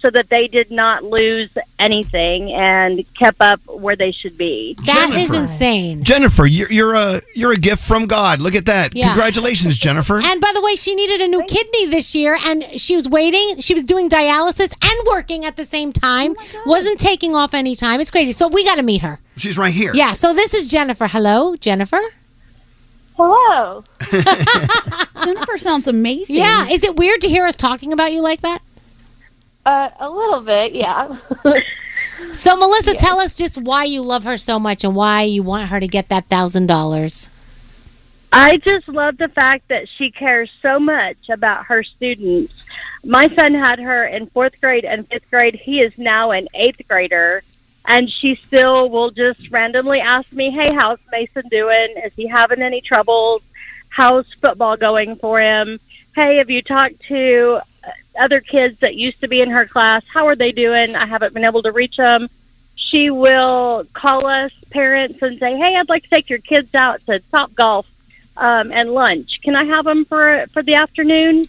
so that they did not lose anything and kept up where they should be.
That is insane.
Jennifer, you're, you're a you're a gift from God. Look at that!
Yeah.
Congratulations, Jennifer.
And by the way, she needed a new kidney this year, and she was waiting. She was doing dialysis and working at the same time. Wasn't taking off any time. It's crazy. So we got to meet her.
She's right here.
Yeah. So this is Jennifer. Hello, Jennifer.
Hello.
Jennifer sounds amazing. Yeah. Is it weird to hear us talking about you like that?
Uh, a little bit, yeah.
So Melissa, tell us just why you love her so much and why you want her to get that thousand dollars.
I just love the fact that she cares so much about her students. My son had her in fourth grade and fifth grade. He is now an eighth grader, and she still will just randomly ask me, Hey, how's Mason doing? Is he having any troubles? How's football going for him? Hey, have you talked to uh, other kids that used to be in her class? How are they doing? I haven't been able to reach them she will call us parents and say, "Hey, I'd like to take your kids out to Top Golf um, and lunch. Can I have them for for the afternoon?"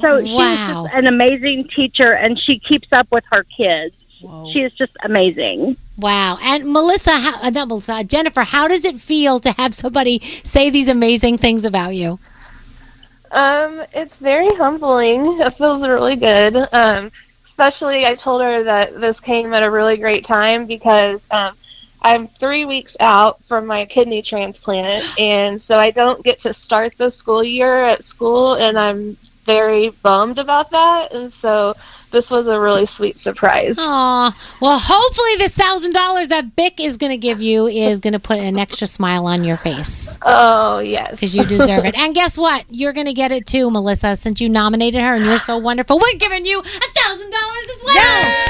So she's
Wow.
just an amazing teacher, and she keeps up with her kids. She is just amazing.
Wow. And Melissa, how, uh, not Melissa, Jennifer, how does it feel to have somebody say these amazing things about you?
Um, it's very humbling. It feels really good. Um, especially, I told her that this came at a really great time because um, I'm three weeks out from my kidney transplant, and so I don't get to start the school year at school, and I'm very bummed about that. And so this was a really sweet surprise.
Aw. Well, hopefully this thousand dollars that Bick is going to give you is going to put an extra smile on your face.
Oh yes,
because you deserve it. And guess what? You're going to get it too, Melissa, since you nominated her and you're so wonderful. We're giving you a thousand dollars as well.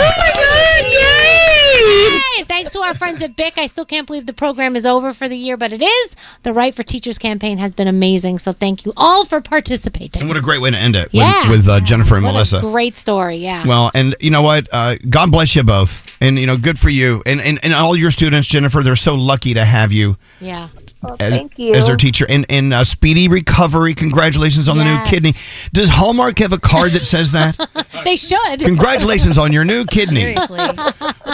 Oh my god! Yay! Thanks to our friends at Bick. I still can't believe the program is over for the year, but it is. The Right for Teachers campaign has been amazing. So thank you all for participating.
And what a great way to end it
Yeah.
with, with uh, Jennifer and Melissa.
Great story. Yeah.
Well, and you know what? Uh, God bless you both. And, you know, good for you. And, and, and all your students, Jennifer, they're so lucky to have you.
yeah.
as- As their teacher. And, and uh, speedy recovery. Congratulations on
Yes.
the new kidney. Does Hallmark have a card that says that?
They should.
Congratulations on your new kidney.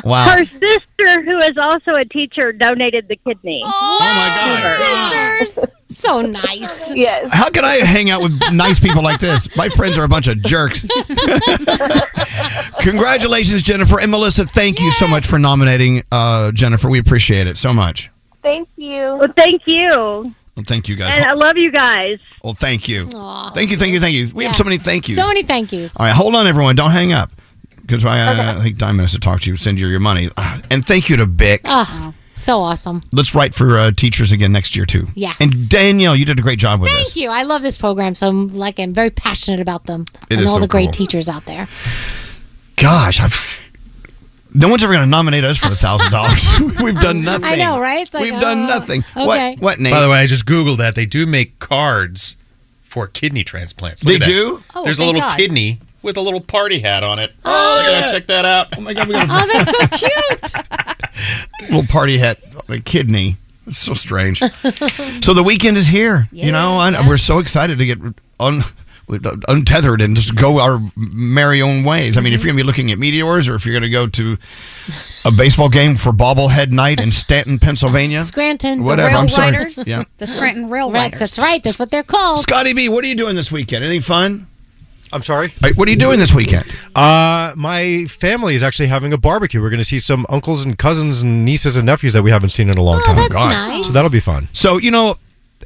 Wow.
Her sister, who is also a teacher, donated the kidney. Oh,
my God. Sisters. so nice.
Yes.
How can I hang out with nice people like this? My friends are a bunch of jerks. Congratulations, Jennifer and Melissa. Thank you so much for nominating uh, Jennifer. We appreciate it so much.
Thank you.
Well, thank you.
Well, thank you guys.
And I love you guys.
Well, thank you. Thank you, thank you, thank you. We have
Yeah.
so many thank yous.
So many thank yous.
All right, hold on, everyone. Don't hang up because I, uh, I think Diamond has to talk to you, send you your money. Ah, And thank you to Bick.
Oh, so awesome.
Let's write for uh, teachers again next year, too.
Yes.
And Danielle, you did a great job with this.
Thank you. I love this program. So I'm like I'm very passionate about them
It
and
is
all
so
the great
cool.
teachers out there.
Gosh, I've. No one's ever going to nominate us for a thousand dollars. We've done nothing.
I know, right? It's like,
We've done
oh,
nothing.
Okay.
What? What name?
By the way, I just googled that. They do make cards for kidney transplants.
They
at that.
do?
Oh, There's a
thank
little
God.
kidney with a little party hat on it. Oh, look at that. check that out. Oh my god, we got
Oh, that's so cute.
little party hat, a kidney. It's so strange. so the weekend is here. you know, and we're so excited to get un, untethered and just go our merry own ways. I mean, if you're going to be looking at meteors, or if you're going to go to a baseball game for bobblehead night in Stanton, Pennsylvania,
Scranton,
whatever.
the Rail
I'm sorry.
Riders. Oh.
Yeah.
The Scranton Rail
Right,
Riders.
That's right. That's what they're called.
Scotty B, what are you doing this weekend? Anything fun?
I'm sorry.
what are you doing this weekend?
Uh, my family is actually having a barbecue. We're going to see some uncles and cousins and nieces and nephews that we haven't seen in a long time.
Oh,
Oh,
that's God. nice.
So that'll be fun.
So, you know,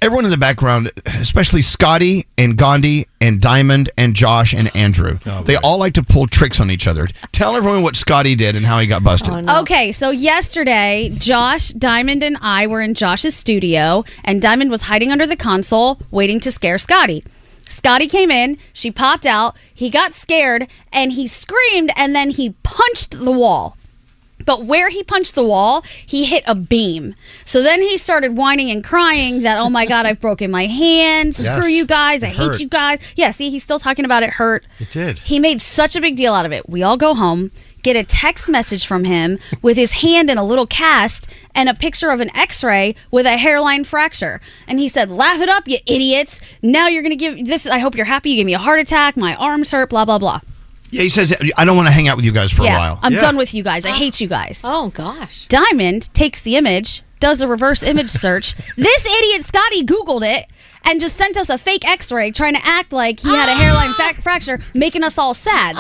everyone in the background, especially Scotty and Gandhi and Diamond and Josh and Andrew, they all like to pull tricks on each other. Tell everyone what Scotty did and how he got busted.
Oh,
Okay, so yesterday, Josh, Diamond, and I were in Josh's studio, and Diamond was hiding under the console, waiting to scare Scotty. Scotty came in, she popped out, he got scared, and he screamed, and then he punched the wall. But where he punched the wall, he hit a beam. So then he started whining and crying that, oh my God, I've broken my hand. Screw
Yes.
you guys. I
It
hate
hurt.
you guys. Yeah, see, he's still talking about it hurt.
It did.
He made such a big deal out of it. We all go home, get a text message from him with his hand in a little cast and a picture of an x-ray with a hairline fracture. And he said, "Laugh it up, you idiots. Now you're going to give this I hope you're happy you gave me a heart attack. My arms hurt, blah blah blah."
Yeah, he says, I don't want to hang out with you guys for
yeah,
a while.
I'm done with you guys. I hate you guys.
Oh gosh.
Diamond takes the image, does a reverse image search. this idiot Scotty Googled it and just sent us a fake X-ray, trying to act like he had a hairline
Ah.
fa- fracture, making us all sad.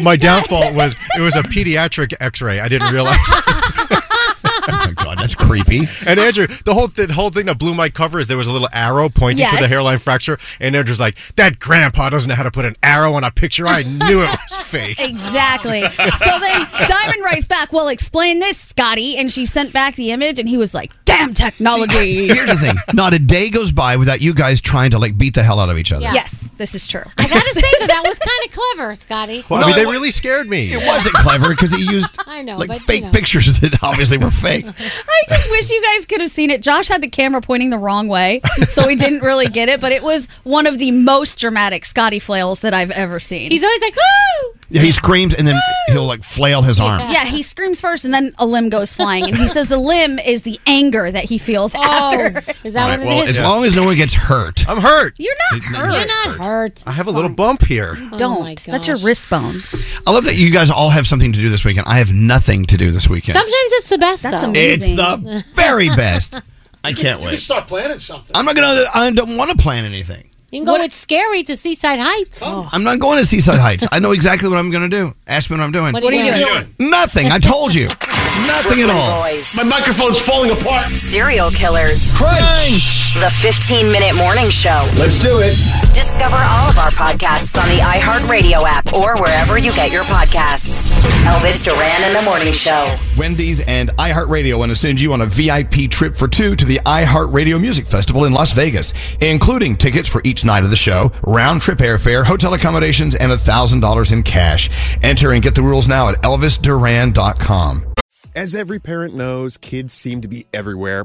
My downfall was it was a pediatric X-ray. I didn't realize.
oh my god, that's creepy.
And Andrew, the whole th- the whole thing that blew my cover is there was a little arrow pointing to
Yes.
the hairline fracture, and Andrew's like, "That grandpa doesn't know how to put an arrow on a picture. I knew it was fake."
Exactly. So then Diamond writes back, Well, explain this, Scotty. And she sent back the image, and he was like, Damn technology.
Here's the thing not a day goes by without you guys trying to like beat the hell out of each other.
Yes, this is true.
I gotta say that that was kind of clever, Scotty.
Well, I mean, they
really scared me.
It wasn't clever because he used
I know,
like
but, you
fake
know.
pictures that obviously were fake.
I just wish you guys could have seen it. Josh had the camera pointing the wrong way, so we didn't really get it, but it was one of the most dramatic Scotty flails that I've ever seen.
He's always like, Woo!
Yeah, he screams and then he'll like flail his arm.
Yeah, he screams first and then a limb goes flying. And he says the limb is the anger that he feels after.
Oh, Is
All right, well, as long as no one gets hurt.
I'm hurt.
You're not hurt.
You're not hurt.
I have a little
Um,
bump here.
Don't. That's your wrist bone.
I love that you guys all have something to do this weekend. I have nothing to do this weekend.
Sometimes it's the best.
That's
though.
It's the very best. I can't
You can
wait.
start planning something.
I'm not gonna. I don't want to plan anything.
You can go. It's scary to Seaside Heights.
I'm not going to Seaside Heights. I know exactly what I'm gonna do. Ask me what I'm doing.
What are you What are you doing?
Nothing. I told you. Nothing at
Brooklyn
all.
Boys.
My microphone's falling apart.
Serial killers. Crunch. The 15 minute morning show.
Let's do it.
Discover all of our podcasts on the iHeartRadio app or wherever you get your podcasts. Elvis Duran and the Morning Show.
Wendy's and iHeartRadio want to send you on a VIP trip for two to the iHeartRadio Music Festival in Las Vegas, including tickets for each night of the show, round trip airfare, hotel accommodations, and $1,000 in cash. Enter and get the rules now at ElvisDuran.com.
As every parent knows, kids seem to be everywhere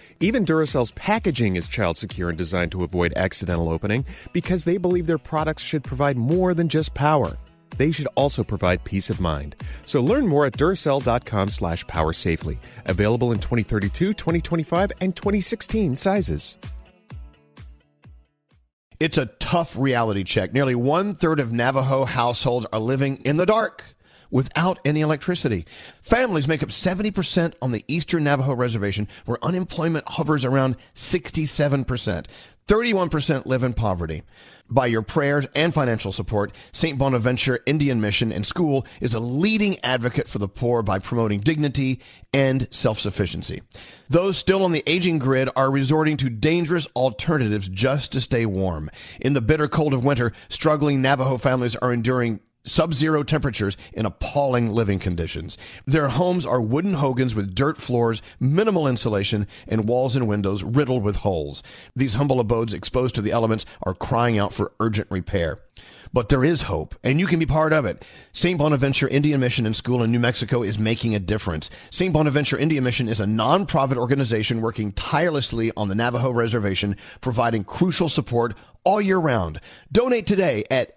Even Duracell's packaging is child secure and designed to avoid accidental opening because they believe their products should provide more than just power. They should also provide peace of mind. So learn more at Duracell.com slash power safely. Available in 2032, 2025, and 2016 sizes.
It's a tough reality check. Nearly one third of Navajo households are living in the dark without any electricity. Families make up 70% on the Eastern Navajo Reservation, where unemployment hovers around 67%. 31% live in poverty. By your prayers and financial support, St. Bonaventure Indian Mission and School is a leading advocate for the poor by promoting dignity and self sufficiency. Those still on the aging grid are resorting to dangerous alternatives just to stay warm. In the bitter cold of winter, struggling Navajo families are enduring sub zero temperatures in appalling living conditions. Their homes are wooden hogans with dirt floors, minimal insulation, and walls and windows riddled with holes. These humble abodes exposed to the elements are crying out for urgent repair. But there is hope, and you can be part of it. St. Bonaventure Indian Mission and School in New Mexico is making a difference. St. Bonaventure Indian Mission is a nonprofit organization working tirelessly on the Navajo Reservation, providing crucial support all year round. Donate today at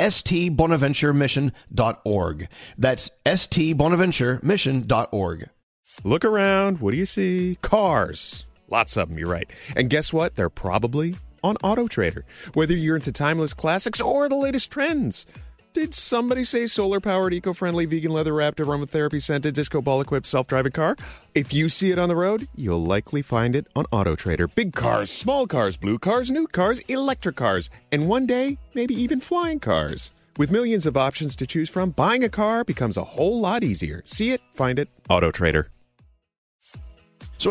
stbonaventuremission.org. That's stbonaventuremission.org.
Look around. What do you see? Cars. Lots of them, you're right. And guess what? They're probably on Auto Trader. Whether you're into timeless classics or the latest trends. Did somebody say solar powered, eco friendly, vegan leather wrapped, aromatherapy scented, disco ball equipped, self driving car? If you see it on the road, you'll likely find it on Auto Trader. Big cars, small cars, blue cars, new cars, electric cars, and one day, maybe even flying cars. With millions of options to choose from, buying a car becomes a whole lot easier. See it, find it, Auto Trader.
So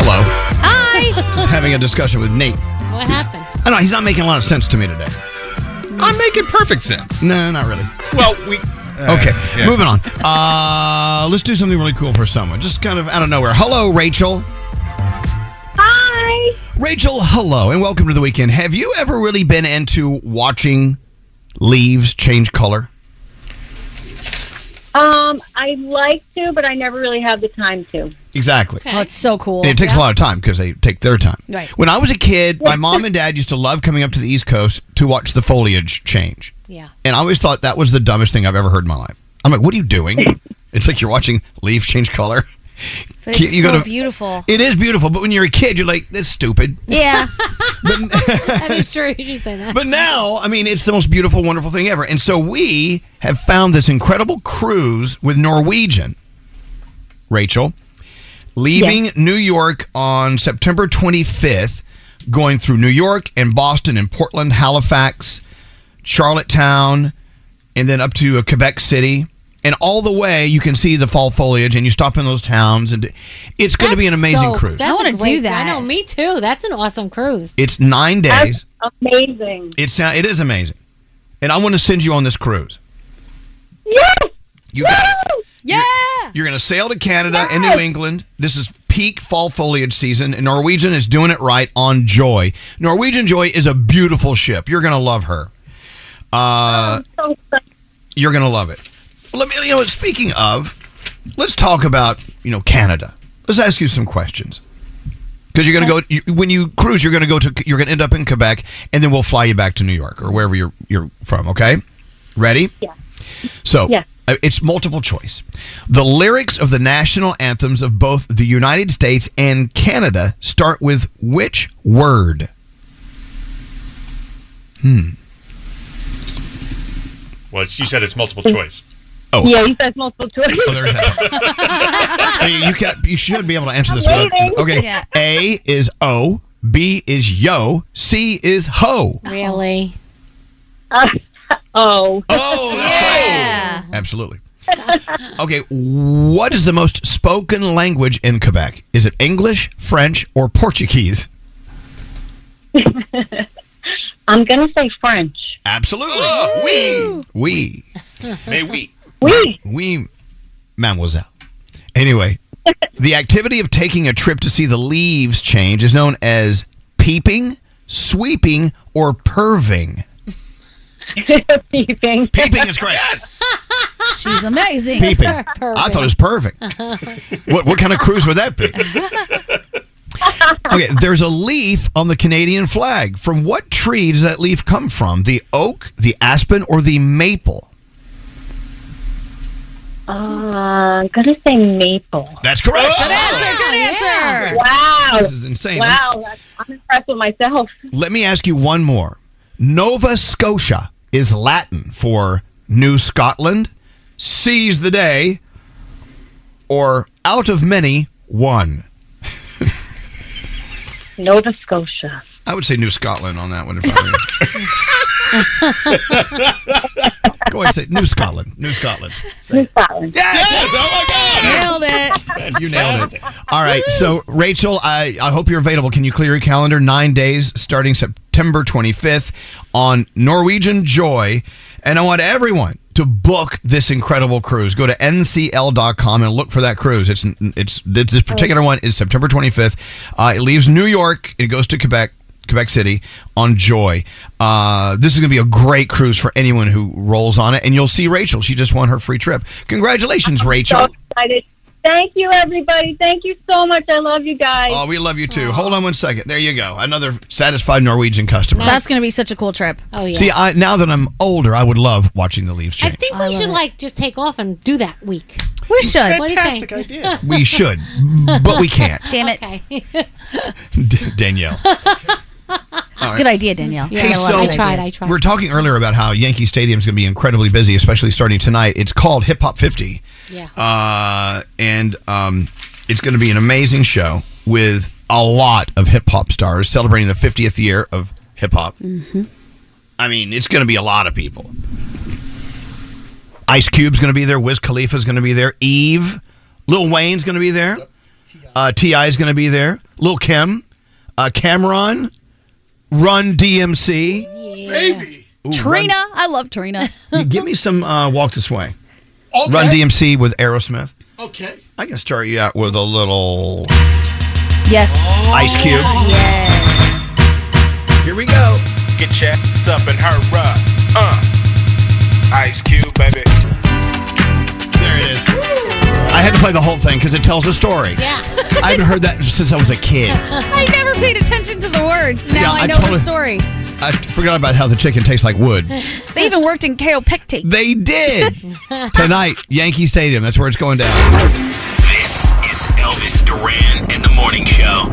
Hello.
Hi.
Just having a discussion with Nate.
What happened?
I know he's not making a lot of sense to me today.
I'm making perfect sense.
No, not really.
Well, we.
okay,
yeah.
moving on. Uh, let's do something really cool for someone. Just kind of out of nowhere. Hello, Rachel.
Hi.
Rachel, hello, and welcome to the weekend. Have you ever really been into watching leaves change color?
Um, I like to, but I never really have the time to.
Exactly.
Oh, it's so cool.
And it takes a lot of time because they take their time.
Right.
When I was a kid, my mom and dad used to love coming up to the East Coast to watch the foliage change.
Yeah.
And I always thought that was the dumbest thing I've ever heard in my life. I'm like, what are you doing? it's like you're watching leaves change color.
But it's
You
so
gotta-
beautiful.
It is beautiful, but when you're a kid, you're like, that's stupid.
Yeah.
that is true. You just say that.
But now, I mean, it's the most beautiful, wonderful thing ever. And so we have found this incredible cruise with Norwegian, Rachel, leaving New York on September 25th, going through New York and Boston and Portland, Halifax, Charlottetown, and then up to uh, Quebec City. And all the way, you can see the fall foliage, and you stop in those towns, and it's going to be an amazing
So-
cruise.
That's
wanna
a
do
great,
that.
I know, me too. That's an awesome cruise.
It's nine days.
Amazing.
It's it is amazing, and I want to send you on this cruise.
Yes.
You got Yeah. You're, you're going to sail to Canada and New England. This is peak fall foliage season, and Norwegian is doing it right on Joy. Norwegian Joy is a beautiful ship. You're going to love her. Uh, you're going to love it. Let me, you know, speaking of, let's talk about, you know, Canada. Let's ask you some questions. Because you're going to go, you, when you cruise, you're going to go to, you're going to end up in Quebec, and then we'll fly you back to New York or wherever you're, you're from, okay? Ready? Yeah. So
Yeah.
uh, it's multiple choice. The lyrics of the national anthems of both the United States and Canada start with which word? Hmm.
Well, it's, you said it's multiple choice.
Oh.
Yeah, you said multiple choice.
Oh, there's Hey, you can you should be able to answer
I'm
this one.
waiting.
Okay.
Yeah.
A is O, B is yo, C is ho.
Really?
oh.
Oh,
yeah.
Uh-huh. Absolutely. Okay, what is the most spoken language in Quebec? Is it English, French, or Portuguese?
I'm going to say French.
Absolutely. We. We.
May we?
We. We, mademoiselle. Anyway, the activity of taking a trip to see the leaves change is known as peeping, sweeping, or perving.
Peeping.
Peeping is great. Yes.
She's amazing.
Peeping. I thought it was perving. What what kind of cruise would that be? Okay, there's a leaf on the Canadian flag. From what tree does that leaf come from? The oak, the aspen, or the maple?
Uh, I'm going to say maple.
That's correct.
Good answer.
Oh,
Good
answer.
Wow.
This is insane.
Wow. that's- I'm impressed with myself.
Let me ask you one more. Nova Scotia is Latin for New Scotland, seize the day, or out of many, one.
Nova Scotia.
I would say New Scotland on that one. If I were you. Go ahead, say New Scotland. New Scotland.
New Scotland.
Yes.
Oh
Nailed it.
You nailed it. All right. So, Rachel, I, I hope you're available. Can you clear your calendar? Nine days starting September 25th on Norwegian Joy. And I want everyone to book this incredible cruise. Go to ncl.com and look for that cruise. It's it's this particular one is September 25th. Uh, it leaves New York. It goes to Quebec. Quebec City on Joy. Uh, this is going to be a great cruise for anyone who rolls on it, and you'll see Rachel. She just won her free trip. Congratulations, Rachel.
So excited. Thank you, everybody. Thank you so much. I love you guys.
Oh, we love you too. Hold on one second. There you go. Another satisfied Norwegian customer.
That's going to be such a cool trip.
Oh yeah.
See, I, now that I'm older, I would love watching the leaves
I
change.
think we should like just take off and do that week.
We should.
Fantastic idea.
we should, but we can't.
Damn it.
D- Danielle.
It's a good idea, Danielle.
Hey, so We're talking earlier about how Yankee Stadium's going to be incredibly busy, especially starting tonight. It's called Hip Hop 50.
Yeah.
Uh, and um, it's going to be an amazing show with a lot of hip hop stars celebrating the 50th year of hip hop.
Mm-hmm.
I mean, it's going to be a lot of people. Ice Cube's going to be there. Wiz Khalifa's going to be there. Eve, Lil Wayne's going to be there. Uh, Ti is going to be there. Lil Kim, uh, Cameron, Run DMC.
Baby.
Ooh,
Trina. I love Trina.
You give me some uh, Walk This Way.
Okay.
Run DMC with Aerosmith.
Okay.
I can start you out with a little
Yes.
Oh,
Oh. Ice Cube. Here we go.
Get your ass up and hurrah. Uh. Ice Cube, baby.
There it is. I had to play the whole thing because it tells a story.
Yeah.
I haven't heard that since I was a kid.
I never paid attention to the words. Now
Yeah, I
I know
totally-
the story.
I forgot about how the chicken tastes like wood.
They even worked in Kaopecti.
They did. Tonight, Yankee Stadium. That's where it's going down.
This is Elvis Duran and the Morning Show.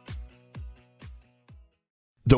The